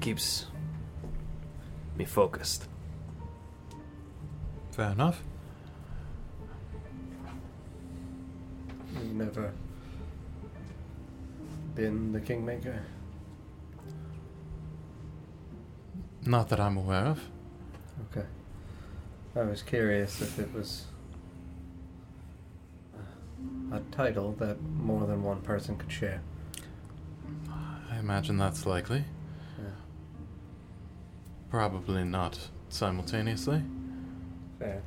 Keeps me focused. Fair enough. You've never been the kingmaker. Not that I'm aware of. Okay. I was curious if it was a title that more than one person could share. I imagine that's likely. Probably not simultaneously. Fair.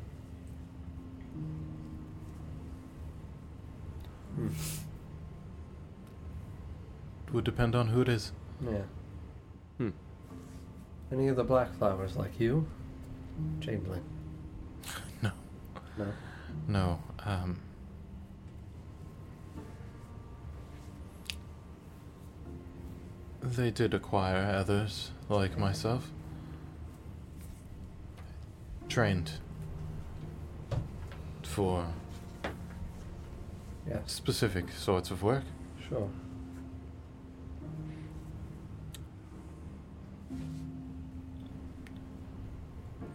It would depend on who it is. Yeah. Hmm. Any of the black flowers like you? Chamberlain. No. No. No. Um, they did acquire others like myself. Trained for Yeah. specific sorts of work. Sure.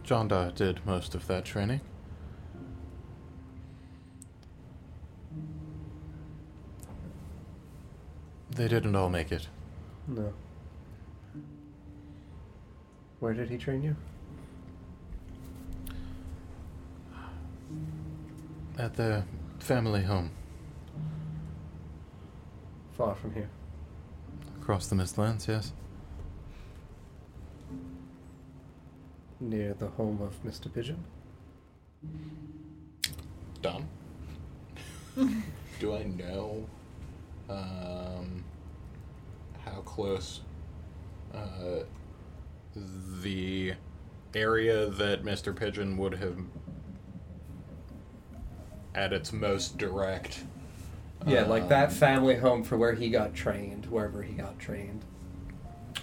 Jondar did most of that training. They didn't all make it. No. Where did he train you? At their family home Far from here. across the Mistlands, yes. Near the home of Mr. Pigeon? Done. Do I know um, how close uh, the area that Mr. Pigeon would have, at its most direct, Yeah, like that um, family home for where he got trained, wherever he got trained.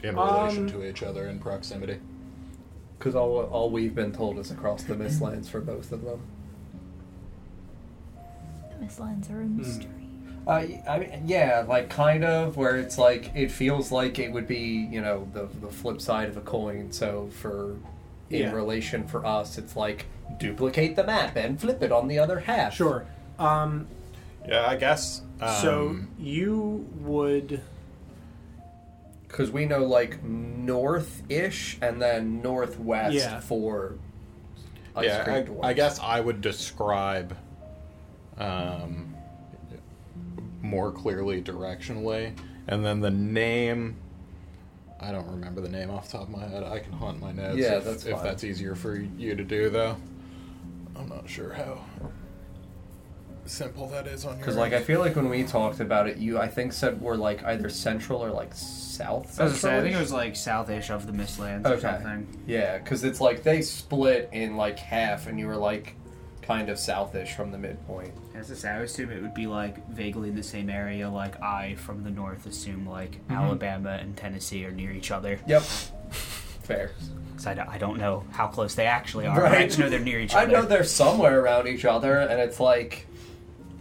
in relation Um, to each other in proximity? Because all, all we've been told is across the Mistlands for both of them. The mislines are a Hmm. mystery. Uh, I mean, yeah, like kind of where it's like it feels like it would be, you know, the the flip side of a coin. So for in Yeah. relation for us, it's like duplicate the map and flip it on the other half. Sure. Um, Yeah, I guess. um, so Um, you would. because we know like north-ish and then northwest Yeah. for ice yeah, cream I, I dwarfs. guess I would describe um, more clearly directionally, and then the name. I don't remember the name off the top of my head. I can hunt my notes. Yeah, if, that's if fine. that's easier for you to do, though. I'm not sure how simple that is on your. Because like I end. feel like when we talked about it, you I think said we're like either central or like south. I was gonna say, I think it central-ish? was like southish of the Mistlands or Okay. something. Yeah, because it's like they split in like half, and you were like kind of southish from the midpoint. As I say, I would assume it would be like vaguely the same area. Like I, from the north, assume like Mhm. Alabama and Tennessee are near each other. Yep. Fair. Because I, don't- I don't know how close they actually are. I Right. just know they're near each I other. know they're somewhere around each other, and it's like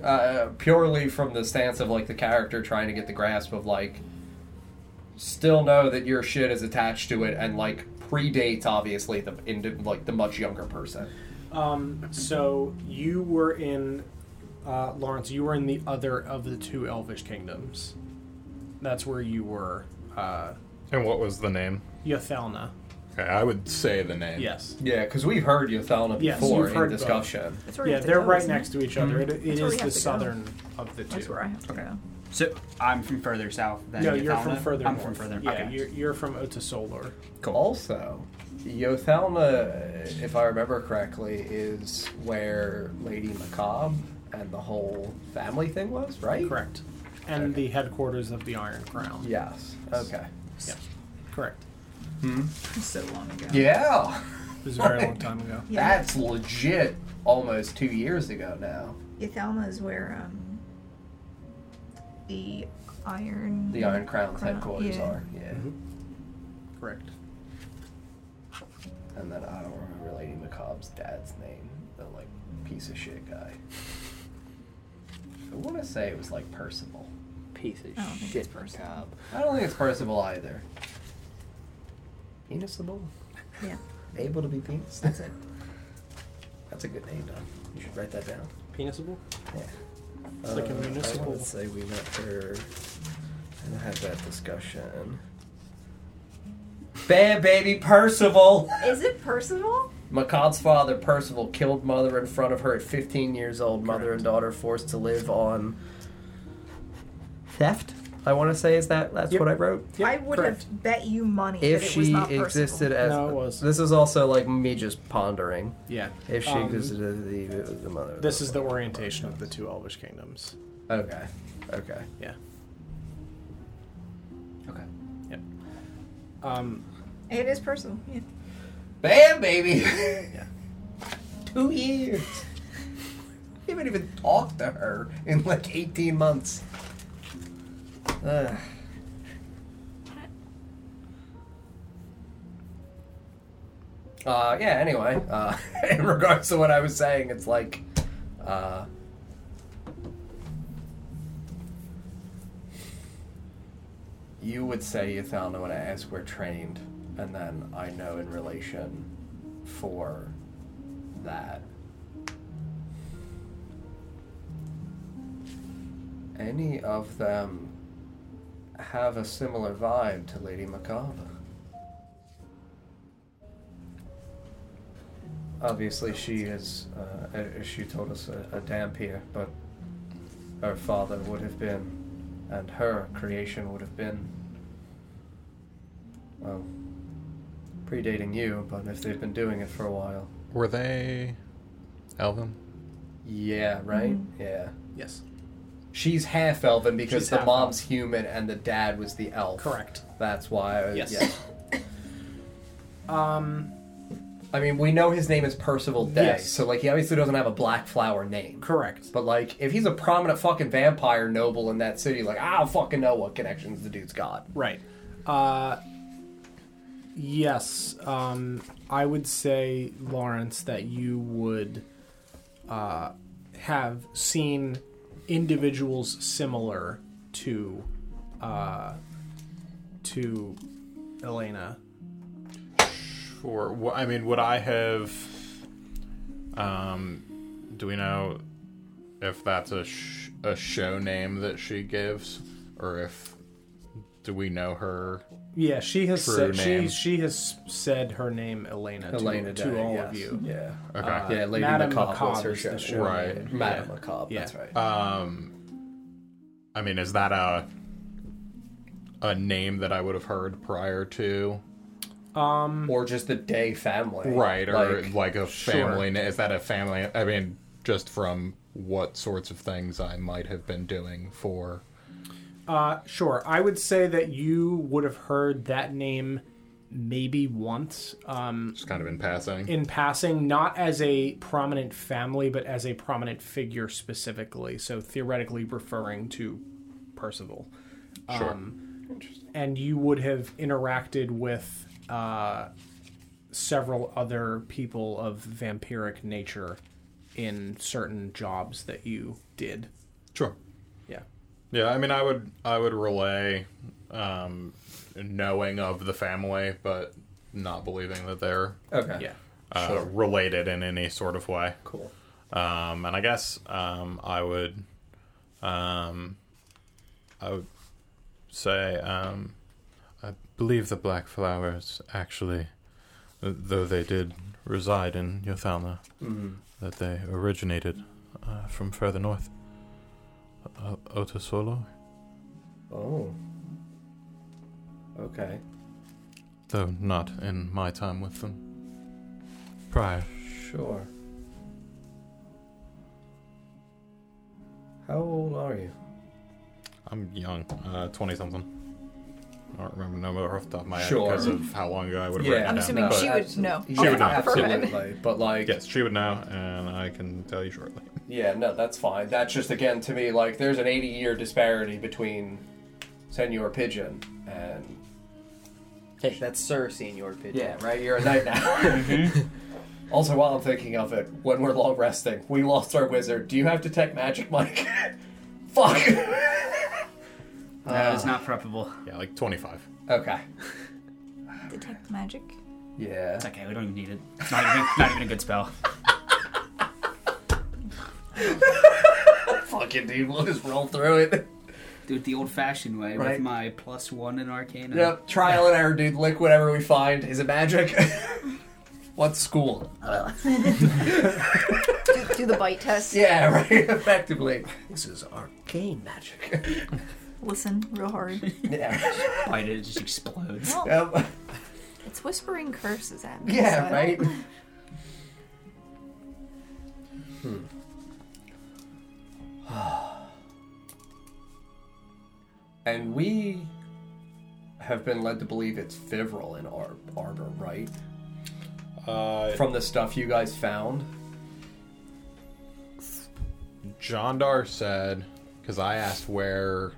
uh, purely from the stance of like the character trying to get the grasp of like still know that your shit is attached to it, and like predates obviously the into, like the much younger person. Um, so you were in. Uh, Lawrence, you were in the other of the two elvish kingdoms. That's where you were. Uh, And what was the name? Yothelna. Okay, I would say the name. Yes. Yeah, because we've heard Yothelna Yes, before you've in heard both. discussion. Mm-hmm. That's where we yeah, have to they're go, right isn't next it? to each other. It, it That's where we have is the to go. southern of the two. That's where I have to go. So I'm from further south than no, you're from Yathalna? further I'm north. from further. Yeah, Okay. you're, you're from Otasolor. Also, Yothelma, if I remember correctly, is where Lady Macabre and the whole family thing was, right? Correct. And the headquarters of the Iron Crown. Yes. Okay. Yeah. Correct. Hmm. So long ago. Yeah. It was a very long time ago. Yeah. That's legit almost two years ago now. Yathalma is where um, the iron. The Iron Crown's headquarters Mm-hmm. yeah. are. Yeah. Correct. and then I don't remember Lady Macabre's dad's name, the like piece of shit guy. I want to say it was like Percival. Piece of I don't think shit Percival. I don't think it's Percival either. Penisable. Yeah. Able to be penis. That's it. That's a good name, Don. You should write that down. Penisable? Yeah. It's like a municipal- Uh, I would say we met her and had that discussion. Bam, baby, Percival. Is it Percival? Macabre's father, Percival, killed mother in front of her at 15 years old. Mother and daughter forced to live on theft. I want to say is that that's what I wrote. I would have bet you money If that it was she not Percival. existed as this is also like me just pondering. Yeah. If she Um, existed as the, the mother. This is the orientation of the two Elvish kingdoms. Okay. Okay. Yeah. Okay. Yep. Um, It is Percival. Yeah. Bam, baby. Two years. You haven't even talked to her in like 18 months. Ugh. Uh, yeah, anyway, uh, in regards to what I was saying, it's like, uh, you would say, Yathalna, when I ask we're trained, and then I know in relation for that. Any of them have a similar vibe to Lady Macabre. Obviously, she is, uh, as she told us, a, a Dampier, but her father would have been, and her creation would have been, well, predating you, but if they've been doing it for a while. Were they Elven? Yeah, right? Yeah. Yes. She's half elven because She's the half mom's human and the dad was the elf. Correct. That's why. uh, I, Yes. yeah. Um. I mean, we know his name is Percival Day, Yes. so like he obviously doesn't have a black flower name. Correct. But like, if he's a prominent fucking vampire noble in that city, like I don't fucking know what connections the dude's got. Right. Uh, yes. Um, I would say, Lawrence, that you would uh, have seen individuals similar to uh, to Elena. Sure. Wh- I mean, would I have? Um, do we know if that's a sh- a show name that she gives, or if do we know her? Yeah, she has true said she, name? she has said her name Elena, to- Elena to, Day, all yes. of you. Yeah. Okay. Uh, yeah, Lady Madame Macabre, was Macabre her is the show. show. Right. name. Madame Yeah. Macabre. Yeah. That's right. Um, I mean, is that a a name that I would have heard prior to? Um, or just the Day family, Right, or like, a sure. family na- Is that a family? I mean, just from what sorts of things I might have been doing for. Uh, sure. I would say that you would have heard that name maybe once. Um, Just kind of in passing. in passing, not as a prominent family, but as a prominent figure specifically. So theoretically referring to Percival. Um, Sure. and you would have interacted with uh, several other people of vampiric nature in certain jobs that you did. Sure. Yeah. Yeah, I mean, I would I would relay um, knowing of the family, but not believing that they're Okay. Yeah. uh, Sure. related in any sort of way. Cool. Um, and I guess um, I would um, I would say um, I believe the Black Flowers actually, th- though they did reside in Yothalna, Mm-hmm. Mhm. that they originated uh, from further north. O- Otasolo, Oh. Okay. though not in my time with them. Prior. Sure. How old are you? I'm young, uh, twenty something. I don't remember the number off the top of my head Sure. because of how long ago I would have Yeah. written it I'm down, assuming but- she would know. She Okay, would know, perfect. absolutely. But like, yes, she would know, and I can tell you shortly. Yeah, no, that's fine. That's just again to me like there's an 80 year disparity between Senor Pigeon and Hey, that's Sir Senior Pigeon. Yeah, right. You're a knight now. Also, while I'm thinking of it, when we're long resting, we lost our wizard. Do you have detect magic, Mike? Fuck. No, it's not preppable. Yeah, like 25. Okay. Detect magic. Yeah. It's okay, we don't even need it. It's not even, not even a good spell. Fucking dude, we'll just roll through it. Do it the old fashioned way Right. with my plus one in Arcana. Yep. Trial and error, dude. Lick whatever we find. Is it magic? What school? Do, do the bite test. yeah, right. Effectively. This is arcane magic. Listen real hard. Yeah. Bite it, it just explodes. Well, Yep. It's whispering curses at me. Yeah, so I don't- right. Hmm. and we have been led to believe it's Fivril in Ar- Arbor, right? Uh, From the stuff you guys found. John Dar said, because I asked where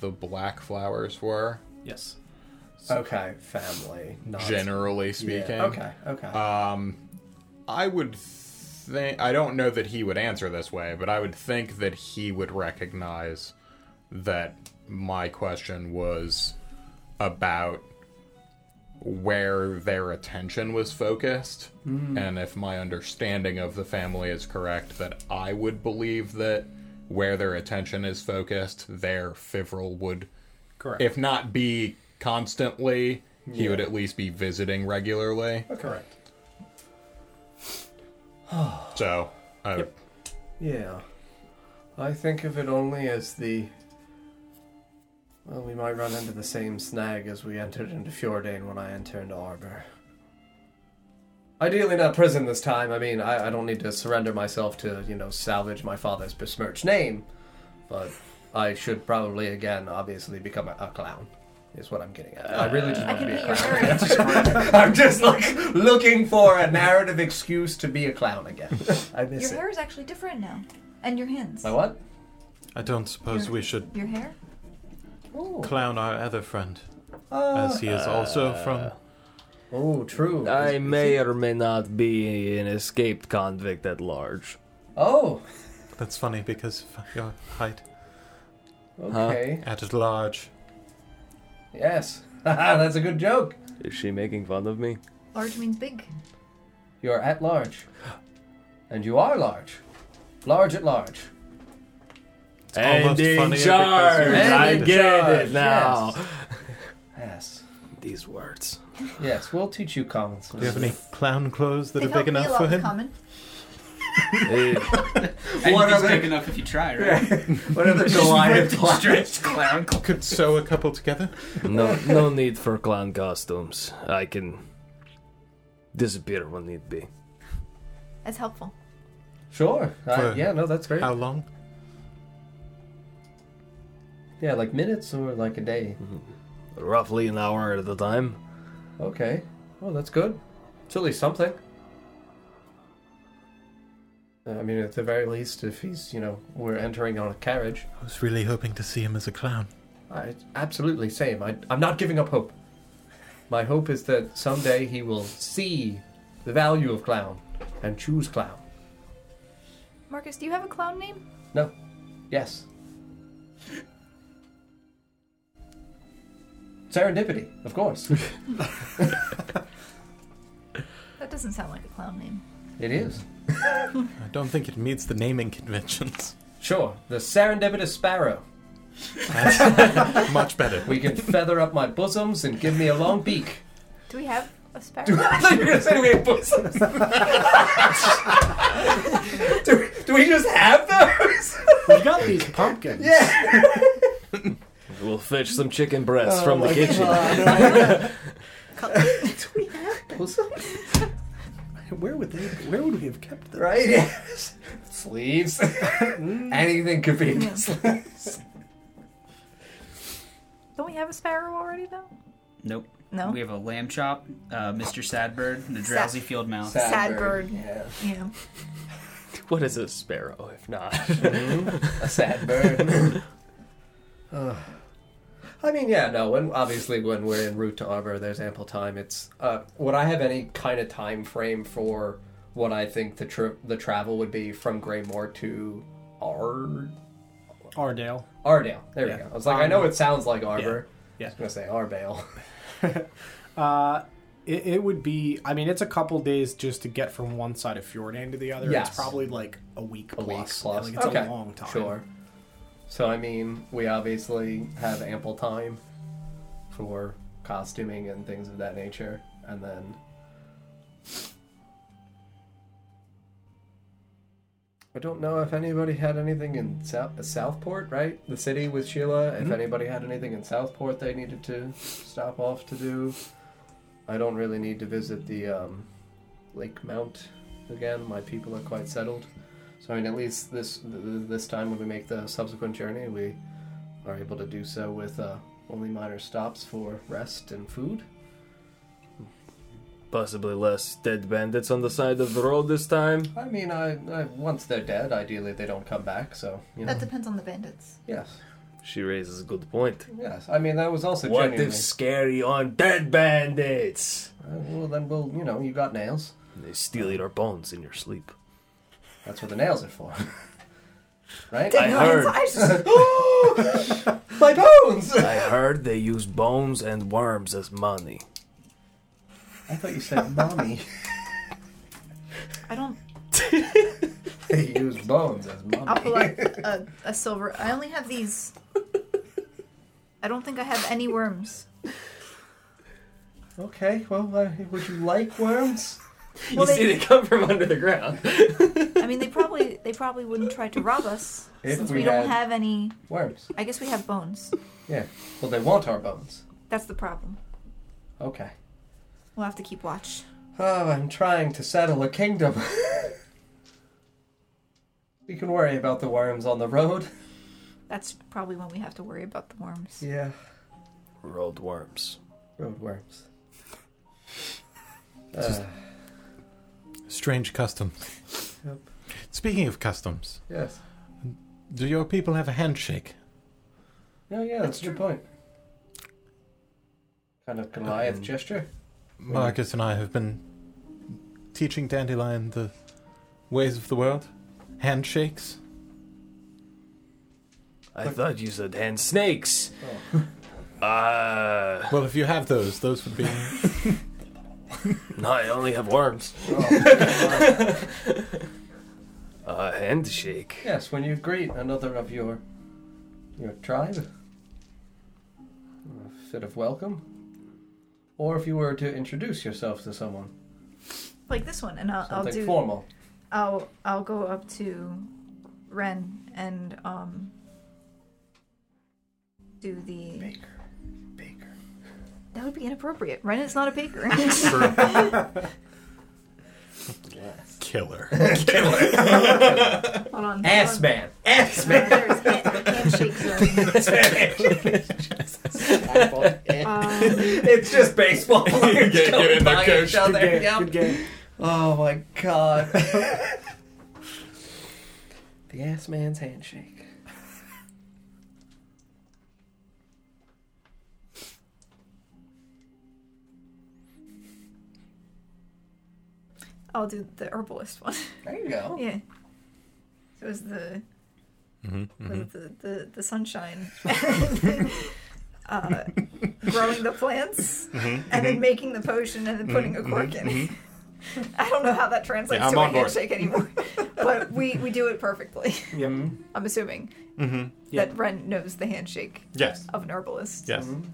the black flowers were. Yes. Okay, family. not- generally speaking. Yeah, Okay, okay. Um, I would think I don't know that he would answer this way, but I would think that he would recognize that my question was about where their attention was focused Hmm. Mm. and if my understanding of the family is correct that I would believe that where their attention is focused their fivril would Correct. if not be constantly he Yeah. would at least be visiting regularly Correct. so I would Yeah. I think of it only as the. Well, we might run into the same snag as we entered into Fjordane when I entered into Arbor. Ideally, not prison this time. I mean, I, I don't need to surrender myself to, you know, salvage my father's besmirched name. But I should probably, again, obviously become a, a clown, is what I'm getting at. I really just I want to can be be a your clown. very- I'm just, like, looking for a narrative excuse to be a clown again. I Your miss it. hair is actually different now, and your hands. My what? I don't suppose we should Your hair. clown our other friend, Oh. as he is also from. Oh, true. I may or may not be an escaped convict at large. Oh, That's funny because of your height. Okay. At large. Yes. That's a good joke. Is she making fun of me? Large means big. You're at large. And you are large. Large at large. It's And almost in funnier because charge. you're I in get charge, it now. Yes. Yes. These words. Yes, we'll teach you commons. Do you have any clown clothes that They are helped big me a enough lot for with him? common. And What if it's other- big enough if you try, right? What other Goliath stretched clown? Could sew a couple together? No, no need for clown costumes. I can disappear when need be. That's helpful. Sure. Uh, For yeah, no, that's great. How long? Yeah, like minutes or like a day. Mm-hmm. Roughly an hour at a time. Okay. Well, Oh, that's good. It's at least something. Uh, I mean, at the very least, if he's, you know, we're entering on a carriage. I was really hoping to see him as a clown. I absolutely same. I, I'm not giving up hope. My hope is that someday he will see the value of clown and choose clown. Marcus, do you have a clown name? No. Yes. Serendipity, of course. That doesn't sound like a clown name. it is. I don't think it meets the naming conventions. Sure, the serendipitous sparrow. Much better. We can feather up my bosoms and give me a long beak. Do we have a sparrow? I thought you were gonna say we have bosoms. do, do we just have those? We got these pumpkins. Yeah. We'll fetch some chicken breasts from the Oh my kitchen. Where would they? Where would we have kept them? Right? Yes. Sleeves. Anything could be in the sleeves. Don't we have a sparrow already though? Nope. No? We have a lamb chop, uh, Mr. Sadbird, and a drowsy field mouse. Sad Sad bird, bird. yeah. Yeah. What is a sparrow if not? Uh, A sad bird. Ugh. I mean, yeah, no. When obviously when we're en route to Arbor, there's ample time. It's uh, would I have any kind of time frame for what I think the trip, the travel would be from Greymore to Ar Ardale. Ardale? There we go. I was like, I know it sounds like Arbor. Yeah. I was gonna say Arbale. Uh, it, it would be. I mean, it's a couple days just to get from one side of Fjordan to the other. Yes. It's probably like a week a plus. week plus. Like, it's okay. a long time. Sure. So I mean, we obviously have ample time for costuming and things of that nature, and then. I don't know if anybody had anything in South, Southport, right? The city with Sheila. If Hmm? anybody had anything in Southport they needed to stop off to do, I don't really need to visit the um, Lake Mount again. My people are quite settled. So I mean, at least this th- th- this time when we make the subsequent journey, we are able to do so with uh, only minor stops for rest and food. Possibly less dead bandits on the side of the road this time. I mean, I, I once they're dead, ideally they don't come back. So you know. That depends on the bandits. Yes. She raises a good point. Yes, I mean that was also What if genuinely- scary on dead bandits? Uh, well, then we'll you know you got nails. They steal your bones in your sleep. That's what the nails are for. right? I heard. My bones! I heard they use bones and worms as money. I thought you said mommy. I don't. they use bones as mommy. I'll pull out a, a silver. I only have these. I don't think I have any worms. Okay, well, uh, would you like worms? Well, they- come from under the ground. I mean, they probably they probably wouldn't try to rob us If since we we, don't had- have any. Worms. I guess we have bones. Yeah. Well, they want our bones. That's the problem. Okay. We'll have to keep watch. Oh, I'm trying to settle a kingdom. we can worry about the worms on the road. That's probably when we have to worry about the worms. Yeah. Road worms. Road worms. This is- Uh, Strange customs. Yep. Speaking of customs, Yes. do your people have a handshake? Yeah, yeah, that's, a good point. Kind of Um, Goliath gesture. Marcus and I have been teaching Dandelion the ways of the world. Handshakes. I thought you said hand snakes. Oh. Uh, Well, if you have those, those would be. no, I only have worms. Oh. uh, handshake. Yes, when you greet another of your your tribe, a fit of welcome, or if you were to introduce yourself to someone, Like this one, and I'll, I'll something do. formal. I'll I'll go up to Ren and um do the baker. Baker. That would be inappropriate. Ren is not a baker. Killer. Killer. Hold on. Ass man. Ass man. There's hand- handshake zone. Um, it's just baseball Get- players get going in there, by coach. each other. Good game, Yep. good game. Oh my god. the ass man's handshake. I'll do the herbalist one. There you go. Yeah. So it was the Mm-hmm, was the, the, the sunshine. uh, growing the plants Mm-hmm. and then making the potion and then putting a cork in. I don't know how that translates Mm-hmm. to Yeah, I'm a on board. handshake anymore, but we, we do it perfectly. Yep. I'm assuming Mm-hmm. that Ren knows the handshake Yes. of an herbalist. Yes. Mm-hmm. Mm-hmm.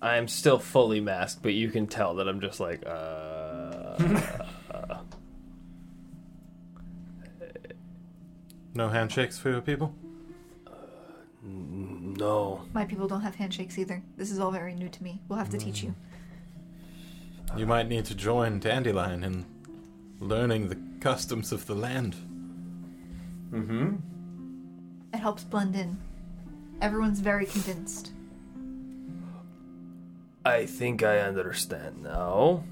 I'm still fully masked, but you can tell that I'm just like, uh. No handshakes for your people? Uh, no. My people don't have handshakes either. This is all very new to me. We'll have to teach you. Mm. You might need to join Dandelion in learning the customs of the land. Mm-hmm. It helps blend in. Everyone's very convinced. I think I understand now.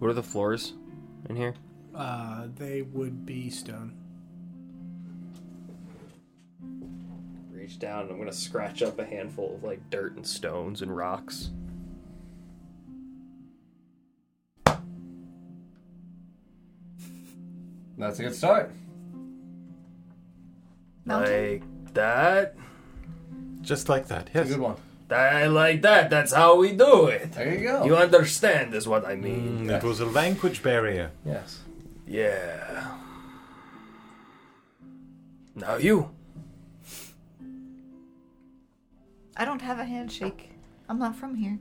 What are the floors in here? Uh, they would be stone. reach down and I'm gonna scratch up a handful of like dirt and stones and rocks. That's a good start. Like that. Just like that. Yes. good one. That, like that. That's how we do it. There you go. You understand, is what I mean. It was a language barrier. Yes. Yeah. Now you. I don't have a handshake. I'm not from here.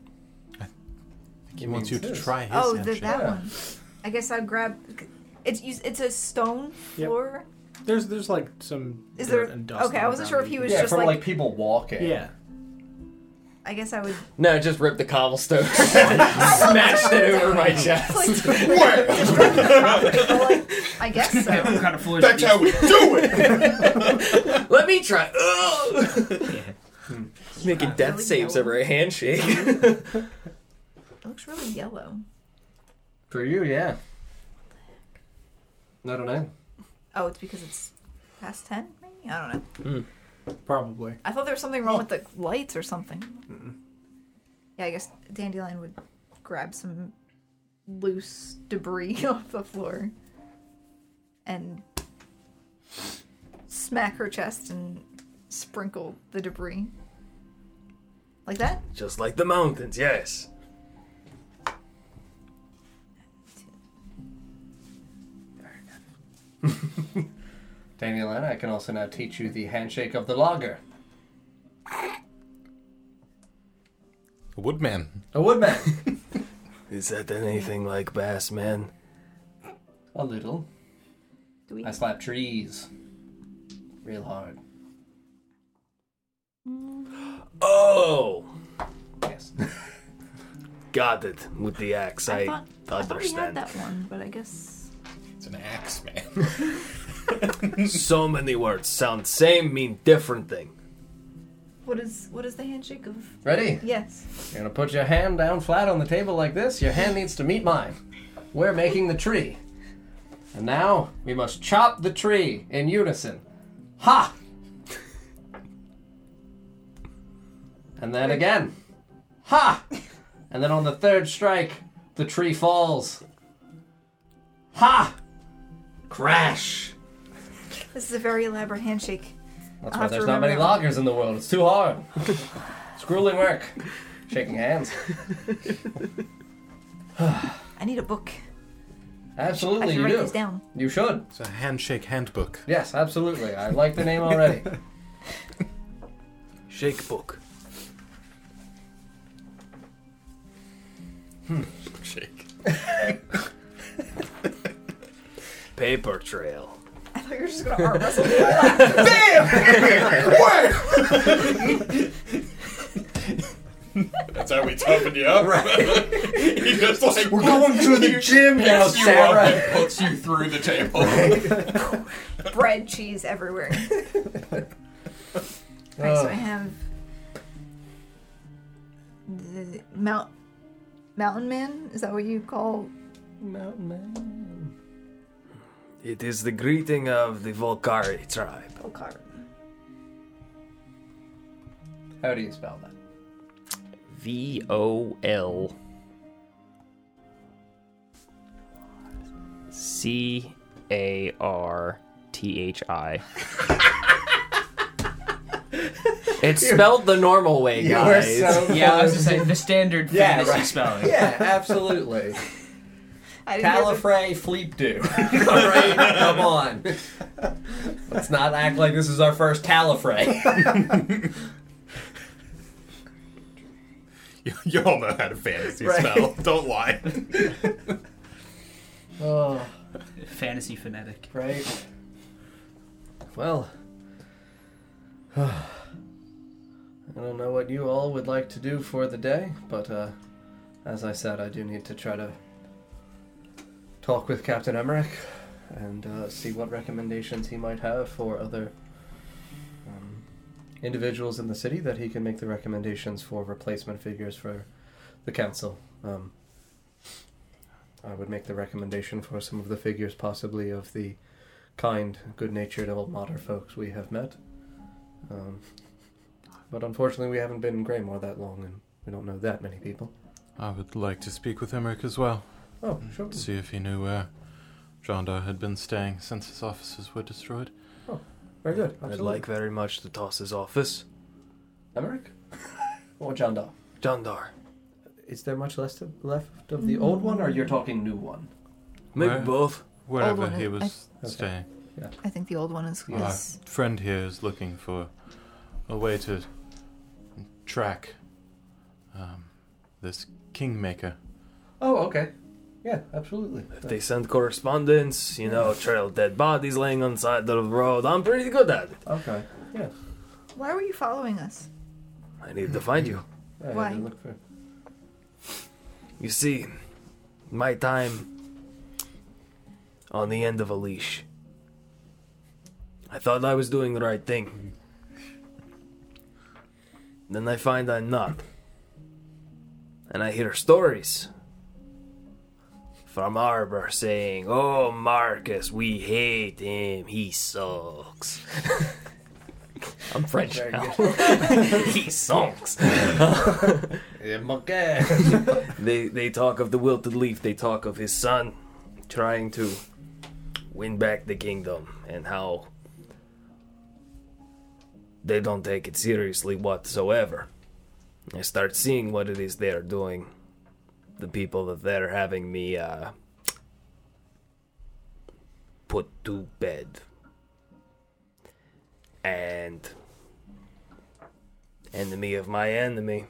He wants you to try his oh, the, handshake. that one. I guess I'd grab. It's you- it's a stone Yep. floor. There's there's like some Is dirt there- and dust. okay, on I the wasn't ground. sure if he was Yeah, just, from, like- like, people walking. Yeah. I guess I would. No, just rip the cobblestones, smashed it over my chest. I guess so. kind of floor That's how we do it. Let me try. Making death saves over a handshake. It looks really yellow. For you, yeah. I don't know. Oh, it's because it's past ten. Maybe I don't know. Probably. I thought there was something wrong with the lights or something. Yeah, I guess Dandelion would grab some loose debris off the floor and smack her chest and sprinkle the debris. Like that? Just like the mountains, yes. Daniel, I can also now teach you the handshake of the logger. A woodman. A woodman. Is that anything like Bass Man? A little. Do we- I slap trees. Real hard. Oh! Yes. Got it. With the axe, I, I thought, I thought we had understand. that one, but I guess It's an axe, man. so many words sound same, mean different thing. what is what is the handshake of? Ready? Yes. You're gonna put your hand down flat on the table like this. Your hand needs to meet mine. We're making the tree. And now we must chop the tree in unison. Ha! And then again. Ha! And then on the third strike, the tree falls. Ha! Crash! This is a very elaborate handshake. That's I'll why have to there's not many remember that one. loggers in the world. It's too hard. it's grueling work. Shaking hands. I need a book. I Absolutely, should you write do. these down. You should. It's a handshake handbook. Yes, absolutely. I like the name already. Shake book. Hmm. Shake. Paper trail. I thought you were just gonna arm wrestle. me. That's how we toughen you up. Right. he just like we're going to the gym now, you Sarah. up and puts you through the table. bread, cheese everywhere. Alright, so I have the Mount Mountain Man. Is that what you call Mountain Man? It is the greeting of the Volcari tribe. Volcari. How do you spell that? V O L C A R T H I. It's spelled the normal way, You guys. were so Yeah, I was just saying the standard Yeah, fantasy right. spelling. Yeah, absolutely. I didn't get the- Califrey Fleep Do. Alright, come on. Let's not act like this is our first Califrey. you, you all know how to fantasy Right. spell. Don't lie. oh, fantasy phonetic. Right. Well, I don't know what you all would like to do for the day, but uh, as I said, I do need to try to talk with Captain Emmerich and uh, see what recommendations he might have for other um, individuals in the city that he can make the recommendations for replacement figures for the council. Um, I would make the recommendation for some of the figures, possibly of the kind, good natured old modern folks we have met. Um, but unfortunately, we haven't been in Greymore that long, and we don't know that many people. I would like to speak with Emmerich as well. Oh, sure. See if he knew where Jandar had been staying since his offices were destroyed. Oh. Very good. I'd absolutely. like very much to toss his office. Emmerich or Jandar. Jandar. Is there much left of, left of the old one, or you're talking new one? Maybe Where- both. Wherever Old one, he I- was Okay. staying. I think the old one is. Our is friend here is looking for a way to track um, this Kingmaker. Oh, okay. Yeah, absolutely. If they send correspondence, you know, trail dead bodies laying on the side of the road, I'm pretty good at it. Okay. Yeah. Why were you following us? I need to find you. Yeah, Why? they look for- You see, my time on the end of a leash. I thought I was doing the right thing. Then I find I'm not. And I hear stories from Arbor saying, Oh, Marcus, we hate him. He sucks. I'm French Very now. he sucks. Yeah, monkey. they they talk of the wilted leaf. They talk of his son trying to win back the kingdom and how they don't take it seriously whatsoever. I start seeing what it is they're doing. The people that they're having me uh, put to bed. And enemy of my enemy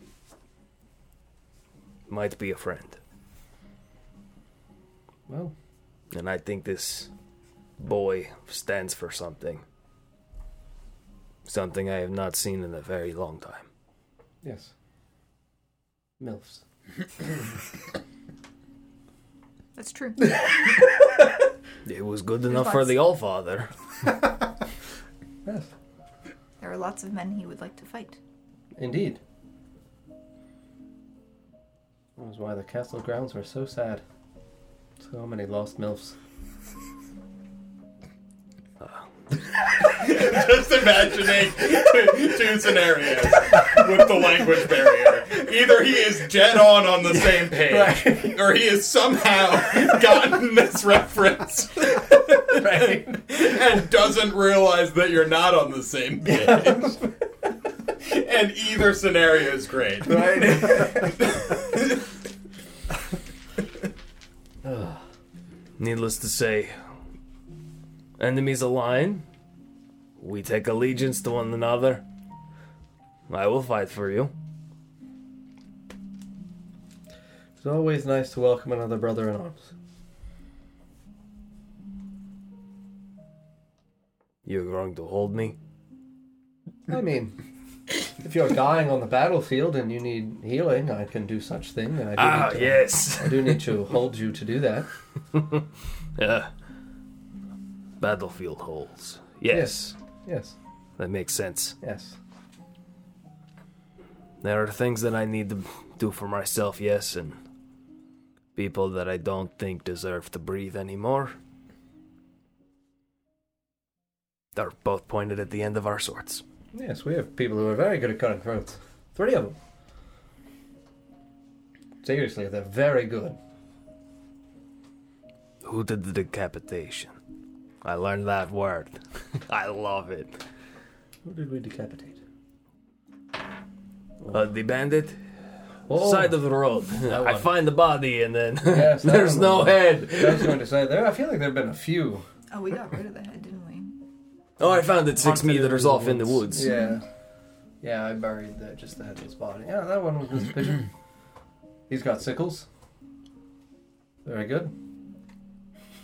might be a friend. Well, And I think this boy stands for something. Something I have not seen in a very long time. yes. MILFs. That's true. It was good There's enough for lots. the Allfather. There are lots of men he would like to fight. Indeed. That was why the castle grounds were so sad. So many lost MILFs. Just imagining two, two scenarios with the language barrier. Either he is dead on on the same page, or he has somehow gotten this reference and doesn't realize that you're not on the same page. and either scenario is great. Needless to say, enemies align. We take allegiance to one another. I will fight for you. It's always nice to welcome another brother in arms. You're going to hold me? I mean, if you're dying on the battlefield and you need healing, I can do such thing. And I do Ah, need to, yes. I do need to hold you to do that. Yeah. Battlefield holds. Yes. Yes. That makes sense. Yes. There are things that I need to do for myself, yes, and people that I don't think deserve to breathe anymore. They're both pointed at the end of our swords. Yes, we have people who are very good at cutting throats. Three of them. Seriously, they're very good. Who did the decapitation? I learned that word. I love it. Who did we decapitate? Uh, the bandit? Oh. Side of the road. That I one. find the body and then Yes, that there's one no was- head. I was going to say there. I feel like there have been a few. Oh, we got rid of the head, didn't we? Oh, I found it six Haunted in meters the off in the woods. Yeah. Yeah, I buried the, just the headless body. Yeah, that one was this pigeon. He's got sickles. Very good.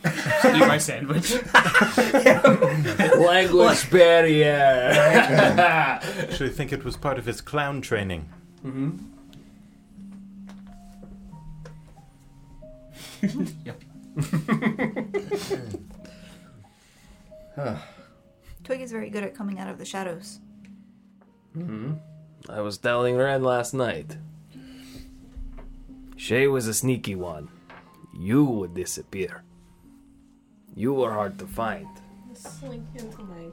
Eat my sandwich. Language barrier. Actually, think it was part of his clown training. Mm-hmm. Twig is very good at coming out of the shadows. Hmm. I was telling Ren last night. Shay was a sneaky one. You would disappear. You were hard to find. slink into my.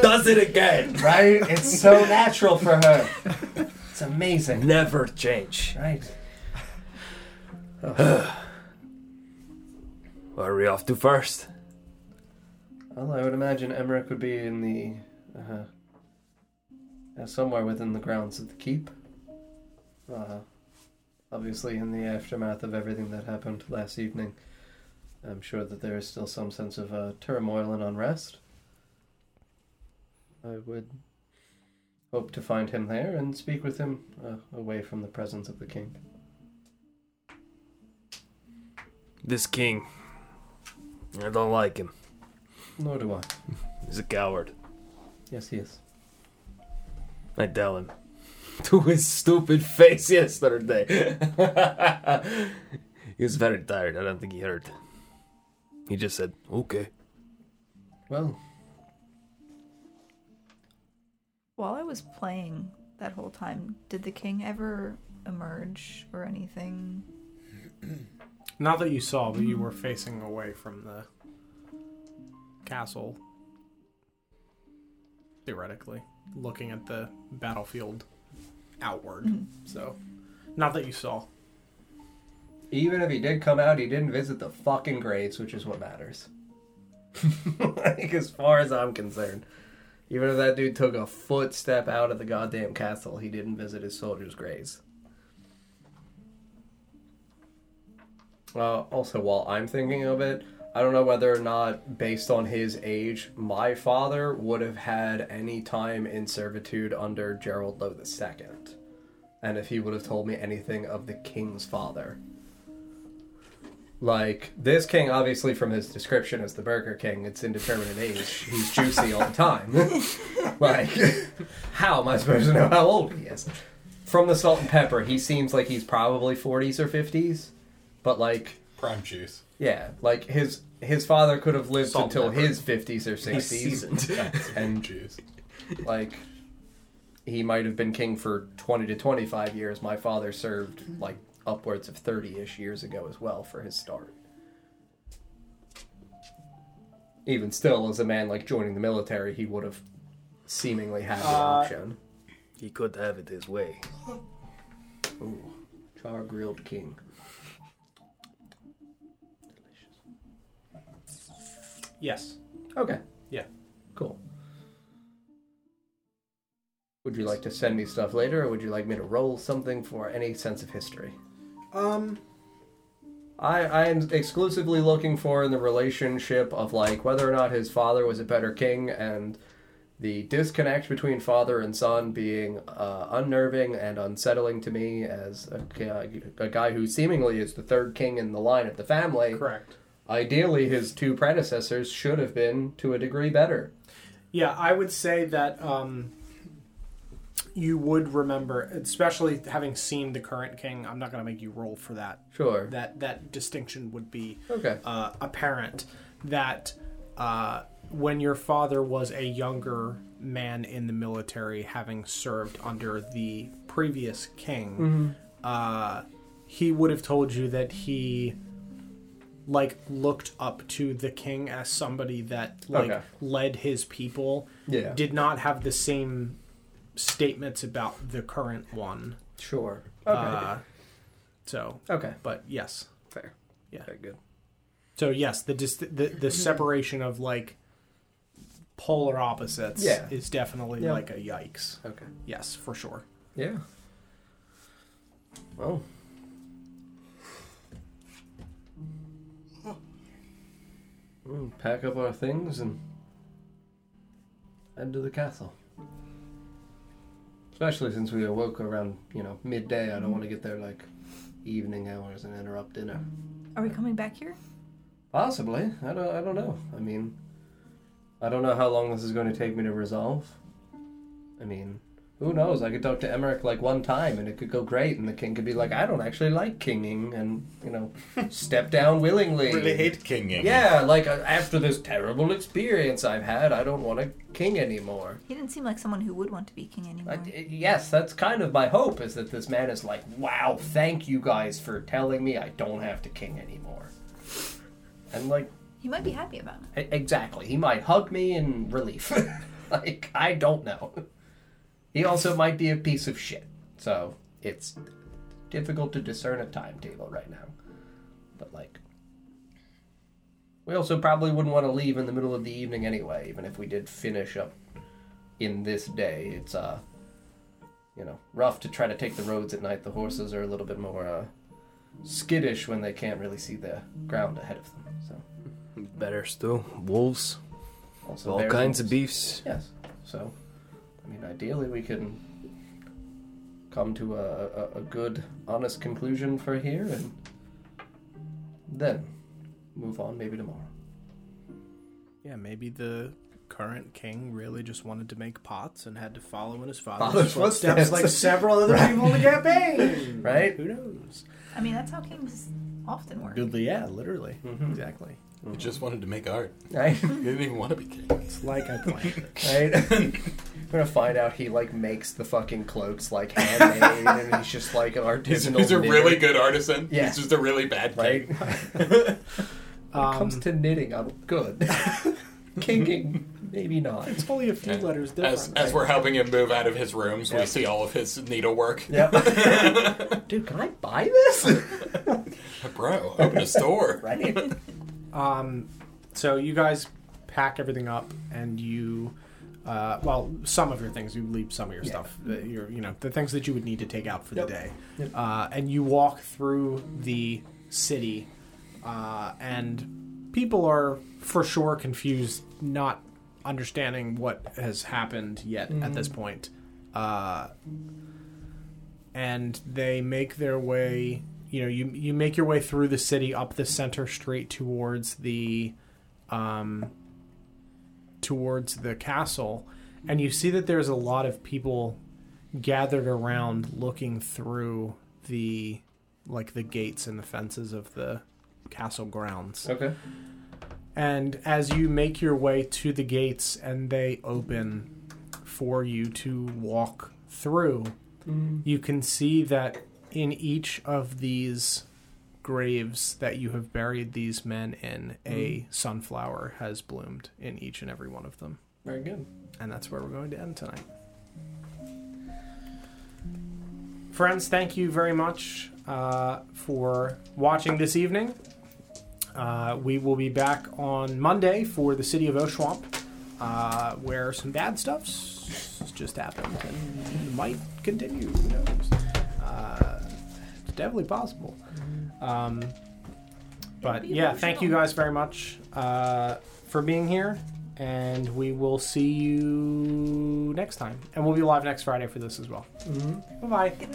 Does it again. Right? It's so natural for her. It's amazing. Never change. Right. Where are we off to first? Well, I would imagine Emmerich would be in the. Uh, uh, somewhere within the grounds of the keep. Uh, obviously, in the aftermath of everything that happened last evening, I'm sure that there is still some sense of uh, turmoil and unrest. I would hope to find him there and speak with him uh, away from the presence of the king. This king. I don't like him. Nor do I. He's a coward. Yes, he is. I tell him. To his stupid face yesterday. he was very tired. I don't think he heard. He just said, okay. Well, While I was playing that whole time, did the king ever emerge or anything? Not that you saw, but you were facing away from the castle. Theoretically, looking at the battlefield outward. So, not that you saw. Even if he did come out, he didn't visit the fucking graves, which is what matters. like, as far as I'm concerned. Even if that dude took a footstep out of the goddamn castle, he didn't visit his soldiers' graves. Uh, also, while I'm thinking of it, I don't know whether or not, based on his age, my father would have had any time in servitude under Gerald Low II. And if he would have told me anything of the king's father. Like, this king, obviously, from his description as the Burger King, it's indeterminate age. He's juicy all the time. like, how am I supposed to know how old he is? From the salt and pepper, he seems like he's probably 40s or 50s, but like, Prime juice. yeah, like his his father could have lived Salt and until pepper. his 50s or 60s. seasoned. Yeah, it's and like he might have been king for 20 to 25 years. My father served like upwards of 30ish years ago as well for his start. Even still as a man like joining the military, he would have seemingly had the Uh, option. He could have it his way. Ooh, char grilled king. Yes. Okay. Yeah. Cool. Would you like to send me stuff later, or would you like me to roll something for any sense of history? Um. I, I am exclusively looking for in the relationship of like whether or not his father was a better king and the disconnect between father and son being uh, unnerving and unsettling to me as a, g- a guy who seemingly is the third king in the line of the family. Correct. Ideally, his two predecessors should have been to a degree better. Yeah, I would say that um, you would remember, especially having seen the current king. I'm not going to make you roll for that. Sure. That that distinction would be Okay. uh, apparent that uh, when your father was a younger man in the military, having served under the previous king, Mm-hmm. Mhm. uh, he would have told you that he like looked up to the king as somebody that like Okay. led his people Yeah. did not have the same statements about the current one sure okay Okay. so Okay. but yes fair yeah very good so yes the dis- the, Mm-hmm. the separation of like polar opposites Yeah. is definitely Yeah. like a yikes okay yes for sure Yeah. Well. We'll pack up our things and head to the castle. Especially since we awoke around, you know, midday. I don't want to get there like evening hours and interrupt dinner. Are we coming back here? Possibly. I don't, I don't know. I mean, I don't know how long this is going to take me to resolve. I mean, who knows? I could talk to Emmerich like one time and it could go great, and the king could be like, I don't actually like kinging, and, you know, step down willingly. Really hate kinging. Yeah, like uh, after this terrible experience I've had, I don't want to king anymore. He didn't seem like someone who would want to be king anymore. I- Yes, that's kind of my hope is that this man is like, wow, thank you guys for telling me I don't have to king anymore. And like He might be happy about it. e- exactly, he might hug me in relief. like I don't know. He also might be a piece of shit. So it's difficult to discern a timetable right now. But like we also probably wouldn't want to leave in the middle of the evening anyway, even if we did finish up in this day. It's uh you know, rough to try to take the roads at night. The horses are a little bit more uh, skittish when they can't really see the ground ahead of them. So Better still, wolves. Also all bear kinds of wolves. beefs. Yes. So, I mean, ideally we can come to a, a, a good, honest conclusion for here and then move on maybe tomorrow. Yeah, maybe the current king really just wanted to make pots and had to follow in his Father's father's footsteps footsteps. like several other Right. people in the campaign. Right. Who knows? I mean, that's how kings often work. Goodly, yeah, literally. Exactly. He just wanted to make art. Right. he didn't even want to be king. It's like I planned. Right? I'm gonna find out he like makes the fucking cloaks like handmade, and he's just like an artisanal. He's, he's a knitter. really good artisan. Yeah. He's just a really bad Right? king. When it comes Um, to knitting, I'm good. Kinking, maybe not. It's only a few letters different. As, as we're helping him move out of his rooms, we see all of his needlework. Yep. Dude, can I buy this? Bro, open a store. right? Um, so you guys pack everything up, and you, uh, well, some of your things. You leave some of your Yeah. stuff. uh, Your, you know, the things that you would need to take out for Yep. the day. Yep. Uh, and you walk through the city, uh, and people are for sure confused, not understanding what has happened yet at this point. Uh, and they make their way you know you you make your way through the city up the center street towards the um towards the castle and you see that there's a lot of people gathered around looking through the like the gates and the fences of the castle grounds Okay. and as you make your way to the gates and they open for you to walk through, you can see that in each of these graves that you have buried these men in, a sunflower has bloomed in each and every one of them. Very good. And that's where we're going to end tonight. Friends, thank you very much uh, for watching this evening. Uh, we will be back on Monday for the city of Oshwamp, uh, where some bad stuff's just happened and might continue. Who knows? Uh, it's definitely possible. Um, but be yeah, thank you guys very much uh, for being here, and we will mm-hmm. see you next time. And we'll be live next Friday for this as well. Bye bye. Good